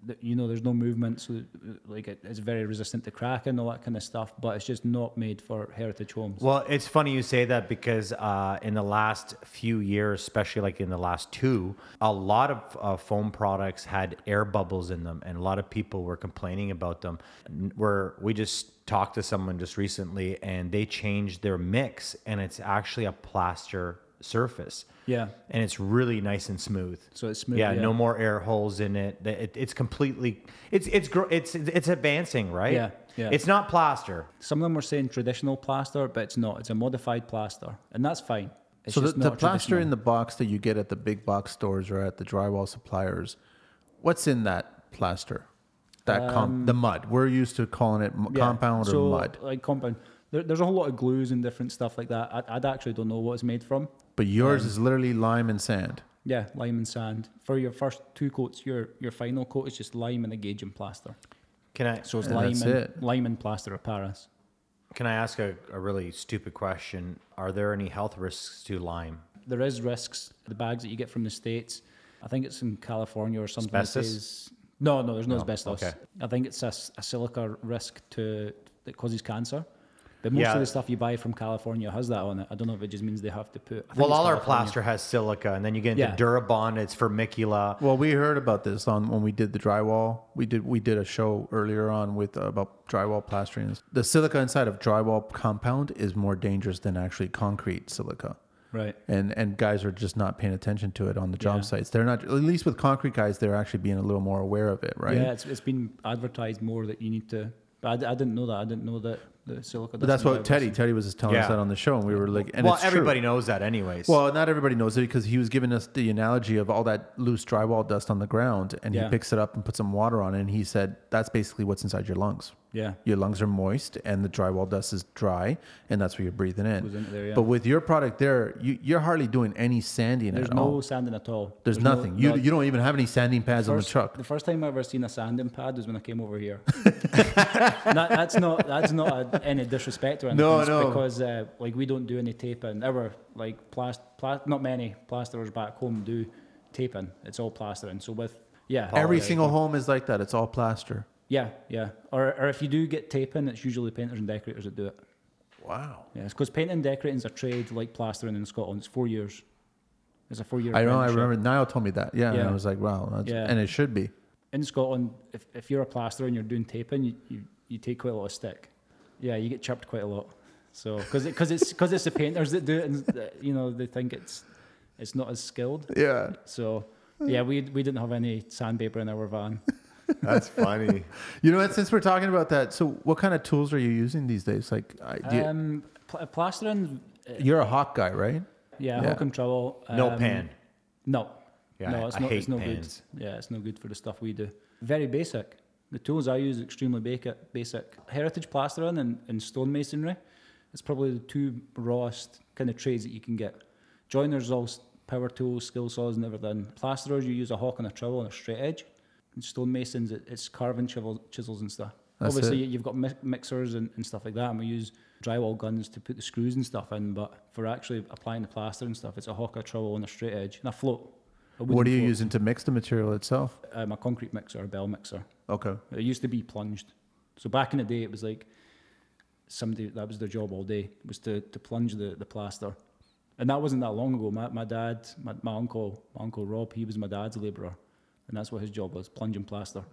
Speaker 1: The- You know, there's no movement, so uh, like it, it's very resistant to crack and all that kind of stuff. But it's just not made for heritage homes.
Speaker 3: Well, it's funny you say that because uh, in the last few years, especially like in the last two, a lot of uh, foam products had air bubbles in them, and a lot of people were complaining about them. N- Where we just talked to someone just recently, and they changed their mix, and it's actually a plaster surface.
Speaker 1: Yeah.
Speaker 3: and it's really nice and smooth.
Speaker 1: So it's smooth,
Speaker 3: Yeah,
Speaker 1: yeah.
Speaker 3: no more air holes in it. The- it- it's completely. It's it's gr- it's it's advancing, right?
Speaker 1: Yeah, yeah.
Speaker 3: It's not plaster.
Speaker 1: Some of them were saying traditional plaster, but it's not. It's a modified plaster, and that's fine. It's
Speaker 4: so the,
Speaker 1: just
Speaker 4: the
Speaker 1: not
Speaker 4: plaster
Speaker 1: traditional.
Speaker 4: in the box that you get at the big box stores or at the drywall suppliers, what's in that plaster? That com- the mud. We're used to calling it m-
Speaker 1: Um, Yeah,
Speaker 4: compound or
Speaker 1: so,
Speaker 4: mud,
Speaker 1: Like compound. There, there's a whole lot of glues and different stuff like that. I, I'd actually don't know what it's made from.
Speaker 4: but yours
Speaker 1: um,
Speaker 4: is literally lime and sand.
Speaker 1: Yeah, lime and sand. For your first two coats, your your final coat is just lime and a gauge and plaster.
Speaker 3: Can I?
Speaker 1: So it's
Speaker 4: And
Speaker 1: lime
Speaker 4: that's
Speaker 1: and
Speaker 4: it.
Speaker 1: lime and plaster of Paris.
Speaker 3: Can I ask a, a really stupid question? Are there any health risks to lime?
Speaker 1: There is risks. The bags that you get from the states, I think it's in California or something. that
Speaker 3: Asbestos?
Speaker 1: says- no, no, there's no, asbestos.
Speaker 3: okay.
Speaker 1: I think it's a, s- a silica risk to that causes cancer. But most
Speaker 3: Yeah.
Speaker 1: of the stuff you buy from California has that on it. I don't know if it just means they have to put. I think
Speaker 3: Well,
Speaker 1: it's
Speaker 3: all our
Speaker 1: California.
Speaker 3: plaster has silica, and then you get into
Speaker 1: Yeah.
Speaker 3: Durabond. It's formicula.
Speaker 4: Well, we heard about this on when we did the drywall. We did we did a show earlier on with uh, about drywall plastering. The silica inside of drywall compound is more dangerous than actually concrete silica.
Speaker 1: Right.
Speaker 4: And and guys are just not paying attention to it on the job
Speaker 1: Yeah.
Speaker 4: sites. They're not at least with concrete guys, they're actually being a little more aware of it, right?
Speaker 1: Yeah, it's, it's been advertised more that you need to. But I d- I, didn't know that. I didn't know that the silica.
Speaker 4: But that's what Teddy Teddy was just telling
Speaker 3: Yeah.
Speaker 4: us that on the show, and we were like, and
Speaker 3: well,
Speaker 4: it's true.
Speaker 3: everybody knows that, anyways.
Speaker 4: Well, not everybody knows it because he was giving us the analogy of all that loose drywall dust on the ground, and
Speaker 1: Yeah.
Speaker 4: he picks it up and puts some water on it, and he said that's basically what's inside your lungs.
Speaker 1: Yeah.
Speaker 4: Your lungs are moist, and the drywall dust is dry, and that's what you're breathing in.
Speaker 1: Goes into there, yeah.
Speaker 4: But with your product there, you, you're hardly doing any sanding
Speaker 1: There's
Speaker 4: at
Speaker 1: no
Speaker 4: all.
Speaker 1: sanding at all.
Speaker 4: oh. There's,
Speaker 1: no-
Speaker 4: nothing. you
Speaker 1: no.
Speaker 4: you don't even have any sanding pads on the
Speaker 1: first,
Speaker 4: truck.
Speaker 1: The first time I ever seen a sanding pad was when I came over here. That- that's not that's not a, any disrespect or anything.
Speaker 4: No,
Speaker 1: It's
Speaker 4: no.
Speaker 1: Because uh, like we don't do any taping. Our like plast, plas not many plasterers back home do taping. It's all plastering. So with yeah,
Speaker 4: Every
Speaker 1: yeah,
Speaker 4: single home is like that. It's all plaster.
Speaker 1: yeah, yeah. Or or if you do get taping, it's usually painters and decorators that do it.
Speaker 4: Wow.
Speaker 1: Yeah, it's because painting and decorating's a trade like plastering in Scotland. It's four years. It's a four year.
Speaker 4: I know. I remember Niall told me that. Yeah, and
Speaker 1: Yeah.
Speaker 4: I was like, wow. That's,
Speaker 1: Yeah.
Speaker 4: And it should be.
Speaker 1: In Scotland, if, if you're a plasterer and you're doing taping, you, you, you take quite a lot of stick. Yeah, you get chirped quite a lot. So because it, cause it's because it's the painters that do it, and uh, you know they think it's it's not as skilled.
Speaker 4: Yeah.
Speaker 1: So yeah, we we didn't have any sandpaper in our van.
Speaker 3: that's funny.
Speaker 4: You know what? Since we're talking about that, so what kind of tools are you using these days? Like, I, do you,
Speaker 1: Um, pl- plastering,
Speaker 4: you're a hawk guy, right?
Speaker 1: yeah,
Speaker 4: Yeah.
Speaker 1: yeah. and trowel.
Speaker 3: No
Speaker 1: um,
Speaker 3: pan.
Speaker 1: No.
Speaker 3: Yeah,
Speaker 1: no,
Speaker 3: I-
Speaker 1: it's
Speaker 3: I
Speaker 1: not,
Speaker 3: hate
Speaker 1: it's no
Speaker 3: pans.
Speaker 1: good. Yeah, it's no good for the stuff we do. Very basic. The tools I use extremely basic. Basic heritage plastering and, and stonemasonry. It's probably the two rawest kind of trades that you can get. Joiners all s- power tools, skill saws, and everything. Plasterers, you use a hawk and a trowel and a straight edge. And stonemasons, it, it's carving chisel, chisels and stuff.
Speaker 4: That's
Speaker 1: Obviously,
Speaker 4: it.
Speaker 1: you've got mi- mixers and, and stuff like that, and we use drywall guns to put the screws and stuff in. But for actually applying the plaster and stuff, it's a hawk, a trowel, and a straight edge and a float. a
Speaker 4: what
Speaker 1: wooden
Speaker 4: are you
Speaker 1: float.
Speaker 4: using to mix the material itself?
Speaker 1: Um, a concrete mixer, a bell mixer.
Speaker 4: Okay.
Speaker 1: It used to be plunged. So back in the day, it was like somebody that was their job all day was to, to plunge the, the plaster, and that wasn't that long ago. My my dad, my, my uncle, my uncle Rob, he was my dad's labourer, and that's what his job was, plunging plaster.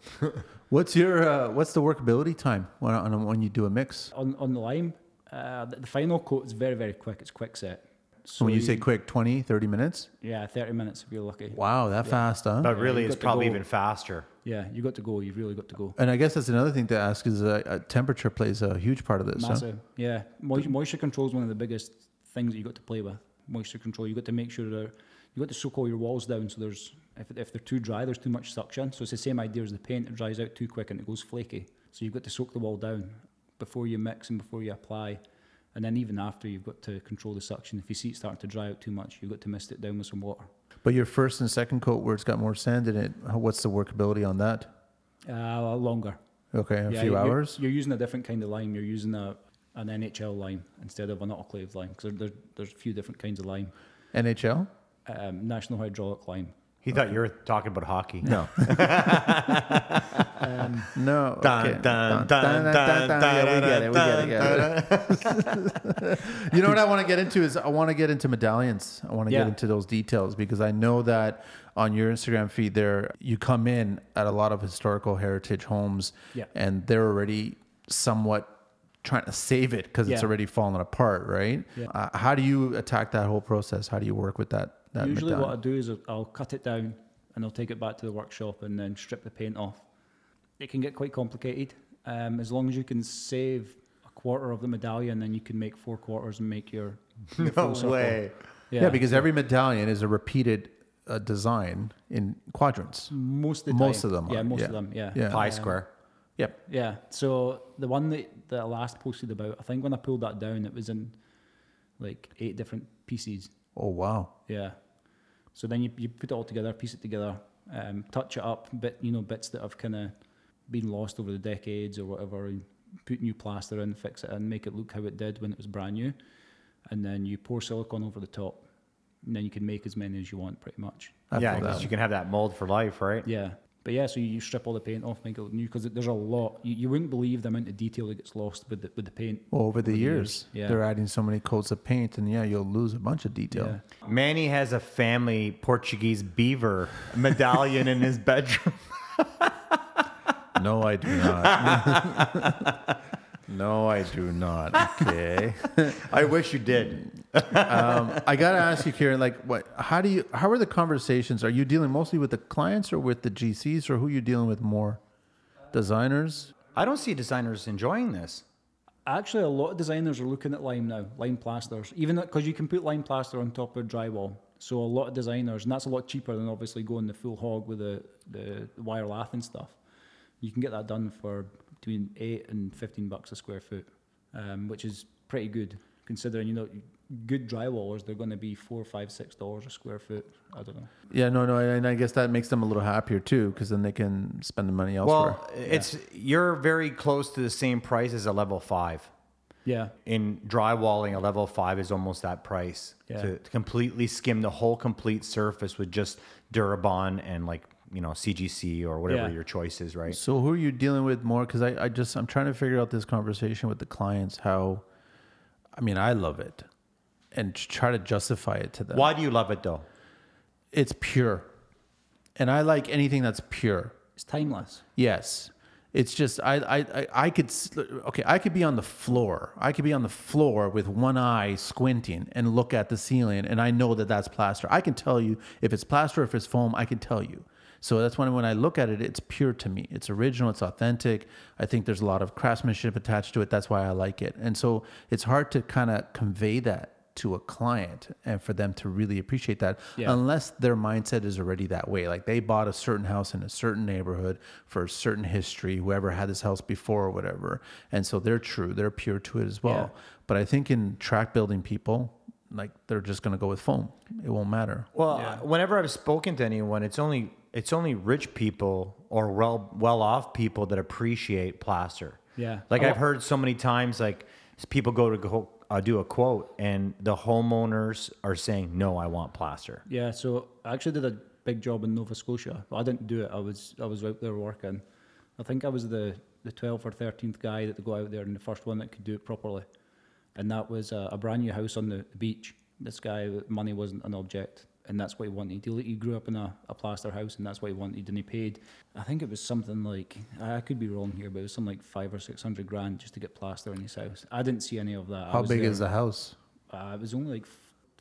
Speaker 4: What's your uh, what's the workability time when on, when you do a mix?
Speaker 1: on on the lime. Uh, the, the final coat is very very quick. It's quick set. So
Speaker 4: So when you say quick, 20, 30 minutes?
Speaker 1: yeah, thirty minutes if you're lucky.
Speaker 4: Wow, that fast, huh?
Speaker 3: But really,
Speaker 1: you've
Speaker 3: it's
Speaker 1: got to
Speaker 3: probably
Speaker 1: go-
Speaker 3: even faster.
Speaker 1: Yeah, you got to go. You've really got to go.
Speaker 4: and I guess that's another thing to ask is uh, uh, temperature plays a huge part of this. huh?
Speaker 1: Massive. Yeah, moisture, moisture control is one of the biggest things that you got to play with. Moisture control. You got to make sure that you got to soak all your walls down. So there's if, if they're too dry, there's too much suction. So it's the same idea as the paint. It dries out too quick and it goes flaky. So you've got to soak the wall down before you mix and before you apply. And then even after, you've got to control the suction. If you see it starting to dry out too much, you've got to mist it down with some water.
Speaker 4: But your first and second coat where it's got more sand in it, how- what's the workability on that?
Speaker 1: Uh, longer.
Speaker 4: Okay,
Speaker 1: Yeah,
Speaker 4: a few
Speaker 1: you- you're-
Speaker 4: hours.
Speaker 1: You're using a different kind of lime. You're using a an NHL lime instead of an autoclave lime because there, there's a few different kinds of lime.
Speaker 4: NHL?
Speaker 1: Um, National hydraulic lime.
Speaker 3: He thought you were talking about hockey.
Speaker 4: No. Um, no.
Speaker 3: Dun,
Speaker 4: okay.
Speaker 3: dun,
Speaker 4: Dun, dun,
Speaker 3: dun, dun,
Speaker 4: dun, dun. Yeah, we get it. We get it.
Speaker 3: dun,
Speaker 4: yeah. You know what I want to get into is I want to get into medallions. I want to get
Speaker 1: Yeah.
Speaker 4: into those details because I know that on your Instagram feed there you come in at a lot of historical heritage homes
Speaker 1: Yeah.
Speaker 4: and they're already somewhat trying to save it because it's
Speaker 1: Yeah.
Speaker 4: already fallen apart, right?
Speaker 1: Yeah.
Speaker 4: Uh, how do you attack that whole process? How do you work with that? that
Speaker 1: Usually,
Speaker 4: medallion?
Speaker 1: what I do is I'll- I'll cut it down and I'll take it back to the workshop and then strip the paint off. It can get quite complicated. Um, as long as you can save a quarter of the medallion, then you can make four quarters and make your, your full circle.
Speaker 4: Yeah, because every medallion is a repeated uh, design in quadrants.
Speaker 1: most of the
Speaker 4: most
Speaker 1: time-
Speaker 4: of them
Speaker 1: Mm. Yeah,
Speaker 4: are,
Speaker 1: most
Speaker 4: yeah.
Speaker 1: of them. Yeah.
Speaker 4: Yeah.
Speaker 3: Pi square.
Speaker 4: Yep.
Speaker 1: Yeah. So the one that, that I last posted about, I think when I pulled that down, it was in like eight different pieces.
Speaker 4: Oh wow.
Speaker 1: Yeah. So then you, you put it all together, piece it together, um, touch it up, bit you know bits that have kind of been lost over the decades or whatever, and put new plaster in, fix it in, make it look how it did when it was brand new, and then you pour silicone over the top, and then you can make as many as you want, pretty much.
Speaker 4: I
Speaker 3: yeah,
Speaker 4: feel that
Speaker 3: because you can have that mold for life, right?
Speaker 1: Yeah. But yeah, so you, you strip all the paint off, make it look new because there's a lot. You, you wouldn't believe the amount of detail that gets lost with the, with the paint.
Speaker 4: Well, over the,
Speaker 1: the
Speaker 4: years,
Speaker 1: years, yeah.
Speaker 4: they're adding so many coats of paint, and yeah, you'll lose a bunch of detail.
Speaker 1: Yeah.
Speaker 3: Manny has a family Portuguese beaver medallion in his bedroom.
Speaker 4: No, I do not. no, I do not. Okay.
Speaker 3: I wish you did.
Speaker 4: Um, I gotta ask you, Kieran. Like, what? How do you? How are the conversations? Are you dealing mostly with the clients or with the GCs, or who you dealing with more? Designers.
Speaker 3: I don't see designers enjoying this.
Speaker 1: Actually, a lot of designers are looking at lime now, lime plasters, even because you can put lime plaster on top of drywall. So a lot of designers, and that's a lot cheaper than obviously going the full hog with the, the wire lath and stuff. You can get that done for between eight and fifteen bucks a square foot, um, which is pretty good considering you know good drywallers they're going to be four, five, six dollars a square foot. I don't know.
Speaker 4: Yeah, no, no, and I guess that makes them a little happier too, because then they can spend the money elsewhere.
Speaker 3: Well, it's you're very close to the same price as a level five.
Speaker 1: Yeah,
Speaker 3: in drywalling, a level five is almost that price
Speaker 1: Yeah.
Speaker 3: to completely skim the whole complete surface with just Durabond and like you know CGC or whatever
Speaker 1: Yeah.
Speaker 3: your choice is, right?
Speaker 4: So who are you dealing with more? Because I, I just I'm trying to figure out this conversation with the clients. How, I mean, I love it, and t- try to justify it to them.
Speaker 3: Why do you love it though?
Speaker 4: It's pure, and I like anything that's pure.
Speaker 1: it's timeless.
Speaker 4: Yes, it's just I I I, I could s- okay I could be on the floor. I could be on the floor with one eye squinting and look at the ceiling, and I know that that's plaster. I can tell you if it's plaster or if it's foam. I can tell you. So that's when when I look at it, it's pure to me. It's original. It's authentic. I think there's a lot of craftsmanship attached to it. That's why I like it. And so it's hard to kind of convey that to a client and for them to really appreciate that
Speaker 1: Yeah.
Speaker 4: unless their mindset is already that way like they bought a certain house in a certain neighborhood for a certain history whoever had this house before or whatever and so they're true they're pure to it as well but i think in track building people like they're just going to go with foam it won't matter
Speaker 3: Well, uh, whenever I've spoken to anyone, it's only it's only rich people or well well off people that appreciate plaster.
Speaker 1: Yeah. Oh.
Speaker 3: like
Speaker 1: A
Speaker 3: I've
Speaker 1: lot-
Speaker 3: heard so many times, like s- people go to go, uh, do a quote, and the homeowners are saying, "No, I want plaster."
Speaker 1: Yeah, so I actually did a big job in Nova Scotia, but I didn't do it. I was I was out there working. I think I was the the twelfth or thirteenth guy that to go out there and the first one that could do it properly. And that was a, a brand new house on the, the beach. This guy, money wasn't an object, and that's what he wanted. He, li- he grew up in a, a plaster house, and that's what he wanted, and he paid. I think it was something like I I could be wrong here, but it was something like five or six hundred grand just to get plaster in his house. I didn't see any of that.
Speaker 4: how big is the house
Speaker 1: Uh, it was only like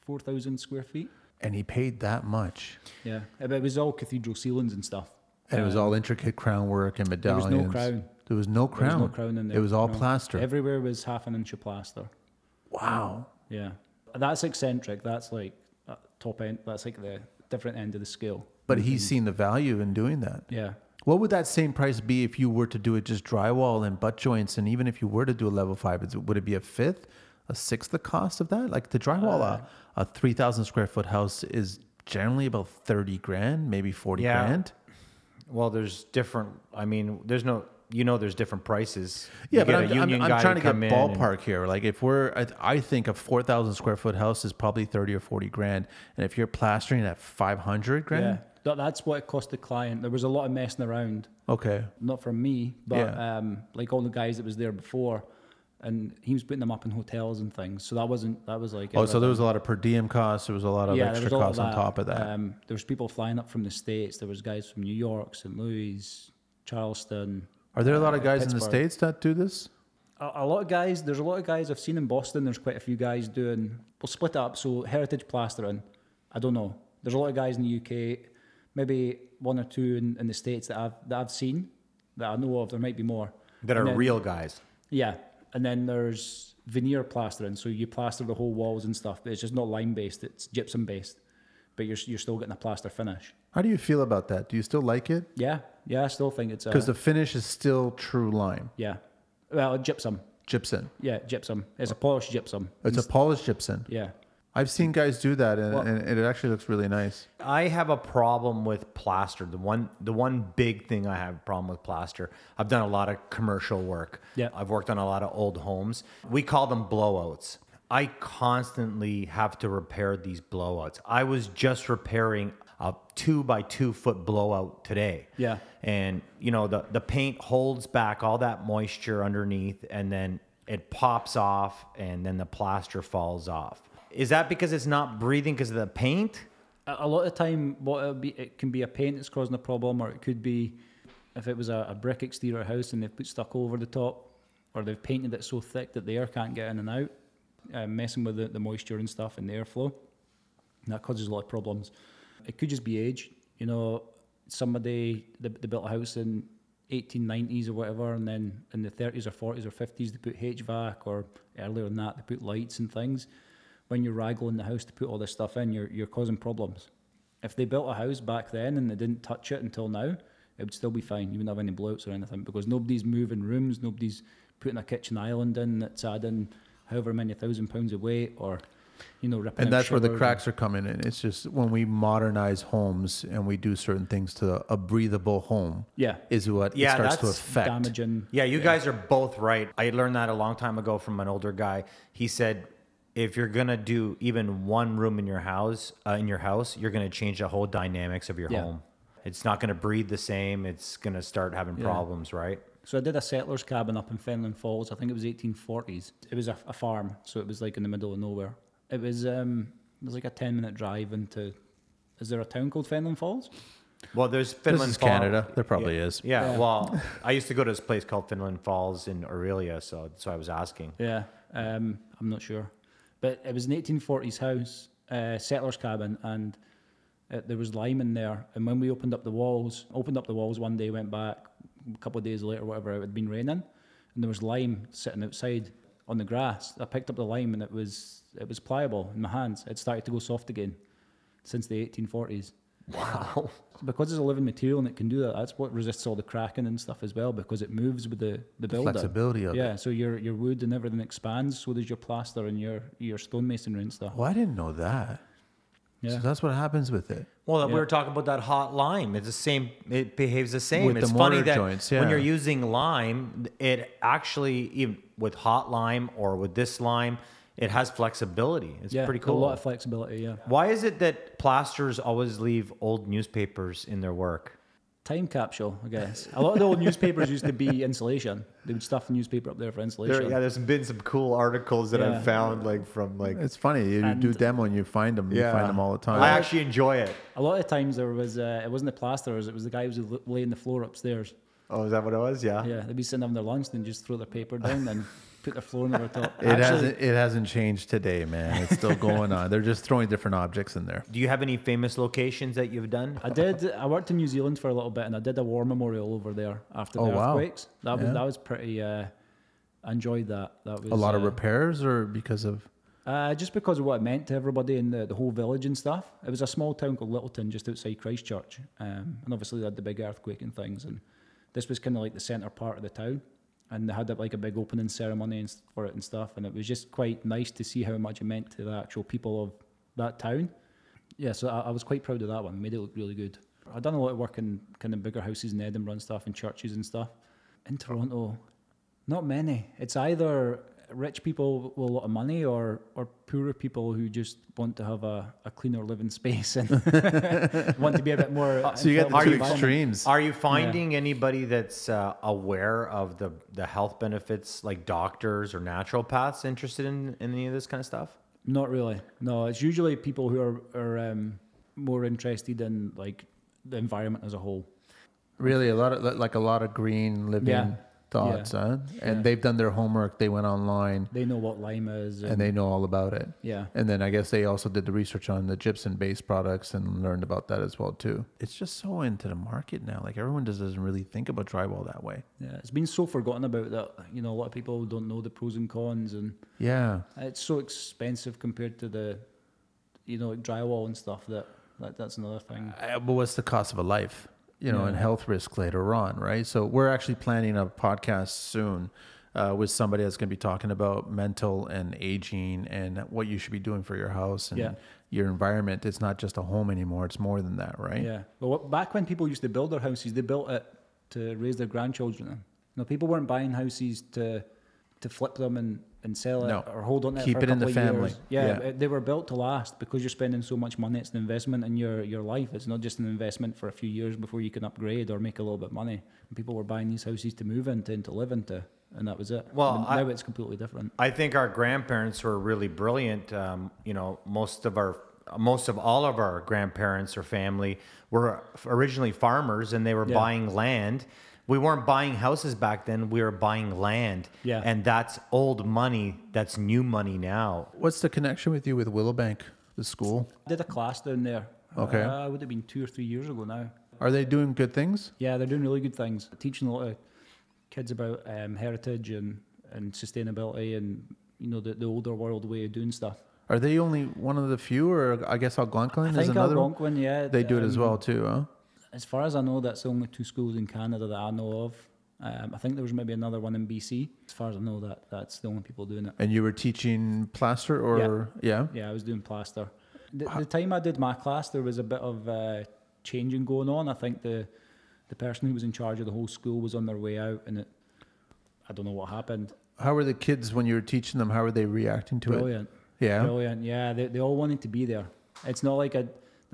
Speaker 1: four thousand square feet.
Speaker 4: and he paid that much
Speaker 1: Yeah, but it was all cathedral ceilings and stuff. Uh,
Speaker 4: and it was all intricate crown work and
Speaker 1: was
Speaker 4: medallions
Speaker 1: no crown.
Speaker 4: there was no
Speaker 1: There
Speaker 4: crown
Speaker 1: was no crown in there.
Speaker 4: it was all
Speaker 1: no.
Speaker 4: plaster
Speaker 1: Everywhere was half an inch of plaster.
Speaker 4: wow
Speaker 1: Yeah, that's eccentric. That's like uh, top end. That's like the different end of the scale.
Speaker 4: but
Speaker 1: Mm-hmm.
Speaker 4: he's seen the value in doing that
Speaker 1: Yeah,
Speaker 4: What would that same price be if you were to do it just drywall and butt joints? And even if you were to do a level five, is- would it be a fifth, a sixth the cost of that. Like to drywall
Speaker 3: Uh,
Speaker 4: a, a 3,000 square foot house is generally about 30 grand, maybe 40
Speaker 3: Yeah.
Speaker 4: grand.
Speaker 3: Well, there's different. I mean, there's no. You know, there's different prices.
Speaker 4: Yeah,
Speaker 3: You
Speaker 4: but
Speaker 3: get
Speaker 4: I'm,
Speaker 3: a
Speaker 4: I'm,
Speaker 3: union
Speaker 4: I'm
Speaker 3: guy
Speaker 4: trying to get
Speaker 3: come in and-
Speaker 4: ballpark here. Like if we're, I, I think a 4,000 square foot house is probably 30 or 40 grand. And if you're plastering at 500 grand,
Speaker 1: Yeah. That, that's what it cost the client. There was a lot of messing around,
Speaker 4: okay.
Speaker 1: not from me, but
Speaker 4: Yeah.
Speaker 1: um, like all the guys that was there before, and he was putting them up in hotels and things. So that wasn't that was like
Speaker 4: Oh, so
Speaker 1: everything.
Speaker 4: there was a lot of per diem costs. There was a lot of
Speaker 1: yeah, there
Speaker 4: extra
Speaker 1: was all
Speaker 4: costs
Speaker 1: that.
Speaker 4: on top of that.
Speaker 1: Um, there was people flying up from the states. There was guys from New York, St. Louis, Charleston.
Speaker 4: Are there a lot of
Speaker 3: Uh,
Speaker 4: guys in the
Speaker 1: Pittsburgh.
Speaker 4: states that do this?
Speaker 1: A, a lot of guys. There's a lot of guys I've seen in Boston. There's quite a few guys doing. We'll split it up. So heritage plastering. I don't know. There's a lot of guys in the UK. Maybe one or two in, in the states that I've that I've seen that I know of. There might be more
Speaker 3: that are
Speaker 1: And then-
Speaker 3: real guys.
Speaker 1: Yeah, and then there's veneer plastering. So you plaster the whole walls and stuff, but it's just not lime based. It's gypsum based, but you're you're still getting a plaster finish.
Speaker 4: How do you feel about that? Do you still like it?
Speaker 1: Yeah, yeah. I still think it's a
Speaker 4: Because the finish is still true lime
Speaker 1: Yeah. Well, gypsum.
Speaker 4: gypsum.
Speaker 1: Yeah, gypsum. It's a polished gypsum.
Speaker 4: It's a polished gypsum.
Speaker 1: Yeah.
Speaker 4: I've seen guys do that, and, and it actually looks really nice.
Speaker 3: I have a problem with plaster. The one the one big thing I have a problem with plaster. I've done a lot of commercial work.
Speaker 1: Yeah.
Speaker 3: I've worked on a lot of old homes. We call them blowouts. I constantly have to repair these blowouts. I was just repairing a two by two foot blowout today.
Speaker 1: Yeah.
Speaker 3: And you know, the, the paint holds back all that moisture underneath and then it pops off and then the plaster falls off. Is that because it's not breathing because of the paint?
Speaker 1: A, a lot of time, what it'll be, it can be a paint that's causing a problem, or it could be if it was a, a brick exterior house and they've put stucco over the top, or they've painted it so thick that the air can't get in and out, uh, messing with the, the moisture and stuff and the airflow. And that causes a lot of problems. It could just be age. You know, somebody they, they built a house in 1890s or whatever, and then in the 30s or 40s or 50s they put HVAC, or earlier than that they put lights and things. When you're ragling the house to put all this stuff in, you're you're causing problems. If they built a house back then and they didn't touch it until now, it would still be fine. You wouldn't have any bloats or anything because nobody's moving rooms, nobody's putting a kitchen island in that's adding however many thousand pounds of weight or you know ripping.
Speaker 4: And
Speaker 1: out
Speaker 4: that's where the
Speaker 1: showers and-
Speaker 4: cracks are coming in. It's just when we modernize homes and we do certain things to a breathable home.
Speaker 1: Yeah.
Speaker 4: is what
Speaker 3: Yeah,
Speaker 4: it starts to
Speaker 3: that's
Speaker 4: affect.
Speaker 1: damaging.
Speaker 3: Yeah, you guys are both right. I learned that a long time ago from an older guy. He said, if you're gonna do even one room in your house, uh, in your house, you're gonna change the whole dynamics of your
Speaker 1: Yeah.
Speaker 3: home. It's not gonna breathe the same. It's gonna start having problems, right?
Speaker 1: So I did a settler's cabin up in Fenland Falls. I think it was 1840s. It was a, a farm, so it was like in the middle of nowhere. It was um, it was like a 10 minute drive into. Is there a town called Fenland Falls?
Speaker 3: Well, there's
Speaker 4: This
Speaker 3: Finland
Speaker 4: is
Speaker 3: Fall-
Speaker 4: Canada. There probably is.
Speaker 3: Yeah, Well, I used to go to this place called Finland Falls in Aurelia, so that's why I was asking.
Speaker 1: Yeah, um, I'm not sure, but it was an 1840s house, uh, settler's cabin, and uh, there was lime in there. And when we opened up the walls, opened up the walls one day, went back a couple of days later, whatever, it had been raining, and there was lime sitting outside on the grass. I picked up the lime, and it was it was pliable in my hands. It started to go soft again since the 1840s
Speaker 3: Wow.
Speaker 1: because it's a living material and it can do that, that's what resists all the cracking and stuff as well because it moves with the the building.
Speaker 4: flexibility of
Speaker 1: yeah, so your your wood and everything expands, so does your plaster and your your stonemasonry and stuff.
Speaker 4: Oh, I didn't know that. So
Speaker 1: Yeah.
Speaker 4: that's what happens with it.
Speaker 3: Well, we were talking about that hot lime. It's the same. It behaves the same.
Speaker 4: With the
Speaker 3: it's funny
Speaker 4: mortar
Speaker 3: that
Speaker 4: joints, yeah.
Speaker 3: when you're using lime, it actually even with hot lime or with this lime, it has flexibility. It's
Speaker 1: yeah,
Speaker 3: pretty
Speaker 1: A
Speaker 3: cool.
Speaker 1: lot of flexibility. Yeah,
Speaker 3: Why is it that plasters always leave old newspapers in their work?
Speaker 1: time capsule, I guess. A lot of the old newspapers used to be insulation. They would stuff the newspaper up there for insulation.
Speaker 3: there's been some cool articles that
Speaker 1: I've Yeah.
Speaker 3: found, like from like
Speaker 4: It's funny. You do demo and you find them. You find them all the time.
Speaker 3: I actually enjoy it.
Speaker 1: A lot of times there was uh, it wasn't the plasterers, it was the guy who was l- laying the floor upstairs.
Speaker 3: Oh, is that what it was?
Speaker 1: Yeah, they'd be sitting having their lunch and just throw their paper down and put their floor over top.
Speaker 4: It hasn't. It hasn't changed today, man. It's still going on. They're just throwing different objects in there.
Speaker 3: Do you have any famous locations that you've done?
Speaker 1: I did. I worked in New Zealand for a little bit, and I did a war memorial over there after the
Speaker 4: Oh, wow.
Speaker 1: earthquakes. That was
Speaker 4: Yeah.
Speaker 1: that was pretty. Uh, I enjoyed that. That was
Speaker 4: A lot of
Speaker 1: uh,
Speaker 4: repairs, or because of
Speaker 1: Uh, just because of what it meant to everybody in the, the whole village and stuff. It was a small town called Littleton, just outside Christchurch, um, and obviously they had the big earthquake and things. And this was kind of like the centre part of the town, and they had like a big opening ceremony and, s- for it and stuff, and it was just quite nice to see how much it meant to the actual people of that town. Yeah, so I, I was quite proud of that one. Made it look really good. I've done a lot of work in kind of bigger houses in Edinburgh and stuff, and churches and stuff. In Toronto, not many. It's either rich people with a lot of money or or poorer people who just want to have a, a cleaner living space and want to be a bit more.
Speaker 4: Ah, So you get the
Speaker 1: involved
Speaker 4: two
Speaker 1: in the environment.
Speaker 4: extremes.
Speaker 3: Are you finding anybody that's uh, aware of the, the health benefits, like doctors or naturopaths, interested in, in any of this kind of stuff?
Speaker 1: Not really. No, it's usually people who are are um, more interested in like the environment as a whole.
Speaker 4: Really, a lot of li- like a lot of green living
Speaker 1: Yeah.
Speaker 4: thoughts,
Speaker 1: Yeah.
Speaker 4: huh? And
Speaker 1: Yeah.
Speaker 4: they've done their homework. They went online
Speaker 1: They know what lime is, and,
Speaker 4: and they know all about it.
Speaker 1: yeah,
Speaker 4: And then I guess they also did the research on the gypsum-based products and learned about that as well too. It's just so into the market now. Like everyone just doesn't really think about drywall that way.
Speaker 1: yeah. It's been so forgotten about that you know a lot of people don't know the pros and cons, and
Speaker 4: Yeah.
Speaker 1: it's so expensive compared to the you know drywall and stuff. That, that that's another thing.
Speaker 4: Uh, but what's the cost of a life you know and health risk later on right so we're actually planning a podcast soon uh, with somebody that's going to be talking about mental and aging and what you should be doing for your house and
Speaker 1: Yeah.
Speaker 4: your environment it's not just a home anymore it's more than that right
Speaker 1: Yeah. Well, what- back when people used to build their houses, they built it to raise their grandchildren. in. You know, people weren't buying houses to to flip them and, and sell it
Speaker 4: No.
Speaker 1: or hold on to
Speaker 4: Keep
Speaker 1: it for
Speaker 4: it
Speaker 1: a
Speaker 4: in the
Speaker 1: couple of
Speaker 4: family.
Speaker 1: years. Yeah,
Speaker 4: Yeah.
Speaker 1: uh, they were built to last because you're spending so much money. It's an investment in your your life. It's not just an investment for a few years before you can upgrade or make a little bit of money. And people were buying these houses to move into and to live into, and that was it.
Speaker 3: Well,
Speaker 1: And
Speaker 3: I-
Speaker 1: now it's completely different.
Speaker 3: I think our grandparents were really brilliant. Um, you know, most of our most of all of our grandparents or family were originally farmers and they were
Speaker 1: Yeah.
Speaker 3: buying land. We weren't buying houses back then, we were buying land.
Speaker 1: Yeah.
Speaker 3: And that's old money, that's new money now.
Speaker 4: what's the connection with you with willowbank the school
Speaker 1: I did a class down there.
Speaker 4: Okay.
Speaker 1: uh, would have been two or three years ago now.
Speaker 4: are they doing good things
Speaker 1: Yeah, they're doing really good things, teaching a lot of kids about um, heritage and, and sustainability and you know the, the older world way of doing stuff.
Speaker 4: are they only one of the few or i guess algonquin
Speaker 1: I
Speaker 4: is
Speaker 1: think
Speaker 4: another one
Speaker 1: Algonquin, yeah,
Speaker 4: they do it as
Speaker 1: um,
Speaker 4: well too huh
Speaker 1: As far as I know, that's the only two schools in Canada that I know of. Um, I think there was maybe another one in BC. As far as I know, that that's the only people doing it.
Speaker 4: and you were teaching plaster or yeah,
Speaker 1: Yeah, I was doing plaster. The, the time I did my class, there was a bit of uh, changing going on. I think the the person who was in charge of the whole school was on their way out, and it, I don't know what happened.
Speaker 4: how were the kids when you were teaching them how were they reacting to it
Speaker 1: Brilliant.
Speaker 4: Yeah.
Speaker 1: Brilliant. Yeah, they, they all wanted to be there. It's not like a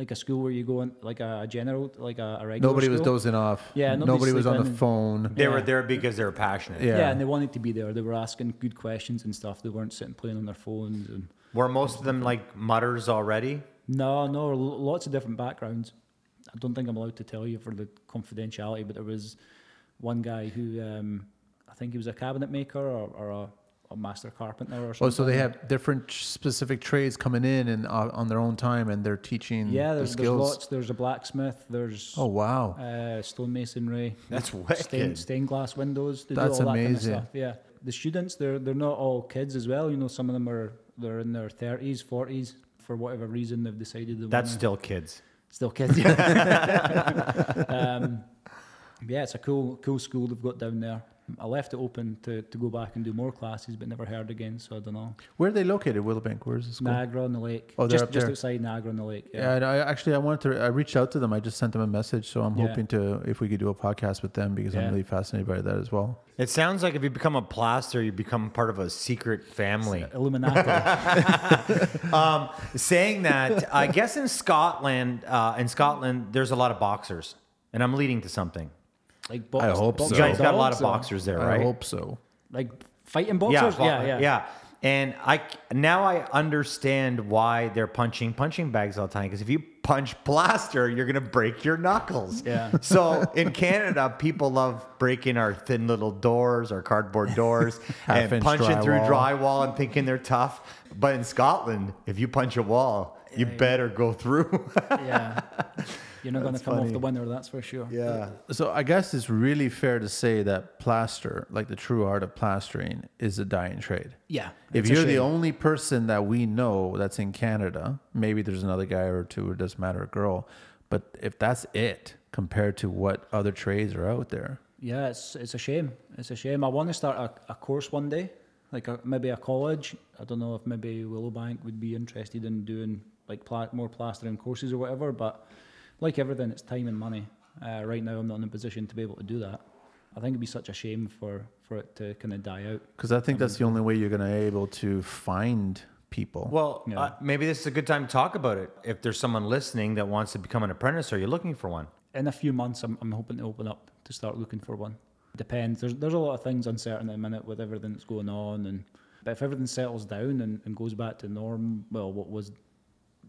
Speaker 1: like a school where you go in like a, a general like a, a regular.
Speaker 4: Nobody was
Speaker 1: school.
Speaker 4: dozing off.
Speaker 1: Yeah, nobody's
Speaker 4: nobody was on the
Speaker 1: sleeping.
Speaker 4: phone.
Speaker 3: They were
Speaker 1: Yeah.
Speaker 3: there because they were passionate.
Speaker 4: Yeah.
Speaker 1: Yeah. and they wanted to be there. They were asking good questions and stuff. They weren't sitting playing on their phones and
Speaker 3: Were most of them like mutters already?
Speaker 1: no, no, lo- lots of different backgrounds. I don't think I'm allowed to tell you for the confidentiality, but there was one guy who um, I think he was a cabinet maker or, or a, a master carpenter or something.
Speaker 4: Oh, so they have different tr- specific trades coming in and uh, on their own time, and they're teaching
Speaker 1: yeah,
Speaker 4: the
Speaker 1: there's, there's
Speaker 4: skills.
Speaker 1: lots. There's a blacksmith. There's
Speaker 4: Oh wow,
Speaker 1: uh, stonemasonry.
Speaker 3: That's
Speaker 1: stained,
Speaker 3: wicked.
Speaker 1: stained glass windows. They
Speaker 4: That's
Speaker 1: do all That
Speaker 4: amazing.
Speaker 1: kind of stuff. Yeah, the students they're they're not all kids as well. You know, some of them are they're in their thirties, forties. For whatever reason, they've decided they
Speaker 3: That's
Speaker 1: wanna-
Speaker 3: still kids.
Speaker 1: still kids. um, yeah, it's a cool cool school they've got down there. I left it open to, to go back and do more classes, but never heard again. So I don't know.
Speaker 4: where are they located? Willowbank, where's the school?
Speaker 1: Niagara on the lake.
Speaker 4: Oh, they're
Speaker 1: just
Speaker 4: up
Speaker 1: just
Speaker 4: there.
Speaker 1: outside Niagara on the lake.
Speaker 4: Yeah, and I actually I wanted to. I reached out to them. I just sent them a message, so I'm
Speaker 1: Yeah.
Speaker 4: hoping to if we could do a podcast with them because I'm
Speaker 1: Yeah.
Speaker 4: really fascinated by that as well.
Speaker 3: It sounds like if you become a plaster, you become part of a secret family.
Speaker 1: Illuminati.
Speaker 3: Saying that, I guess in Scotland, uh, in Scotland, there's a lot of boxers, and I'm leading to something.
Speaker 1: like box,
Speaker 4: I hope
Speaker 1: box
Speaker 4: so. uh,
Speaker 3: You guys got a lot
Speaker 1: dogs
Speaker 3: of
Speaker 1: or-
Speaker 3: boxers there,
Speaker 4: I
Speaker 3: right?
Speaker 4: hope so.
Speaker 1: Like fighting
Speaker 3: yeah,
Speaker 1: boxers.
Speaker 3: bo-
Speaker 1: yeah, yeah,
Speaker 3: And I c- now I understand why they're punching punching bags all the time because if you punch plaster, you're gonna break your knuckles.
Speaker 1: Yeah.
Speaker 3: So in Canada, people love breaking our thin little doors, our cardboard doors, and
Speaker 4: Half-inch
Speaker 3: punching through
Speaker 4: drywall.
Speaker 3: drywall and thinking they're tough. But in Scotland, if you punch a wall, you better go through.
Speaker 1: yeah. You're not going to come
Speaker 3: funny.
Speaker 1: off the winner, that's for sure.
Speaker 3: yeah.
Speaker 4: So I guess it's really fair to say that plaster, like the true art of plastering, is a dying trade.
Speaker 1: Yeah.
Speaker 4: if
Speaker 1: it's a
Speaker 4: you're the
Speaker 1: shame.
Speaker 4: only person that we know that's in Canada, maybe there's another guy or two, or it doesn't matter, a girl, but if that's it compared to what other trades are out there,
Speaker 1: yeah, it's it's a shame. It's a shame. I want to start a, a course one day, like a, maybe a college. I don't know if maybe Willowbank would be interested in doing like pla- more plastering courses or whatever. But like everything, it's time and money. Uh, right now, I'm not in a position to be able to do that. I think it'd be such a shame for for it to kind of die out.
Speaker 4: Because I think that's the only way you're going to be able to find people.
Speaker 3: Well,
Speaker 1: Yeah.
Speaker 3: uh, maybe this is a good time to talk about it. If there's someone listening that wants to become an apprentice or you're looking for one,
Speaker 1: in a few months, I'm, I'm hoping to open up to start looking for one. Depends. There's there's a lot of things uncertain at the minute with everything that's going on, and but if everything settles down and, and goes back to norm, well, what was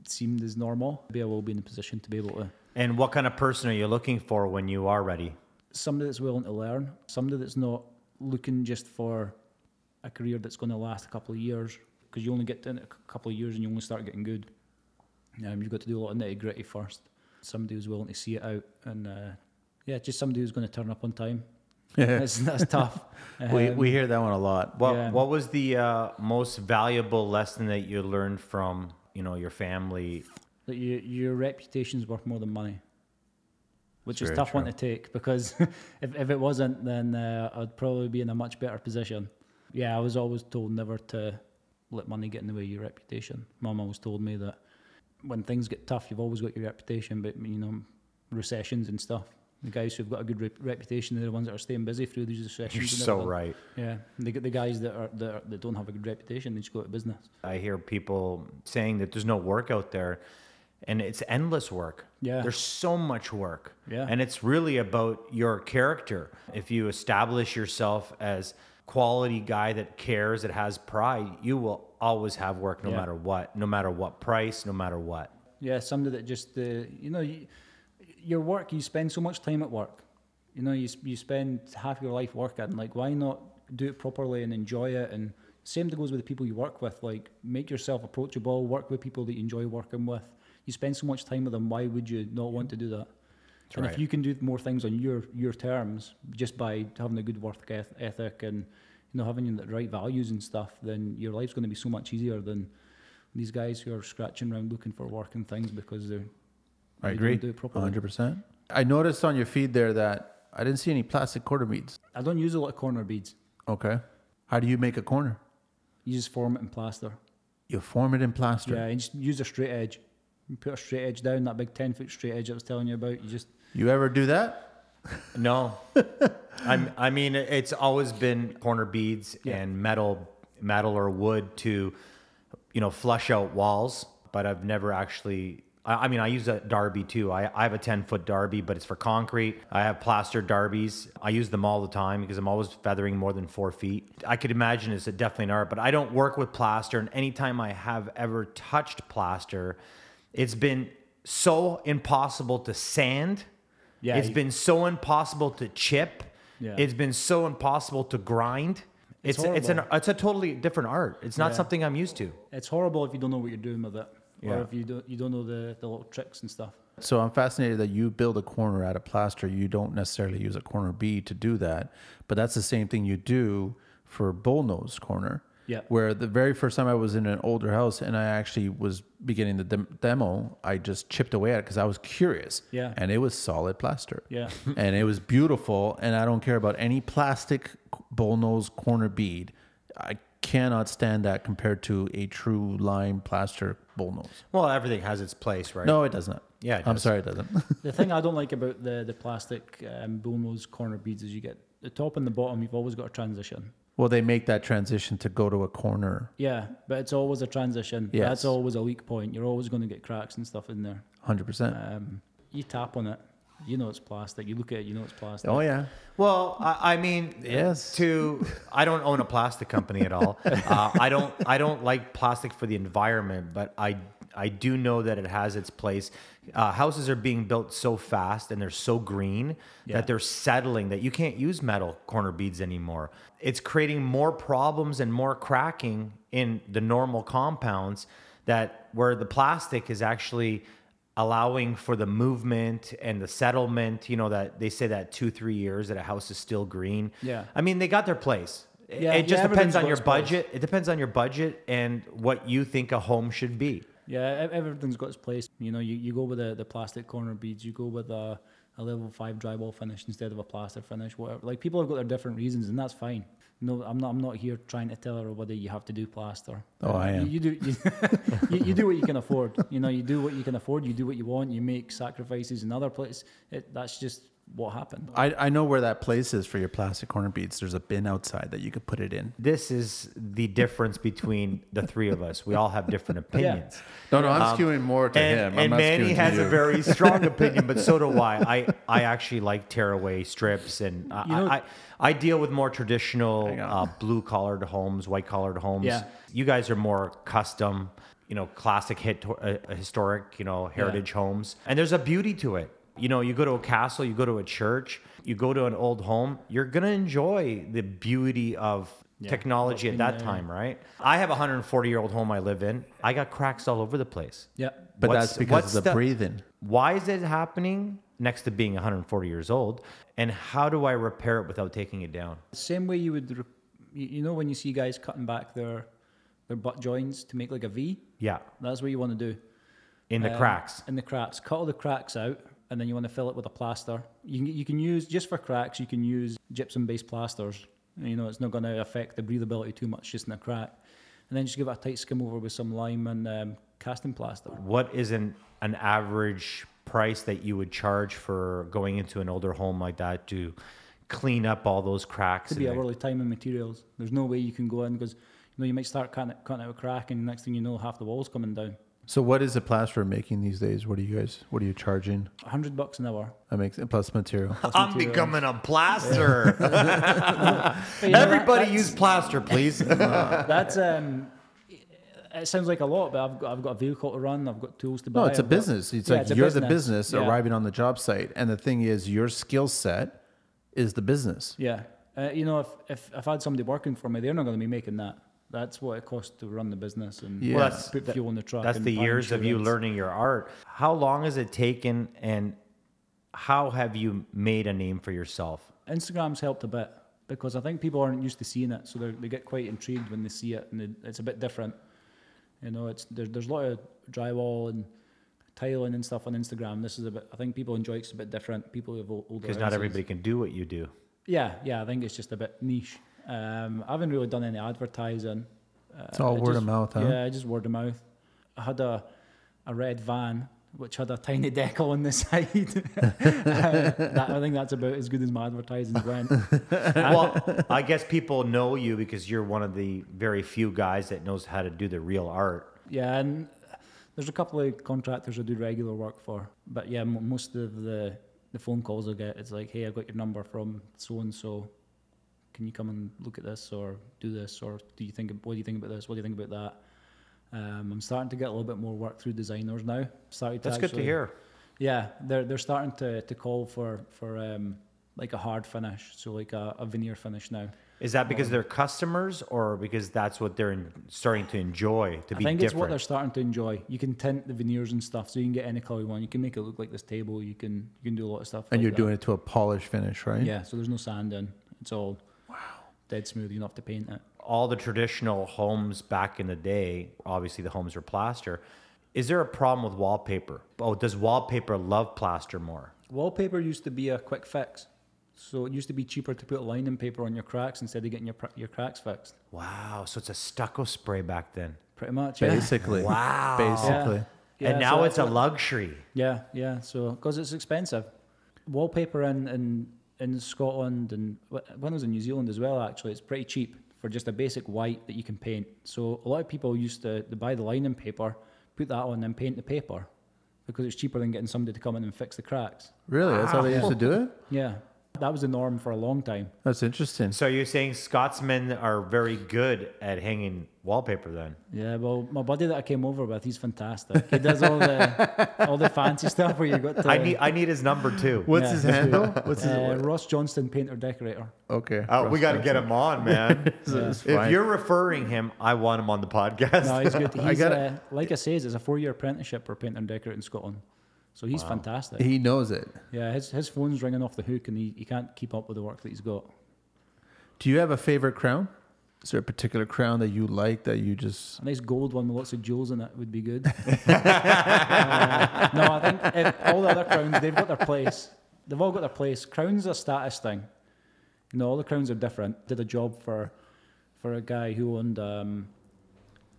Speaker 1: seemed as normal, maybe I will be in a position to be able to
Speaker 3: and what kind of person are you looking for when you are ready?
Speaker 1: somebody that's willing to learn, somebody that's not looking just for a career that's going to last a couple of years because you only get in a c- couple of years and you only start getting good. Um, you've got to do a lot of nitty gritty first. Somebody who's willing to see it out and uh, yeah, just somebody who's going to turn up on time. that's, that's tough.
Speaker 4: we,
Speaker 1: Um,
Speaker 4: we hear that one a lot.
Speaker 3: What
Speaker 1: Yeah.
Speaker 3: What was the uh, most valuable lesson that you learned from you know your family?
Speaker 1: that you, your reputation's worth more than money, which is
Speaker 3: It's very
Speaker 1: tough one
Speaker 3: true.
Speaker 1: to take because if, if it wasn't, then uh, I'd probably be in a much better position. Yeah, I was always told never to let money get in the way of your reputation. Mum always told me that when things get tough, you've always got your reputation, but you know, recessions and stuff. The guys who've got a good rep- reputation are the ones that are staying busy through these recessions.
Speaker 3: You're
Speaker 1: and
Speaker 3: so
Speaker 1: everything.
Speaker 3: right.
Speaker 1: Yeah, the, the guys that are, that are that don't have a good reputation, they just go out of business.
Speaker 3: I hear people saying that there's no work out there, and it's endless work.
Speaker 1: Yeah.
Speaker 3: There's so much work.
Speaker 1: Yeah.
Speaker 3: And it's really about your character. If you establish yourself as quality guy that cares, that has pride, you will always have work no
Speaker 1: Yeah.
Speaker 3: matter what, no matter what price, no matter what.
Speaker 1: Yeah, somebody that just uh, you know, you, your work. You spend so much time at work. You know, you s- you spend half your life working. Like, why not do it properly and enjoy it? And same thing goes with the people you work with. Like, make yourself approachable. Work with people that you enjoy working with. You spend so much time with them. Why would you not want to do that? and
Speaker 3: right.
Speaker 1: if you can do more things on your your terms, just by having a good work eth- ethic and you know having the right values and stuff, then your life's going to be so much easier than these guys who are scratching around looking for work and things because they're
Speaker 4: I
Speaker 1: they
Speaker 4: agree.
Speaker 1: Don't do it properly.
Speaker 4: 100%. I noticed on your feed there that I didn't see any plastic quarter beads.
Speaker 1: I don't use a lot of corner beads.
Speaker 4: Okay. How do you make a corner?
Speaker 1: You just form it in plaster.
Speaker 4: You form it in plaster.
Speaker 1: Yeah, and just use a straight edge. You put a straight edge down that big ten foot straight edge I was telling you about. You just
Speaker 4: You ever do that?
Speaker 3: No, I'm, I mean it's always been corner beads
Speaker 1: Yeah.
Speaker 3: and metal, metal or wood to, you know, flush out walls. But I've never actually. I, I mean, I use a Darby too. I, I have a ten foot Darby, but it's for concrete. I have plaster Darbies. I use them all the time because I'm always feathering more than four feet. I could imagine it's definitely an art, but I don't work with plaster. And anytime I have ever touched plaster, it's been so impossible to sand.
Speaker 1: Yeah,
Speaker 3: It's
Speaker 1: you-
Speaker 3: been so impossible to chip.
Speaker 1: Yeah.
Speaker 3: It's been so impossible to grind. It's
Speaker 1: It's
Speaker 3: it's, an
Speaker 1: horrible.
Speaker 3: it's a totally different art. It's not something I'm used to.
Speaker 1: it's horrible if you don't know what you're doing with it,
Speaker 3: Yeah.
Speaker 1: or if you don't you don't know the, the little tricks and stuff.
Speaker 4: So I'm fascinated that you build a corner out of plaster. You don't necessarily use a corner bead to do that, but that's the same thing you do for bullnose corner.
Speaker 1: Yeah.
Speaker 4: Where the very first time I was in an older house and I actually was beginning the dem- demo, I just chipped away at it because I was curious.
Speaker 1: Yeah.
Speaker 4: And it was solid plaster.
Speaker 1: Yeah.
Speaker 4: and it was beautiful. And I don't care about any plastic bullnose corner bead. I cannot stand that compared to a true lime plaster bullnose.
Speaker 3: Well, everything has its place, right?
Speaker 4: No, it does not.
Speaker 3: Yeah, it
Speaker 4: I'm
Speaker 3: does.
Speaker 4: sorry, it doesn't.
Speaker 1: the thing I don't like about the the plastic um, bullnose corner beads is you get the top and the bottom. You've always got a transition.
Speaker 4: Well, they make that transition to go to a corner.
Speaker 1: Yeah, but it's always a transition.
Speaker 4: Yes.
Speaker 1: That's always a weak point. You're always going to get cracks and stuff in there.
Speaker 3: Ah,
Speaker 4: 100%.
Speaker 1: Um, you tap on it, you know it's plastic. You look at it, you know it's plastic.
Speaker 4: oh, yeah.
Speaker 3: Well, I, I mean,
Speaker 4: Yes.
Speaker 3: To I don't own a plastic company at all. Uh, I don't I don't like plastic for the environment, but I I do know that it has its place. Uh, houses are being built so fast and they're so green
Speaker 1: Yeah.
Speaker 3: that they're settling that you can't use metal corner beads anymore. It's creating more problems and more cracking in the normal compounds that where the plastic is actually allowing for the movement and the settlement, you know that they say that 2 3 years that a house is still green.
Speaker 1: Yeah.
Speaker 3: I mean, they got their place. It-
Speaker 1: Yeah,
Speaker 3: it just
Speaker 1: yeah, everything's
Speaker 3: depends on your
Speaker 1: got its place.
Speaker 3: budget. It depends on your budget and what you think a home should be.
Speaker 1: Yeah, e- everything's got its place. You know, you, you go with the, the plastic corner beads, you go with a, a level five drywall finish instead of a plaster finish, whatever. Like people have got their different reasons, and that's fine. No, I'm not. I'm not here trying to tell everybody you have to do plaster.
Speaker 4: Oh, I am.
Speaker 1: You, you do. You, you, you do what you can afford. You know, you do what you can afford. You do what you want. You make sacrifices in other places. It, that's just what happened.
Speaker 4: I, I know where that place is for your plastic corner beads. There's a bin outside that you could put it in.
Speaker 3: This is the difference between the three of us. We all have different opinions.
Speaker 4: No, no, I'm skewing more to
Speaker 3: and,
Speaker 4: him. I'm
Speaker 3: and
Speaker 4: not skewing
Speaker 3: Manny
Speaker 4: to
Speaker 3: has
Speaker 4: you.
Speaker 3: a very strong opinion, but so do I. I, I actually like tearaway strips, and I,
Speaker 1: You know-
Speaker 3: I, I deal with more traditional
Speaker 4: Hang
Speaker 3: uh,
Speaker 4: on.
Speaker 3: blue collared homes, white collared homes.
Speaker 1: Yeah.
Speaker 3: You guys are more custom, you know, classic hit, uh, historic, you know, heritage homes, and there's a beauty to it. You know, you go to a castle, you go to a church, you go to an old home, you're gonna enjoy the beauty of technology at
Speaker 1: been
Speaker 3: that
Speaker 1: there.
Speaker 3: time, right? I have a 140 year old home I live in. I got cracks all over the place.
Speaker 1: Yeah.
Speaker 4: But
Speaker 3: What's-
Speaker 4: that's because
Speaker 3: what's
Speaker 4: of the,
Speaker 3: the-
Speaker 4: breathing.
Speaker 3: Why is it happening next to being 140 years old? And how do I repair it without taking it down?
Speaker 1: Same way you would, re- you you know, when you see guys cutting back their their butt joints to make like a V.
Speaker 3: Yeah,
Speaker 1: That's what you want to do.
Speaker 3: in the
Speaker 1: Um,
Speaker 3: cracks.
Speaker 1: In the cracks. Cut all the cracks out, and then you want to fill it with a plaster. You can, you can use just for cracks. You can use gypsum-based plasters. You know, it's not going to affect the breathability too much, just in a crack. And then just give it a tight skim over with some lime and um, casting plaster.
Speaker 3: What is an an average price that you would charge for going into an older home like that to clean up all those cracks?
Speaker 1: To be
Speaker 3: and-
Speaker 1: hourly time and materials. There's no way you can go in because you know you might start cutting, cutting out a crack, and next thing you know, half the wall's coming down.
Speaker 4: So what is the plaster making these days? What are you guys? What are you charging?
Speaker 1: A hundred bucks an hour.
Speaker 4: That makes plus material.
Speaker 3: I'm becoming a plaster.
Speaker 1: But, you know, that-
Speaker 3: Everybody use plaster, please.
Speaker 1: That's um. It sounds like a lot, but I've got I've got a vehicle to run. I've got tools to buy.
Speaker 4: No, it's a
Speaker 1: I've got-
Speaker 4: business. It's
Speaker 1: Yeah,
Speaker 4: like
Speaker 1: a
Speaker 4: you're the business
Speaker 1: Yeah.
Speaker 4: arriving on the job site, and the thing is, your skill set is the business.
Speaker 1: Yeah, uh, you know, if, if if I had somebody working for me, they're not going to be making that. That's what it costs to run the business and
Speaker 4: Yeah.
Speaker 3: Well, that's-
Speaker 1: put
Speaker 3: that-
Speaker 1: fuel in the truck.
Speaker 3: That's
Speaker 1: and
Speaker 3: the
Speaker 1: buy
Speaker 3: years of you
Speaker 1: insurance.
Speaker 3: learning your art. How long has it taken and how have you made a name for yourself?
Speaker 1: Instagram's helped a bit because I think people aren't used to seeing it, so they they get quite intrigued when they see it, and they, it's a bit different. You know, it's there's there's a lot of drywall and tiling and stuff on Instagram. This is a bit. I think people enjoy it's a bit different. People who have o- older
Speaker 3: Because not
Speaker 1: houses.
Speaker 3: everybody can do what you do.
Speaker 1: Yeah, yeah. I think it's just a bit niche. Um, I haven't really done any advertising. Uh,
Speaker 4: It's all
Speaker 1: I
Speaker 4: word
Speaker 1: just-
Speaker 4: of mouth, huh?
Speaker 1: Yeah, just word of mouth. I had a a red van which had a tiny decal on the side. Uh, that, I think that's about as good as my advertising went.
Speaker 3: well, I guess people know you because you're one of the very few guys that knows how to do the real art.
Speaker 1: Yeah, and there's a couple of contractors I do regular work for, but yeah, m- most of the the phone calls I get, it's like, hey, I got your number from so and so. Can you come and look at this or do this or do you think what do you think about this? What do you think about that? Um, I'm starting to get a little bit more work through designers now. Started to
Speaker 3: That's good to
Speaker 1: actually-
Speaker 3: hear.
Speaker 1: Yeah, they're they're starting to, to call for for um, like a hard finish, so like a, a veneer finish now.
Speaker 3: Is that because they're customers or because that's what they're in, starting to enjoy to
Speaker 1: I
Speaker 3: be
Speaker 1: think it's what
Speaker 3: different?
Speaker 1: they're starting to enjoy. You can tint the veneers and stuff, so you can get any color you want. You can make it look like this table. You can you can do a lot of stuff.
Speaker 3: Oh,
Speaker 4: And
Speaker 1: like
Speaker 4: you're
Speaker 1: that.
Speaker 4: doing it to a polished finish, right?
Speaker 1: yeah. So there's no sand in. It's all wow dead smooth. You don't have to paint it.
Speaker 3: All the traditional homes back in the day, obviously the homes were plaster. Is there a problem with wallpaper? Oh, does wallpaper love plaster more?
Speaker 1: Wallpaper used to be a quick fix, so it used to be cheaper to put linen paper on your cracks instead of getting your pr- your cracks fixed.
Speaker 3: Wow, so it's a stucco spray back then.
Speaker 1: Pretty much. Yeah.
Speaker 4: Basically.
Speaker 3: Wow.
Speaker 4: Basically.
Speaker 1: Yeah.
Speaker 3: and
Speaker 1: Yeah,
Speaker 3: now
Speaker 1: so
Speaker 3: it's a luxury.
Speaker 1: Yeah, yeah. So because it's expensive, wallpaper in in in Scotland and wh- when I was in New Zealand as well, actually, it's pretty cheap for just a basic white that you can paint. So a lot of people used to they buy the linen paper, put that on, and paint the paper because it's cheaper than getting somebody to come in and fix the cracks.
Speaker 4: Really? That's how they used to do it?
Speaker 1: Yeah, that was the norm for a long time.
Speaker 4: That's interesting.
Speaker 3: So you're saying Scotsmen are very good at hanging wallpaper then?
Speaker 1: Yeah, well, my buddy that I came over with, he's fantastic. He does all the all the fancy stuff where you got to.
Speaker 3: I need I need his number too.
Speaker 4: What's
Speaker 1: Yeah.
Speaker 4: his handle? What's his
Speaker 1: uh, Ross Johnston, painter decorator.
Speaker 4: Okay.
Speaker 3: Oh, we got to get him on, man.
Speaker 4: It's
Speaker 3: if
Speaker 4: fine.
Speaker 3: you're referring him, I want him on the podcast.
Speaker 1: No, he's good. He's,
Speaker 4: I gotta-
Speaker 1: uh, like I says, it's a four-year apprenticeship for painter and decorator in Scotland. So he's fantastic.
Speaker 4: He knows it.
Speaker 1: yeah, his, his phone's ringing off the hook and he, he can't keep up with the work that he's got.
Speaker 4: Do you have a favorite crown? Is there a particular crown that you like that you just
Speaker 1: A nice gold one with lots of jewels in it would be good. Uh, no, I think if all the other crowns, they've got their place. They've all got their place. Crowns are a status thing. You know, all the crowns are different. Did a job for for a guy who owned um,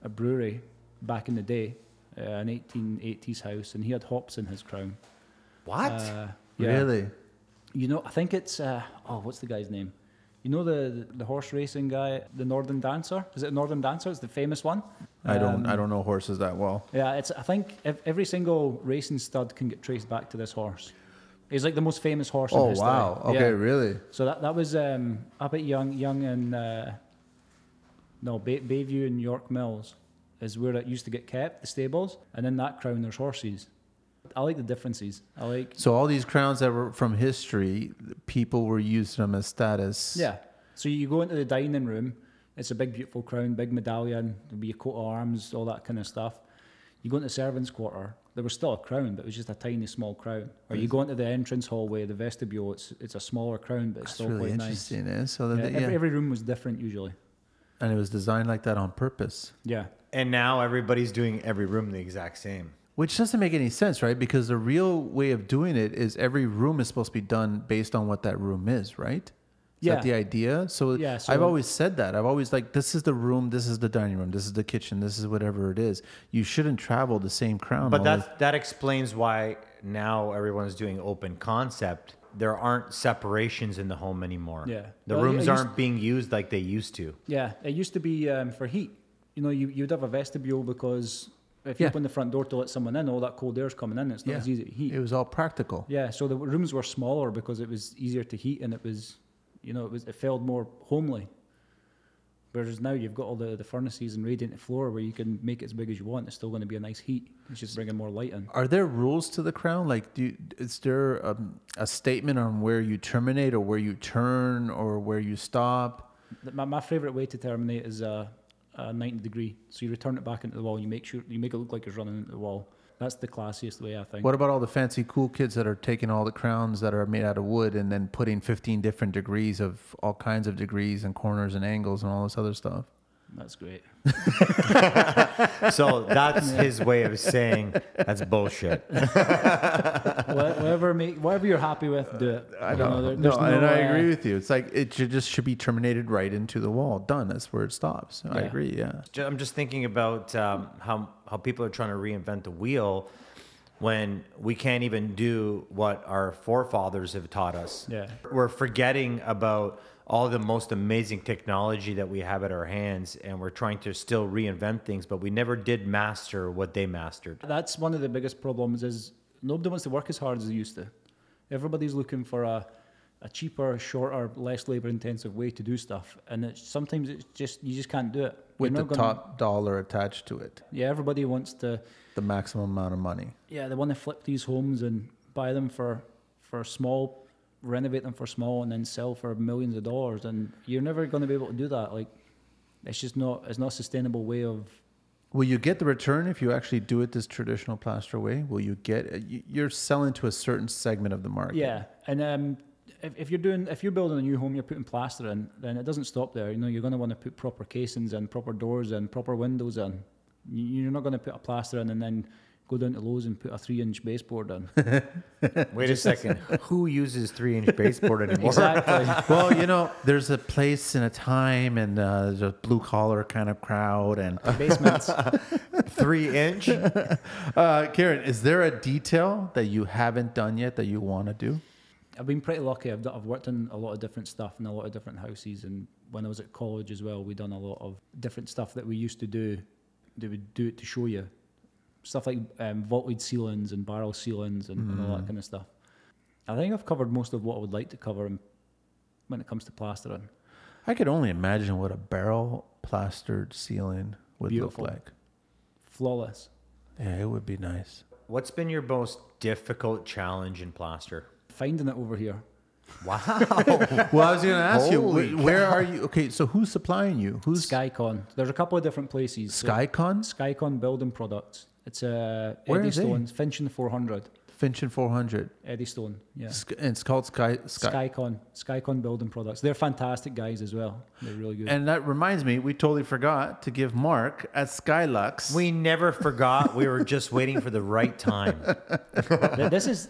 Speaker 1: a brewery back in the day, uh, an 1880s house, and he had hops in his crown.
Speaker 3: What?
Speaker 1: Uh, yeah.
Speaker 4: really?
Speaker 1: You know, I think it's uh, oh, what's the guy's name? You know the the horse racing guy, the Northern Dancer. Is it Northern Dancer? It's the famous one.
Speaker 4: I don't.
Speaker 1: Um,
Speaker 4: I don't know horses that well.
Speaker 1: Yeah, it's. I think ev- every single racing stud can get traced back to this horse. He's like the most famous horse. in
Speaker 4: Oh
Speaker 1: history.
Speaker 4: wow. Okay,
Speaker 1: Yeah.
Speaker 4: really?
Speaker 1: So that that was um, up at Young Young and uh, no Bay, Bayview and York Mills is where it used to get kept the stables, and in that crown there's horses. I like the differences. I like
Speaker 4: So all these crowns that were from history, people were using them as status.
Speaker 1: Yeah. So you go into the dining room. It's a big, beautiful crown, big medallion. There'll be a coat of arms, all that kind of stuff. You go into the servants' quarter. There was still a crown, but it was just a tiny, small crown. Or you go into the entrance hallway, the vestibule. It's it's a smaller crown, but it's
Speaker 4: That's
Speaker 1: still
Speaker 4: really
Speaker 1: quite nice.
Speaker 4: interesting. Eh? So
Speaker 1: Yeah,
Speaker 4: that, yeah,
Speaker 1: Every, every room was different usually.
Speaker 4: and it was designed like that on purpose,
Speaker 1: Yeah.
Speaker 3: and now everybody's doing every room the exact same.
Speaker 4: which doesn't make any sense, right? Because the real way of doing it is every room is supposed to be done based on what that room is, right? Is
Speaker 1: Yeah.
Speaker 4: that the idea? So,
Speaker 1: Yeah,
Speaker 4: I've
Speaker 1: so-
Speaker 4: always said that. I've always like, this is the room, this is the dining room, this is the kitchen, this is whatever it is. You shouldn't travel the same crown.
Speaker 3: But
Speaker 4: all
Speaker 3: that's that explains why now everyone's doing open concept. There aren't separations in the home anymore.
Speaker 1: Yeah.
Speaker 3: The
Speaker 1: Well,
Speaker 3: rooms
Speaker 1: I used-
Speaker 3: aren't being used like they used to.
Speaker 1: Yeah, it used to be um, for heat. You know, you, you'd have a vestibule because if you
Speaker 4: Yeah.
Speaker 1: open the front door to let someone in, all that cold air's coming in. It's not
Speaker 4: Yeah.
Speaker 1: as easy to heat.
Speaker 4: It was all practical.
Speaker 1: Yeah, so the rooms were smaller because it was easier to heat and it was, you know, it was it felt more homely. Whereas now you've got all the, the furnaces and radiant floor where you can make it as big as you want. It's still going to be a nice heat. It's just bringing more light in.
Speaker 4: Are there rules to the crown? Like, do you, is there um, a statement on where you terminate or where you turn or where you stop?
Speaker 1: Th- My, my favorite way to terminate is a, a 90 degree. So you return it back into the wall. You make sure you make it look like it's running into the wall. That's the classiest way I think.
Speaker 4: What about all the fancy cool kids that are taking all the crowns that are made out of wood and then putting 15 different degrees of all kinds of degrees and corners and angles and all this other stuff?
Speaker 1: That's great.
Speaker 3: So that's his way of saying that's bullshit.
Speaker 1: Wha- whatever make whatever you're happy with, do it. You know, there-
Speaker 4: no,
Speaker 1: there's
Speaker 4: and I
Speaker 1: uh,
Speaker 4: agree with you. It's like it should just should be terminated right into the wall. Done. That's where it stops. I
Speaker 1: Yeah.
Speaker 4: agree. Yeah.
Speaker 3: Ju- I'm just thinking about um, how how people are trying to reinvent the wheel when we can't even do what our forefathers have taught us.
Speaker 1: Yeah.
Speaker 3: We're forgetting about all the most amazing technology that we have at our hands and we're trying to still reinvent things but we never did master what they mastered.
Speaker 1: That's one of the biggest problems is nobody wants to work as hard as they used to. Everybody's looking for a, a cheaper, shorter, less labor intensive way to do stuff. And it's, sometimes it's just, you just can't do it.
Speaker 4: With
Speaker 1: You're
Speaker 4: the
Speaker 1: not gonna-
Speaker 4: top dollar attached to it,
Speaker 1: Yeah, everybody wants to,
Speaker 4: the maximum amount of money.
Speaker 1: yeah, they want to flip these homes and buy them for, for small, renovate them for small and then sell for millions of dollars. And you're never going to be able to do that. Like, it's just not, it's not a sustainable way of,
Speaker 4: Will you get the return if you actually do it this traditional plaster way? Will you get? you- You're selling to a certain segment of the market.
Speaker 1: Yeah, and um, if, if you're doing if you're building a new home, you're putting plaster in, then it doesn't stop there. You know, you're going to want to put proper casings in, proper doors in, proper windows in. You- You're not going to put a plaster in and then go down to Lowe's and put a three-inch baseboard in.
Speaker 3: Wait a second. Who uses 3-inch baseboard anymore?
Speaker 1: exactly.
Speaker 4: Well, you know, there's a place and a time, and uh, there's a blue collar kind of crowd. And
Speaker 1: Basements.
Speaker 3: 3-inch?
Speaker 4: uh, Karen, is there a detail that you haven't done yet that you want to do?
Speaker 1: I've been pretty lucky. I've, done, I've worked in a lot of different stuff in a lot of different houses. And when I was at college as well, we done a lot of different stuff that we used to do. They would do it to show you stuff like um, vaulted ceilings and barrel ceilings and, and all that kind of stuff. I think I've covered most of what I would like to cover in, when it comes to plastering.
Speaker 4: I could only imagine what a barrel plastered ceiling would
Speaker 1: Beautiful.
Speaker 4: look like.
Speaker 1: Flawless.
Speaker 4: Yeah, it would be nice.
Speaker 3: What's been your most difficult challenge in plaster?
Speaker 1: Finding it over here.
Speaker 4: Well, I was going to ask you,
Speaker 3: Holy
Speaker 4: wh- where are you? Okay, so who's supplying you? Who's
Speaker 1: Skycon. There's a couple of different places. So
Speaker 4: Skycon?
Speaker 1: Skycon Building Products. It's a
Speaker 4: Where
Speaker 1: Eddie
Speaker 4: are they?
Speaker 1: Stones, Finch and 400.
Speaker 4: Finch and 400.
Speaker 1: Eddie Stone. Yeah.
Speaker 4: Sk- And it's called Sky, Sky.
Speaker 1: Skycon, Skycon Building Products. They're fantastic guys as well. They're really good.
Speaker 4: And that reminds me, we totally forgot to give Mark at Skylux.
Speaker 3: We never forgot. We were just waiting for the right time.
Speaker 1: Th- this is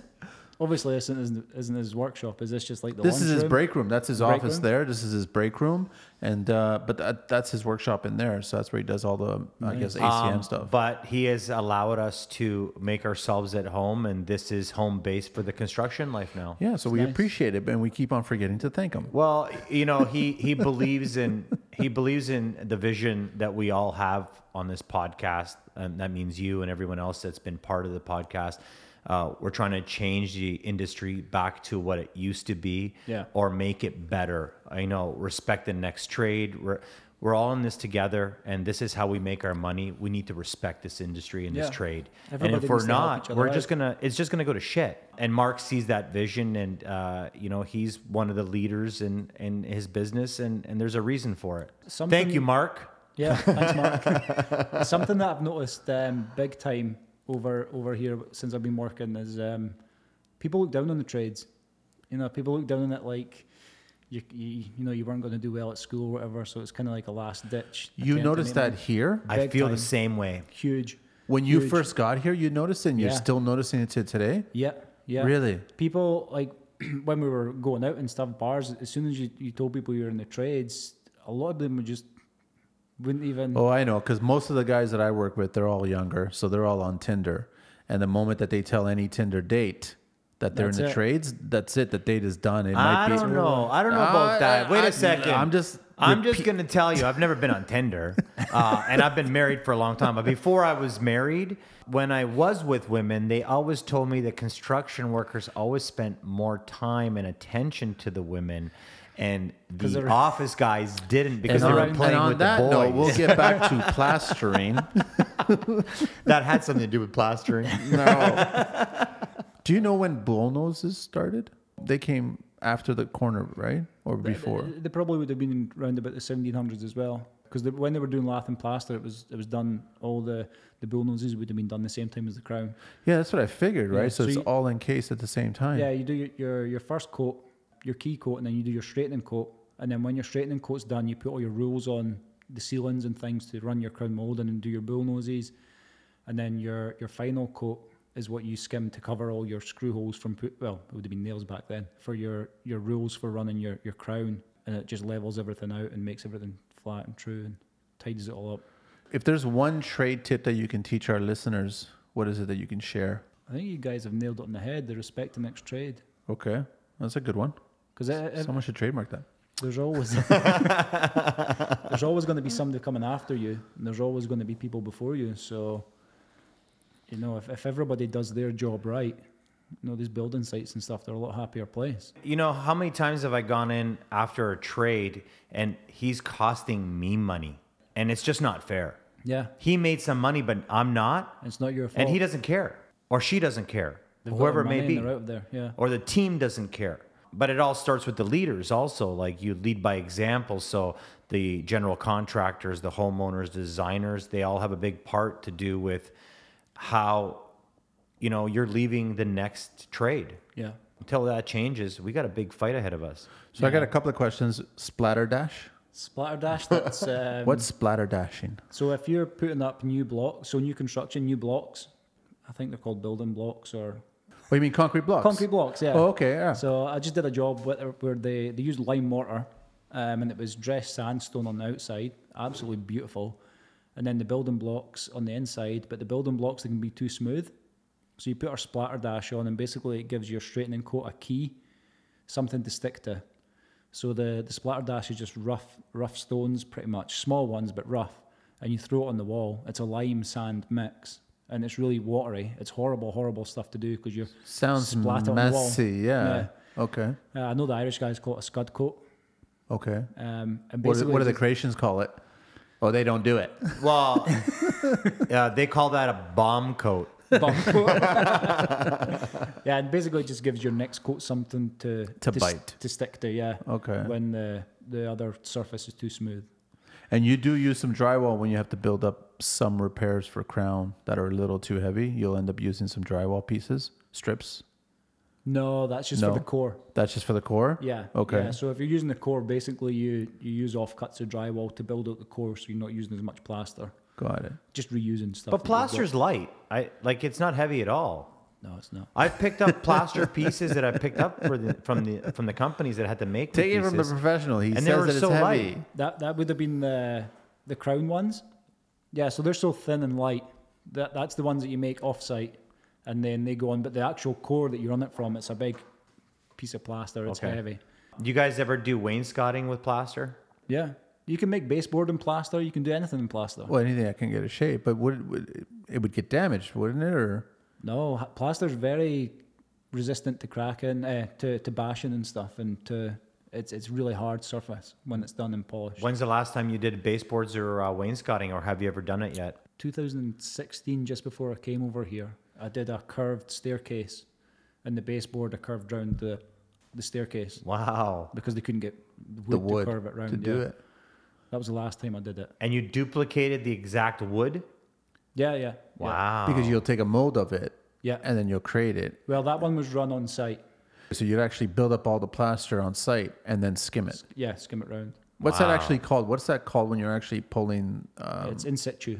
Speaker 1: obviously this isn't, isn't his workshop. Is this just like the
Speaker 4: this
Speaker 1: lunch
Speaker 4: is his
Speaker 1: room?
Speaker 4: break room. That's his
Speaker 1: Break
Speaker 4: office
Speaker 1: room?
Speaker 4: there. This is his break room, and uh, but that, that's his workshop in there. So that's where he does all the I guess ACM
Speaker 3: Um,
Speaker 4: stuff.
Speaker 3: But he has allowed us to make ourselves at home, and this is home base for the construction life now.
Speaker 4: yeah, so we
Speaker 1: nice.
Speaker 4: appreciate it, and we keep on forgetting to thank him.
Speaker 3: Well, you know, he he believes in he believes in the vision that we all have on this podcast, and that means you and everyone else that's been part of the podcast. Uh, we're trying to change the industry back to what it used to be,
Speaker 1: Yeah.
Speaker 3: or make it better. You know, respect the next trade. We're we're all in this together, and this is how we make our money. We need to respect this industry and this
Speaker 1: Yeah.
Speaker 3: trade. and
Speaker 1: Everybody
Speaker 3: if we're
Speaker 1: needs to help
Speaker 3: not,
Speaker 1: each other
Speaker 3: we're
Speaker 1: out.
Speaker 3: just gonna it's just gonna go to shit. And Mark sees that vision, and uh, you know he's one of the leaders in in his business, and and there's a reason for it.
Speaker 1: Something-
Speaker 3: Thank you, Mark.
Speaker 1: Yeah, thanks, Mark. Something that I've noticed um, big time over over here since I've been working is um, people look down on the trades. You know, people look down on it like you you, you know you weren't going to do well at school or whatever. So it's kind of like a last ditch.
Speaker 4: You
Speaker 1: attempt to
Speaker 4: noticed
Speaker 1: make
Speaker 4: that
Speaker 1: money.
Speaker 4: here
Speaker 3: I
Speaker 1: Big
Speaker 3: feel
Speaker 1: time.
Speaker 3: the same way.
Speaker 1: huge.
Speaker 4: when you
Speaker 1: Huge.
Speaker 4: first got here. You noticed it, and you're
Speaker 1: Yeah.
Speaker 4: still noticing it to today.
Speaker 1: Yeah, yeah.
Speaker 4: Really?
Speaker 1: People like when we were going out and stuff, bars. As soon as you, you told people you were in the trades, a lot of them would just wouldn't even.
Speaker 4: Oh, I know, because most of the guys that I work with, they're all younger, so they're all on Tinder. And the moment that they tell any Tinder date that they're
Speaker 1: That's
Speaker 4: in the
Speaker 1: it.
Speaker 4: trades, that's it. The date is done. It might
Speaker 3: I
Speaker 4: be.
Speaker 3: don't know. I don't know
Speaker 4: I-
Speaker 3: about that. Wait
Speaker 4: Uh, I-
Speaker 3: a second.
Speaker 4: I'm just
Speaker 3: I'm just gonna tell you. I've never been on Tinder, uh, and I've been married for a long time. But before I was married, when I was with women, they always told me that construction workers always spent more time and attention to the women. And the
Speaker 1: they're-
Speaker 3: office guys didn't because
Speaker 4: And
Speaker 3: they
Speaker 4: on,
Speaker 3: were playing
Speaker 4: and on
Speaker 3: with
Speaker 4: that
Speaker 3: the boys.
Speaker 4: note, we'll get back to plastering.
Speaker 3: that had something to do with plastering.
Speaker 4: no. Do you know when Bullnoses started? They came after the corner, right? Or before?
Speaker 1: They probably would have been around about the 1700s as well, because when they were doing lath and plaster, it was it was done. All the the bull noses would have been done the same time as the crown.
Speaker 4: Yeah, that's what I figured, right?
Speaker 1: Yeah,
Speaker 4: so,
Speaker 1: so
Speaker 4: it's
Speaker 1: you-
Speaker 4: all encased at the same time.
Speaker 1: Yeah, you do your, your your first coat, your key coat, and then you do your straightening coat, and then when your straightening coat's done, you put all your rules on the ceilings and things to run your crown molding and do your bull noses, and then your your final coat is what you skim to cover all your screw holes from put well it would have been nails back then for your your rules for running your your crown and it just levels everything out and makes everything flat and true and tidies it all up
Speaker 4: If there's one trade tip that you can teach our listeners, what is it that you can share?
Speaker 1: I think you guys have nailed it on the head. The respect the next trade,
Speaker 4: Okay, that's a good one.
Speaker 1: because
Speaker 4: Someone should trademark that.
Speaker 1: there's always there's always going to be somebody coming after you, and there's always going to be people before you. So, you know, if, if everybody does their job right, you know, these building sites and stuff, they're a lot happier place.
Speaker 3: You know, how many times have I gone in after a trade and he's costing me money? And it's just not fair.
Speaker 1: Yeah,
Speaker 3: He made some money, but I'm not.
Speaker 1: it's not your fault.
Speaker 3: And he doesn't care. Or she doesn't care.
Speaker 1: They've got their
Speaker 3: whoever it
Speaker 1: money
Speaker 3: may
Speaker 1: and
Speaker 3: be. Oh.
Speaker 1: they're out of there. Yeah,
Speaker 3: Or the team doesn't care. But it all starts with the leaders also. Like you lead by example. So the general contractors, the homeowners, designers, they all have a big part to do with how, you know, you're leaving the next trade.
Speaker 1: yeah.
Speaker 3: Until that changes, we got a big fight ahead of us.
Speaker 4: So I got a couple of questions. Splatterdash.
Speaker 1: Splatterdash. That's um,
Speaker 4: What's splatterdashing?
Speaker 1: So if you're putting up new blocks, so new construction, new blocks, I think they're called building blocks or
Speaker 4: Oh, you mean concrete blocks?
Speaker 1: concrete blocks. Yeah.
Speaker 4: Oh, okay. Yeah.
Speaker 1: So I just did a job with, where they, they used lime mortar, um, and it was dressed sandstone on the outside, absolutely beautiful, and then the building blocks on the inside. But the building blocks they can be too smooth, so you put our splatter dash on, and basically it gives your straightening coat a key, something to stick to. So the the splatter dash is just rough rough stones, pretty much small ones but rough, and you throw it on the wall. It's a lime sand mix. And it's really watery. It's horrible, horrible stuff to do because you're
Speaker 4: Sounds
Speaker 1: splat on the wall.
Speaker 4: messy. Yeah. Okay.
Speaker 1: uh, I know the Irish guys call it a scud coat.
Speaker 4: Okay.
Speaker 1: Um, and
Speaker 4: What, do-
Speaker 1: basically,
Speaker 4: what do the
Speaker 1: just-
Speaker 4: creations call it? Oh, they don't do it.
Speaker 3: Well, uh, they call that a bomb coat.
Speaker 1: Bum coat. yeah, and basically it just gives your next coat something to
Speaker 4: To
Speaker 1: s-
Speaker 4: bite.
Speaker 1: to stick to. Yeah.
Speaker 4: Okay.
Speaker 1: When the the other surface is too smooth.
Speaker 4: And you do use some drywall when you have to build up some repairs for crown that are a little too heavy. You'll end up using some drywall pieces. strips?
Speaker 1: No, that's just
Speaker 4: No.
Speaker 1: for the core.
Speaker 4: That's just for the core.
Speaker 1: Yeah.
Speaker 4: Okay.
Speaker 1: Yeah. So if you're using the core, basically you you use offcuts of drywall to build out the core, so you're not using as much plaster.
Speaker 4: Got it.
Speaker 1: Just reusing stuff.
Speaker 3: But
Speaker 1: that you've got.
Speaker 3: plaster's light. I like it's not heavy at all.
Speaker 1: No, it's not.
Speaker 3: I've picked up plaster pieces that I picked up for the, from the from the companies that had to make
Speaker 4: Take
Speaker 3: the
Speaker 4: it from the
Speaker 3: pieces.
Speaker 4: professional. He
Speaker 3: And they
Speaker 4: says
Speaker 3: were
Speaker 4: that it's
Speaker 3: so
Speaker 4: heavy.
Speaker 3: light.
Speaker 1: That that would have been the the crown ones. Yeah, so they're so thin and light. That that's the ones that you make off-site, and then they go on. But the actual core that you run it from, it's a big piece of plaster. It's
Speaker 3: Okay.
Speaker 1: heavy.
Speaker 3: you guys ever do wainscoting with plaster?
Speaker 1: Yeah, you can make baseboard in plaster. You can do anything in plaster.
Speaker 4: Well, anything that can get a shape, but would, would it would get damaged, wouldn't it? Or
Speaker 1: No, ha- plaster's very resistant to cracking, uh, to to bashing and stuff, and to it's it's really hard surface when it's done and polished.
Speaker 3: When's the last time you did baseboards or uh, wainscoting, or have you ever done it yet?
Speaker 1: 2016, just before I came over here, I did a curved staircase, and the baseboard I curved round the the staircase
Speaker 3: Wow!
Speaker 1: because they couldn't get wood,
Speaker 4: the wood
Speaker 1: to curve it round.
Speaker 4: to do
Speaker 1: yeah.
Speaker 4: it.
Speaker 1: That was the last time I did it.
Speaker 3: And you duplicated the exact wood.
Speaker 1: Yeah, yeah. yeah,
Speaker 3: Wow!
Speaker 4: Because you'll take a mold of it
Speaker 1: Yeah.
Speaker 4: and then you'll create it.
Speaker 1: Well, that one was run on site.
Speaker 4: So you'd actually build up all the plaster on site and then skim it.
Speaker 1: Yeah, skim it round.
Speaker 4: What's
Speaker 3: Wow.
Speaker 4: that actually called? What's that called when you're actually pulling um,
Speaker 1: it's in situ.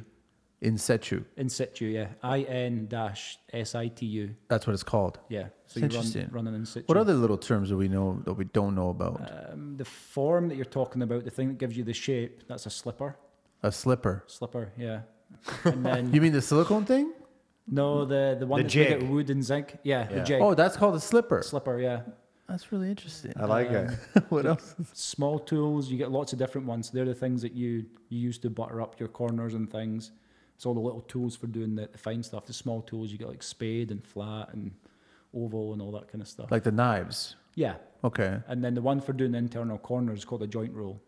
Speaker 4: in situ?
Speaker 1: In situ, yeah. I N dash S I T U.
Speaker 4: That's what it's called.
Speaker 1: Yeah. So
Speaker 4: It's
Speaker 1: you
Speaker 4: interesting.
Speaker 1: run running in situ.
Speaker 4: What other little terms do we know that we don't know about?
Speaker 1: um, the form that you're talking about, the thing that gives you the shape, that's a slipper.
Speaker 4: a slipper.
Speaker 1: Slipper, yeah. And then
Speaker 4: You mean the silicone thing?
Speaker 1: no, the the one
Speaker 3: The
Speaker 1: that's made out
Speaker 3: jig.
Speaker 1: of wood and zinc. Yeah, the
Speaker 3: Yeah.
Speaker 1: jig.
Speaker 4: Oh, that's called a slipper.
Speaker 1: Slipper, yeah. Um,
Speaker 4: That's really interesting.
Speaker 3: I like it.
Speaker 4: what else?
Speaker 1: Small tools, you get lots of different ones. They're the things that you, you use to butter up your corners and things. It's all the little tools for doing the, the fine stuff. The small tools, you get like spade and flat and oval and all that kind of stuff.
Speaker 4: Like the knives.
Speaker 1: yeah.
Speaker 4: Okay.
Speaker 1: And then the one for doing the internal corners is called a joint roll.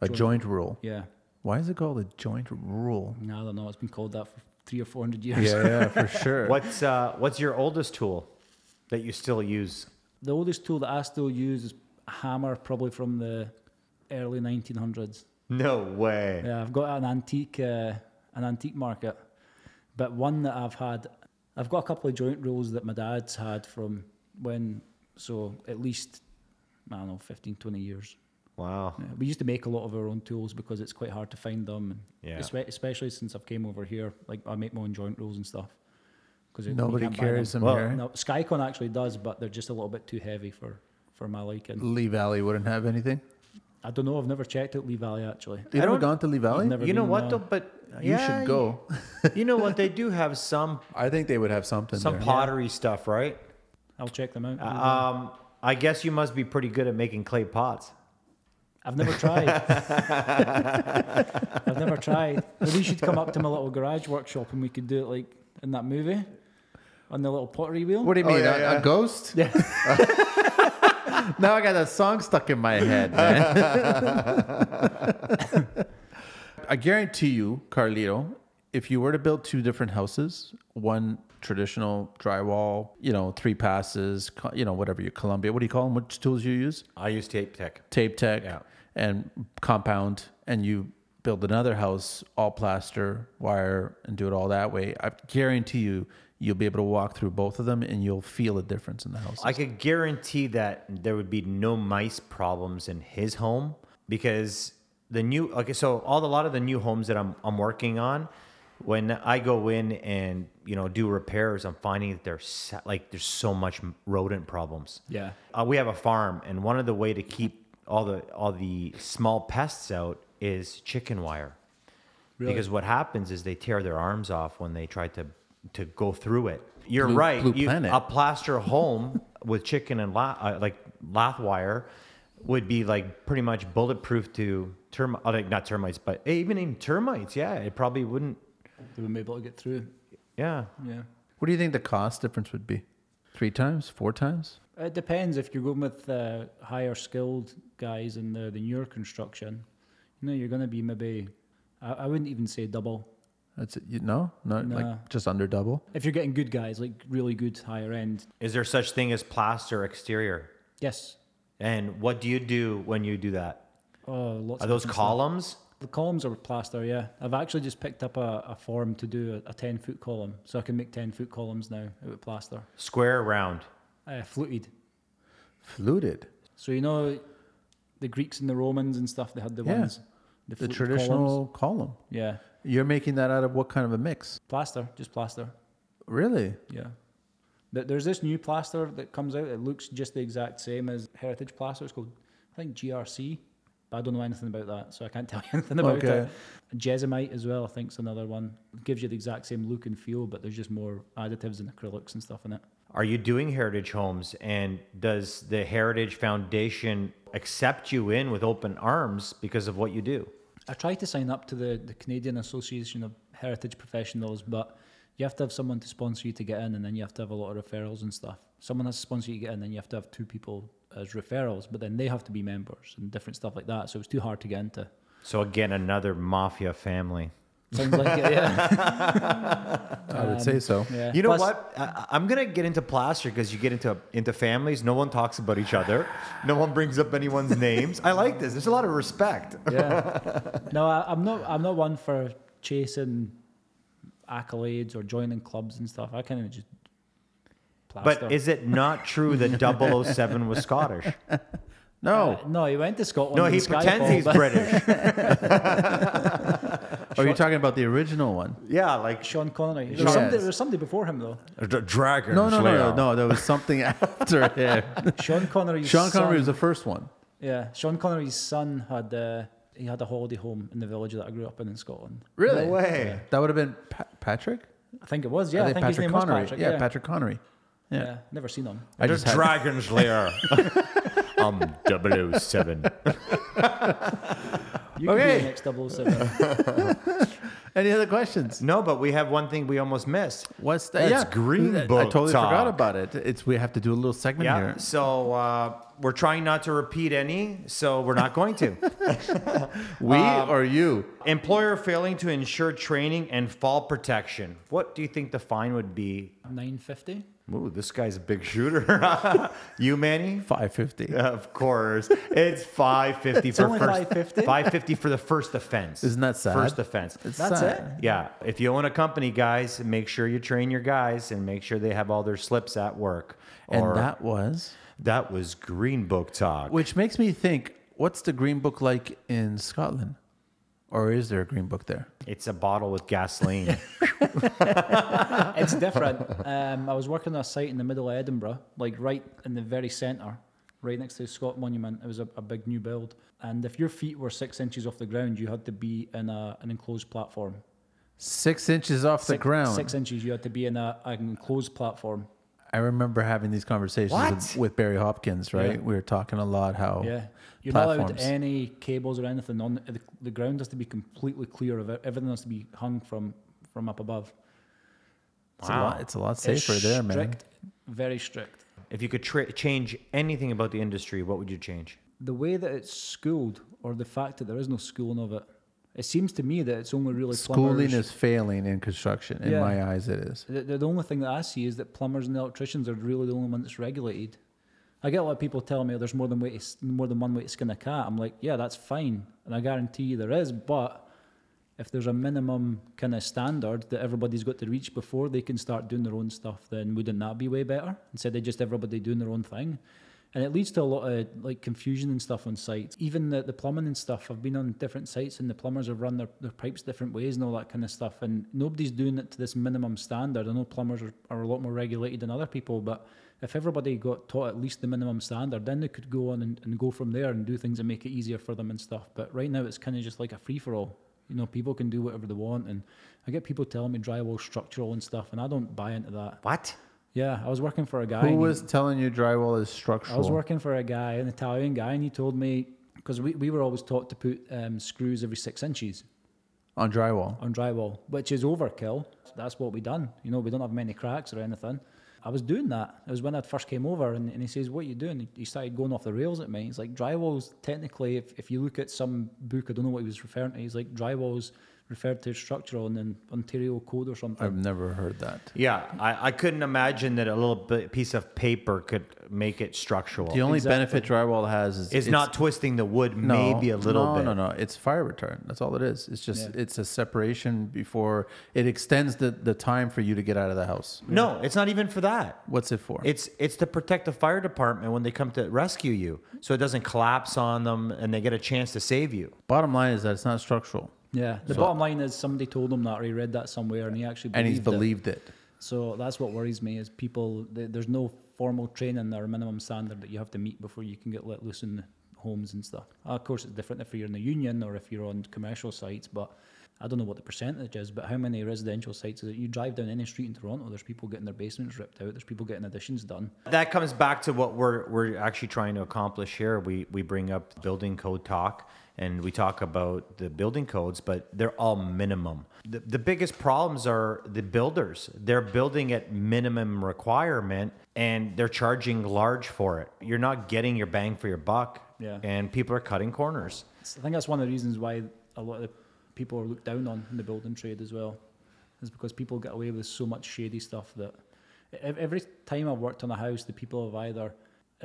Speaker 4: A
Speaker 1: Joint.
Speaker 4: joint rule.
Speaker 1: Yeah.
Speaker 4: Why is it called a joint rule?
Speaker 1: I don't know. It's been called that for three or four hundred years.
Speaker 4: Yeah, yeah, for sure.
Speaker 3: What's uh, what's your oldest tool that you still use?
Speaker 1: The oldest tool that I still use is a hammer, probably from the early 1900s.
Speaker 3: No way.
Speaker 1: Yeah, I've got an antique, uh, an antique market, but one that I've had, I've got a couple of joint rolls that my dad's had from when, so at least, I don't know, 15, 20 years.
Speaker 3: Wow.
Speaker 1: Yeah, we used to make a lot of our own tools because it's quite hard to find them, and
Speaker 3: Yeah.
Speaker 1: espe- especially since I've came over here. Like I make my own joint rolls and stuff. Because
Speaker 4: Nobody carries them
Speaker 3: Well,
Speaker 4: here.
Speaker 1: No, Skycon actually does, but they're just a little bit too heavy for for my liking.
Speaker 4: Lee Valley wouldn't have anything.
Speaker 1: I don't know. I've never checked out Lee Valley actually.
Speaker 4: You
Speaker 3: I
Speaker 4: ever
Speaker 3: don't-
Speaker 4: gone to Lee Valley?
Speaker 1: never
Speaker 3: You know
Speaker 1: been,
Speaker 3: what
Speaker 1: uh,
Speaker 3: though, but
Speaker 4: You
Speaker 3: yeah,
Speaker 4: should go.
Speaker 3: You know what? They do have some
Speaker 4: I think they would have something.
Speaker 3: some
Speaker 4: there.
Speaker 3: pottery stuff, right?
Speaker 1: I'll check them out.
Speaker 3: Um, I guess you must be pretty good at making clay pots.
Speaker 1: I've never tried. I've never tried. Maybe you should come up to my little garage workshop and we could do it like in that movie on the little pottery wheel.
Speaker 4: What do you
Speaker 3: Oh,
Speaker 4: mean?
Speaker 3: yeah,
Speaker 4: a,
Speaker 3: yeah.
Speaker 4: a ghost?
Speaker 1: Yeah.
Speaker 4: now I got that song stuck in my head, man. I guarantee you, Carlito, if you were to build two different houses, one traditional drywall, you know, three passes, co- you know, whatever you Columbia, what do you call them? Which tools you use?
Speaker 3: I use tape tech.
Speaker 4: Tape tech
Speaker 3: Yeah.
Speaker 4: and compound, and you build another house all plaster, wire, and do it all that way. I guarantee you, you'll be able to walk through both of them, and you'll feel a difference in the house.
Speaker 3: I could guarantee that there would be no mice problems in his home because the new okay, so all the- a lot of the new homes that I'm I'm working on, when I go in and you know do repairs, I'm finding that there's sa- like there's so much rodent problems.
Speaker 1: Yeah.
Speaker 3: uh, we have a farm, and one of the way to keep all the all the small pests out is chicken wire.
Speaker 1: Really?
Speaker 3: Because what happens is they tear their arms off when they try to to go through it. You're
Speaker 4: Blue-
Speaker 3: right.
Speaker 4: Blue
Speaker 3: you-
Speaker 4: Planet.
Speaker 3: a plaster home with chicken and la- uh, like lath wire would be like pretty much bulletproof to term uh, like not termites, but eh, even in termites. Yeah, it probably wouldn't.
Speaker 1: They wouldn't be able to get through.
Speaker 3: Yeah,
Speaker 1: Yeah.
Speaker 4: What do you think the cost difference would be? Three times, four times?
Speaker 1: It depends if you're going with uh, higher skilled guys in the, the newer construction. You know, you're going to be maybe, I, I wouldn't even say double.
Speaker 4: That's it. You, no, not
Speaker 1: Nah.
Speaker 4: like just under double.
Speaker 1: If you're getting good guys, like really good higher end,
Speaker 3: is there such thing as plaster exterior?
Speaker 1: yes.
Speaker 3: And what do you do when you do that?
Speaker 1: Oh, lots
Speaker 3: Are
Speaker 1: of different
Speaker 3: those
Speaker 1: stuff.
Speaker 3: columns?
Speaker 1: The columns are plaster, yeah. I've actually just picked up a, a form to do a, a 10 foot column, so I can make 10 foot columns now out of plaster.
Speaker 3: Square, round.
Speaker 1: Uh, fluted.
Speaker 4: Fluted.
Speaker 1: So, you know, the Greeks and the Romans and stuff, they had the
Speaker 4: Yeah.
Speaker 1: ones.
Speaker 4: The
Speaker 1: fluted
Speaker 4: traditional
Speaker 1: columns.
Speaker 4: column.
Speaker 1: Yeah.
Speaker 4: You're making that out of what kind of a mix?
Speaker 1: Plaster, just plaster.
Speaker 4: Really?
Speaker 1: Yeah. Th- There's this new plaster that comes out. It looks just the exact same as heritage plaster. It's called, I think, GRC. But I don't know anything about that, so I can't tell you anything about it.
Speaker 4: Okay.
Speaker 1: Jesimite as well, I think, is another one. It gives you the exact same look and feel, but there's just more additives and acrylics and stuff in it.
Speaker 3: Are you doing Heritage Homes? And does the Heritage Foundation accept you in with open arms because of what you do?
Speaker 1: I tried to sign up to the, the Canadian Association of Heritage Professionals, but you have to have someone to sponsor you to get in, and then you have to have a lot of referrals and stuff. Someone has to sponsor you to get in, then you have to have two people as referrals, but then they have to be members and different stuff like that. So it's too hard to get into.
Speaker 3: So, again, another mafia family.
Speaker 1: Sounds like it, yeah.
Speaker 4: I would say so.
Speaker 1: Um, yeah.
Speaker 3: You know
Speaker 1: Plus-
Speaker 3: what? I, I'm gonna get into plaster because you get into into families. No one talks about each other. No one brings up anyone's names. I like this. There's a lot of respect.
Speaker 1: Yeah. No, I, I'm not. I'm not one for chasing accolades or joining clubs and stuff. I kind of just. Plaster.
Speaker 3: But is it not true that 007 was Scottish?
Speaker 4: No.
Speaker 1: Uh, no, he went to Scotland.
Speaker 3: No,
Speaker 1: and
Speaker 3: he
Speaker 1: Skyfall,
Speaker 3: pretends he's
Speaker 1: but-
Speaker 3: British.
Speaker 4: Are you talking about the original one?
Speaker 3: Yeah, like
Speaker 1: Sean Connery. There
Speaker 4: Sean-
Speaker 1: was, somebody,
Speaker 4: Yes.
Speaker 1: there was somebody before him though.
Speaker 3: dragon.
Speaker 4: No, no, no, no, no. There was something after him.
Speaker 1: Sean Connery's
Speaker 4: Sean Connery
Speaker 1: son-
Speaker 4: was the first one.
Speaker 1: Yeah, Sean Connery's son had uh, he had a holiday home in the village that I grew up in in Scotland.
Speaker 4: Really?
Speaker 3: No way.
Speaker 4: That would have been pa- Patrick?
Speaker 1: I think it was. Yeah, I think, his
Speaker 4: Patrick
Speaker 1: name
Speaker 4: Connery.
Speaker 1: was Patrick.
Speaker 4: yeah,
Speaker 1: Yeah,
Speaker 4: Patrick Connery.
Speaker 1: Yeah.
Speaker 4: Yeah.
Speaker 1: never seen him.
Speaker 4: I just had, Um,
Speaker 3: dragon's lair. I'm 007.
Speaker 1: You can
Speaker 4: Okay.
Speaker 1: be the next 007.
Speaker 4: Any other questions?
Speaker 3: No, but we have one thing we almost missed.
Speaker 4: What's that?
Speaker 3: That's Green
Speaker 4: I
Speaker 3: Book
Speaker 4: totally forgot
Speaker 3: talk.
Speaker 4: about it. It's we have to do a little segment
Speaker 3: Yeah.
Speaker 4: here.
Speaker 3: So uh, we're trying not to repeat any, so we're not going to.
Speaker 4: We
Speaker 1: um,
Speaker 4: or you?
Speaker 3: Employer failing to ensure training and fall protection. What do you think the fine would be?
Speaker 1: 950.
Speaker 3: Ooh, this guy's a big shooter. you, Manny?
Speaker 4: Five fifty.
Speaker 3: Of course, it's five fifty for
Speaker 1: only
Speaker 3: first.
Speaker 1: 550?
Speaker 3: Five fifty for the first offense.
Speaker 4: Isn't that sad?
Speaker 3: First offense.
Speaker 4: It's
Speaker 1: That's
Speaker 4: sad.
Speaker 3: Yeah, if you own a company, guys, make sure you train your guys and make sure they have all their slips at work.
Speaker 4: And that was,
Speaker 3: that was Green Book talk.
Speaker 4: which makes me think, what's the Green Book like in Scotland, or is there a Green Book there?
Speaker 3: It's a bottle with gasoline.
Speaker 1: It's different. um, I was working on a site in the middle of Edinburgh, like right in the very centre, right next to the Scott Monument. It was a, a big new build, and if your feet were six inches off the ground, you had to be in a, an enclosed platform.
Speaker 4: Six inches off the
Speaker 1: Six-
Speaker 4: ground.
Speaker 1: Six inches. You had to be in a, an enclosed platform.
Speaker 4: I remember having these conversations with,
Speaker 3: What?
Speaker 4: with Barry Hopkins. Right, we were talking a lot how
Speaker 1: Yeah, you're not allowed
Speaker 4: platforms.
Speaker 1: any cables or anything on the, the ground has to be completely clear of it. Everything has to be hung from from up above.
Speaker 4: it's, a lot, it's a lot safer
Speaker 1: it's
Speaker 4: there, man.
Speaker 1: strict, very strict.
Speaker 3: if you could tra- change anything about the industry, what would you change?
Speaker 1: The way that it's schooled, or the fact that there is no schooling of it, it seems to me that it's only really
Speaker 4: Schooling
Speaker 1: plumbers.
Speaker 4: is failing in construction. In
Speaker 1: Yeah.
Speaker 4: my eyes, it is.
Speaker 1: The, the, the only thing that I see is that plumbers and electricians are really the only one that's regulated. I get a lot of people telling me "Oh, there's more than way to, s- more than one way to skin a cat. I'm like, yeah, that's fine, and I guarantee you there is. But if there's a minimum kind of standard that everybody's got to reach before they can start doing their own stuff, then wouldn't that be way better? Instead of just everybody doing their own thing. And it leads to a lot of like confusion and stuff on sites. Even the, the plumbing and stuff. I've been on different sites and the plumbers have run their, their pipes different ways and all that kind of stuff. And nobody's doing it to this minimum standard. I know plumbers are, are a lot more regulated than other people, but if everybody got taught at least the minimum standard, then they could go on and, and go from there and do things and make it easier for them and stuff. But right now it's kind of just like a free for all. You know, people can do whatever they want. And I get people telling me drywall structural and stuff, and I don't buy into that.
Speaker 3: What?
Speaker 1: Yeah, I was working for a guy. and
Speaker 4: Who
Speaker 1: he-
Speaker 4: was telling you drywall is
Speaker 1: I
Speaker 4: structural?
Speaker 1: was working for a guy, an Italian guy, and he told me because we, we were always taught to put um, screws every six inches
Speaker 4: on drywall.
Speaker 1: on drywall, which is overkill. That's what we done. You know, we don't have many cracks or anything. I was doing that. It was when I first came over, and, and he says, "What are you doing?" He started going off the rails at me. He's like, "Drywall's technically, if, if you look at some book, I don't know what he was referring to. He's like, drywall's referred to as structural in the Ontario Code or something.
Speaker 4: I've never heard that.
Speaker 3: Yeah, I, I couldn't imagine that a little bit, piece of paper could make it structural.
Speaker 4: The only
Speaker 1: Exactly.
Speaker 4: benefit drywall has is
Speaker 3: it's, not twisting the wood,
Speaker 4: no,
Speaker 3: maybe a little
Speaker 4: no,
Speaker 3: bit.
Speaker 4: No, no, It's fire retardant. That's all it is. It's just
Speaker 1: Yeah.
Speaker 4: it's a separation before it extends the, the time for you to get out of the house.
Speaker 3: No, it's not even for that.
Speaker 4: What's it for?
Speaker 3: It's it's to protect the fire department when they come to rescue you, so it doesn't collapse on them and they get a chance to save you.
Speaker 4: Bottom line is that it's not structural,
Speaker 1: Yeah. The bottom line is somebody told him that, or he read that somewhere, and he actually believed
Speaker 4: and he's
Speaker 1: it.
Speaker 4: believed it.
Speaker 1: So that's what worries me is people. th there's no formal training or minimum standard that you have to meet before you can get let loose in the homes and stuff. Uh, of course, it's different if you're in the union or if you're on commercial sites, but I don't know what the percentage is. But how many residential sites is it? You drive down any street in Toronto, there's people getting their basements ripped out. There's people getting additions done.
Speaker 3: That comes back to what we're we're actually trying to accomplish here. We we bring up building code talk and we talk about the building codes, but they're all minimum. The, the biggest problems are the builders. They're building at minimum requirement and they're charging large for it. You're not getting your bang for your buck.
Speaker 1: Yeah.
Speaker 3: And people are cutting corners.
Speaker 1: It's- I think that's one of the reasons why a lot of the people are looked down on in the building trade as well, is because people get away with so much shady stuff that ev- every time I've worked on a house, the people have either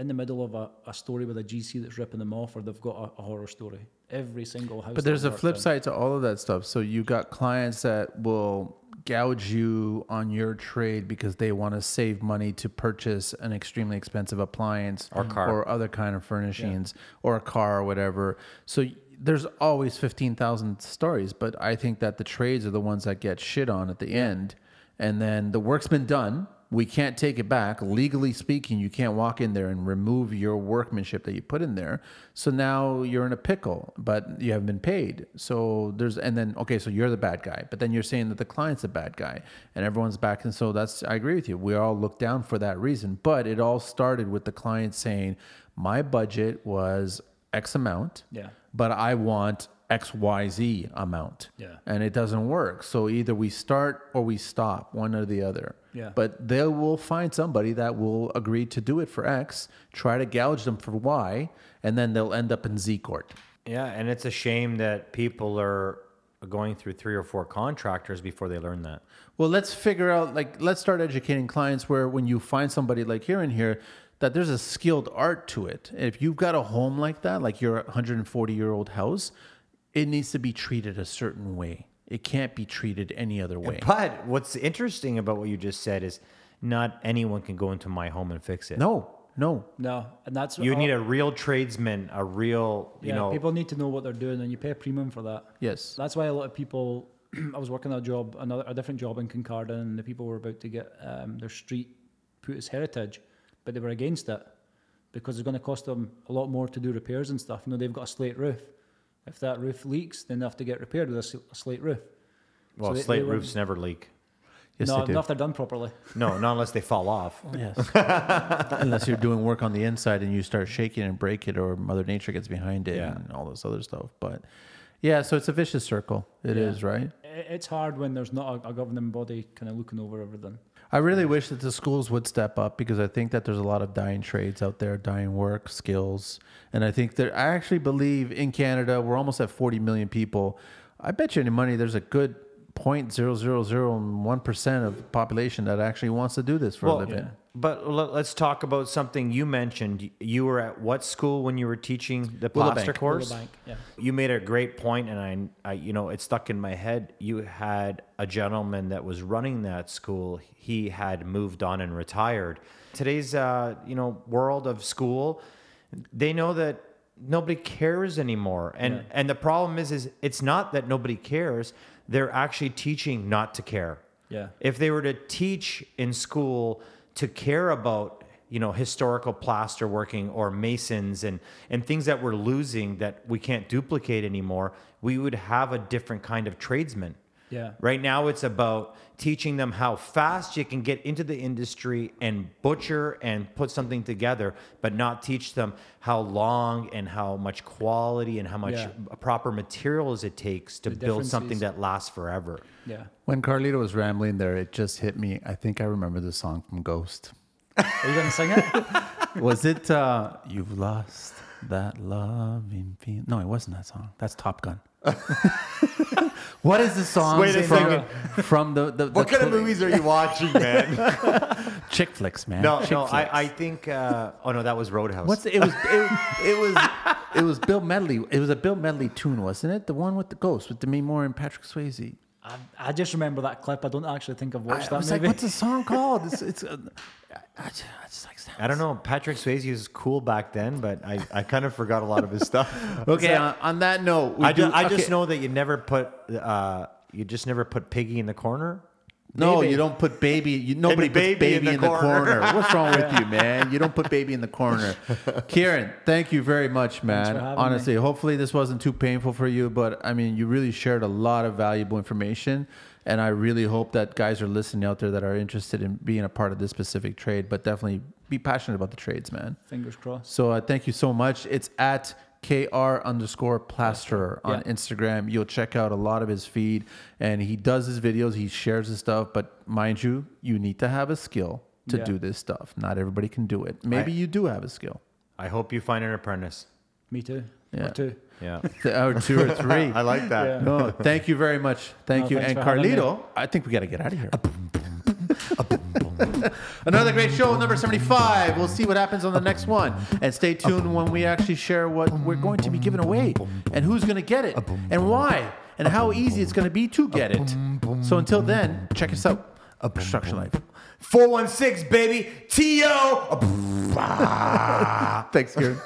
Speaker 1: in the middle of a, a story with a GC that's ripping them off, or they've got a, a horror story. Every single house.
Speaker 4: But
Speaker 1: that
Speaker 4: there's a
Speaker 1: I've worked
Speaker 4: flip
Speaker 1: in.
Speaker 4: side to all of that stuff. So you got clients that will gouge you on your trade because they want to save money to purchase an extremely expensive appliance or
Speaker 3: car.
Speaker 4: other kind of furnishings or a car or whatever. So y- there's always 15,000 stories, but I think that the trades are the ones that get shit on at the end. And then the work's been done. We can't take it back. Legally speaking, you can't walk in there and remove your workmanship that you put in there. So now you're in a pickle, but you haven't been paid. So there's, and then, okay, so you're the bad guy, but then you're saying that the client's the bad guy and everyone's back. And so that's, I agree with you. We all look down for that reason. But it all started with the client saying, my budget was X amount
Speaker 1: Yeah.
Speaker 4: but I want XYZ amount.
Speaker 1: Yeah.
Speaker 4: And it doesn't work. So either we start or we stop, one or the other.
Speaker 1: Yeah.
Speaker 4: But they will find somebody that will agree to do it for X, try to gouge them for Y, and then they'll end up in Z court.
Speaker 3: Yeah, and it's a shame that people are going through three or four contractors before they learn that.
Speaker 4: Well, let's figure out, like, let's start educating clients where when you find somebody like here and here, that there's a skilled art to it. And if you've got a home like that, like your 140 year old house, it needs to be treated a certain way. It can't be treated any other way.
Speaker 3: But what's interesting about what you just said is not anyone can go into my home and fix it.
Speaker 4: No, no.
Speaker 1: No, and that's
Speaker 3: You
Speaker 1: all-
Speaker 3: need a real tradesman, a real, you
Speaker 1: yeah,
Speaker 3: know,
Speaker 1: people need to know what they're doing, and you pay a premium for that.
Speaker 4: Yes.
Speaker 1: That's why a lot of people. I was working a job, another a different job in Kincardine, and the people were about to get um, their street put as heritage, but they were against it because it's going to cost them a lot more to do repairs and stuff. You know, they've got a slate roof. If that roof leaks, then they have to get repaired with a, s- a slate roof.
Speaker 3: well,
Speaker 1: so they-
Speaker 3: slate
Speaker 1: they were-
Speaker 3: roofs never leak.
Speaker 4: Yes,
Speaker 1: no,
Speaker 4: they do.
Speaker 1: not if they're done properly.
Speaker 3: No, not unless they fall off.
Speaker 4: Yes. Unless you're doing work on the inside and you start shaking and break it, or Mother Nature gets behind it
Speaker 3: Yeah.
Speaker 4: and all this other stuff. But yeah, so it's a vicious circle. It is right?
Speaker 1: I- It's hard when there's not a, a governing body kind of looking over everything.
Speaker 4: I really wish that the schools would step up because I think that there's a lot of dying trades out there, dying work, skills. And I think that I actually believe in Canada, we're almost at 40 million people. I bet you any money there's a good 0.0001% of the population that actually wants to do this for a
Speaker 3: Well,
Speaker 4: living.
Speaker 3: but let, let's talk about something you mentioned. You were at what school when you were teaching the
Speaker 4: Willowbank.
Speaker 3: plaster course?
Speaker 1: Bank, yeah.
Speaker 3: You made a great point, and I, I, you know, it stuck in my head. You had a gentleman that was running that school. He had moved on and retired. Today's, uh, you know, world of school, they know that nobody cares anymore, and and the problem is, is it's not that nobody cares. They're actually teaching not to care.
Speaker 1: Yeah.
Speaker 3: If they were to teach in school to care about, you know, historical plaster working or masons and and things that we're losing that we can't duplicate anymore, we would have a different kind of tradesman.
Speaker 1: Yeah.
Speaker 3: Right now it's about teaching them how fast you can get into the industry and butcher and put something together, but not teach them how long and how much quality and how much
Speaker 1: Yeah.
Speaker 3: proper materials it takes to build
Speaker 1: difference
Speaker 3: something
Speaker 1: is-
Speaker 3: that lasts forever.
Speaker 1: Yeah.
Speaker 4: When Carlito was rambling there, it just hit me. I think I remember the song from Ghost.
Speaker 1: Are you going to sing it?
Speaker 4: Was it uh, You've Lost That Loving Feeling? No, it wasn't that song. That's Top Gun. What is the song
Speaker 2: Wait a
Speaker 4: from,
Speaker 2: second.
Speaker 4: from the, the, the
Speaker 2: What kind of
Speaker 4: Twitter?
Speaker 2: movies are you watching, man?
Speaker 4: Chick flicks, man.
Speaker 3: No,
Speaker 4: Chick
Speaker 3: no,
Speaker 4: flicks.
Speaker 3: I, I think. Uh, oh no, that was Roadhouse.
Speaker 4: What's it was it, it was it was Bill Medley. It was a Bill Medley tune, wasn't it? The one with the ghost with Demi Moore and Patrick Swayze.
Speaker 1: I, I just remember that clip. I don't actually think I've
Speaker 4: I,
Speaker 1: watched
Speaker 4: I
Speaker 1: that
Speaker 4: was
Speaker 1: movie.
Speaker 4: like, what's the song called? It's it's. Uh, I, I, just, I just like sounds.
Speaker 3: I don't know. Patrick Swayze was cool back then, but I, I kind of forgot a lot of his stuff.
Speaker 4: Okay, on, on that note, we
Speaker 3: I, ju-
Speaker 4: do-
Speaker 3: I just
Speaker 4: okay.
Speaker 3: know that you never put uh, you just never put Piggy in the corner.
Speaker 4: No,
Speaker 3: Baby.
Speaker 4: you don't put baby. You, nobody puts
Speaker 2: baby
Speaker 4: baby,
Speaker 2: in
Speaker 4: in,
Speaker 2: the
Speaker 4: the, corner. What's wrong with you, man? You don't put baby in the corner. Kieran, thank you very much, man.
Speaker 1: for having me.
Speaker 4: Honestly, hopefully this wasn't too painful for you, but I mean, you really shared a lot of valuable information. And I really hope that guys are listening out there that are interested in being a part of this specific trade, but definitely be passionate about the trades, man.
Speaker 1: Fingers crossed.
Speaker 4: So uh, thank you so much. It's at kr underscore plasterer on
Speaker 1: Yeah.
Speaker 4: Instagram. You'll check out a lot of his feed, and he does his videos. He shares his stuff, but mind you, you need to have a skill to
Speaker 1: Yeah.
Speaker 4: do this stuff. Not everybody can do it. Maybe
Speaker 3: I-
Speaker 4: you do have a skill,
Speaker 3: I hope you find an apprentice.
Speaker 1: Me too.
Speaker 4: Yeah.
Speaker 1: Or two.
Speaker 3: Yeah.
Speaker 4: or two or three.
Speaker 2: I like that.
Speaker 1: Yeah.
Speaker 4: no, thank you very much. Thank
Speaker 1: No,
Speaker 4: you,
Speaker 1: thanks
Speaker 4: and
Speaker 1: for having me.
Speaker 4: Carlito. I think we got to get out of here. Another great show, number 75. We'll see what happens on the next one. And stay tuned when we actually share what we're going to be giving away and who's going to get it and why and how easy it's going to be to get it. So until then, check us out. Construction Life.
Speaker 3: 416, baby. T.O.
Speaker 4: Thanks, Kieran.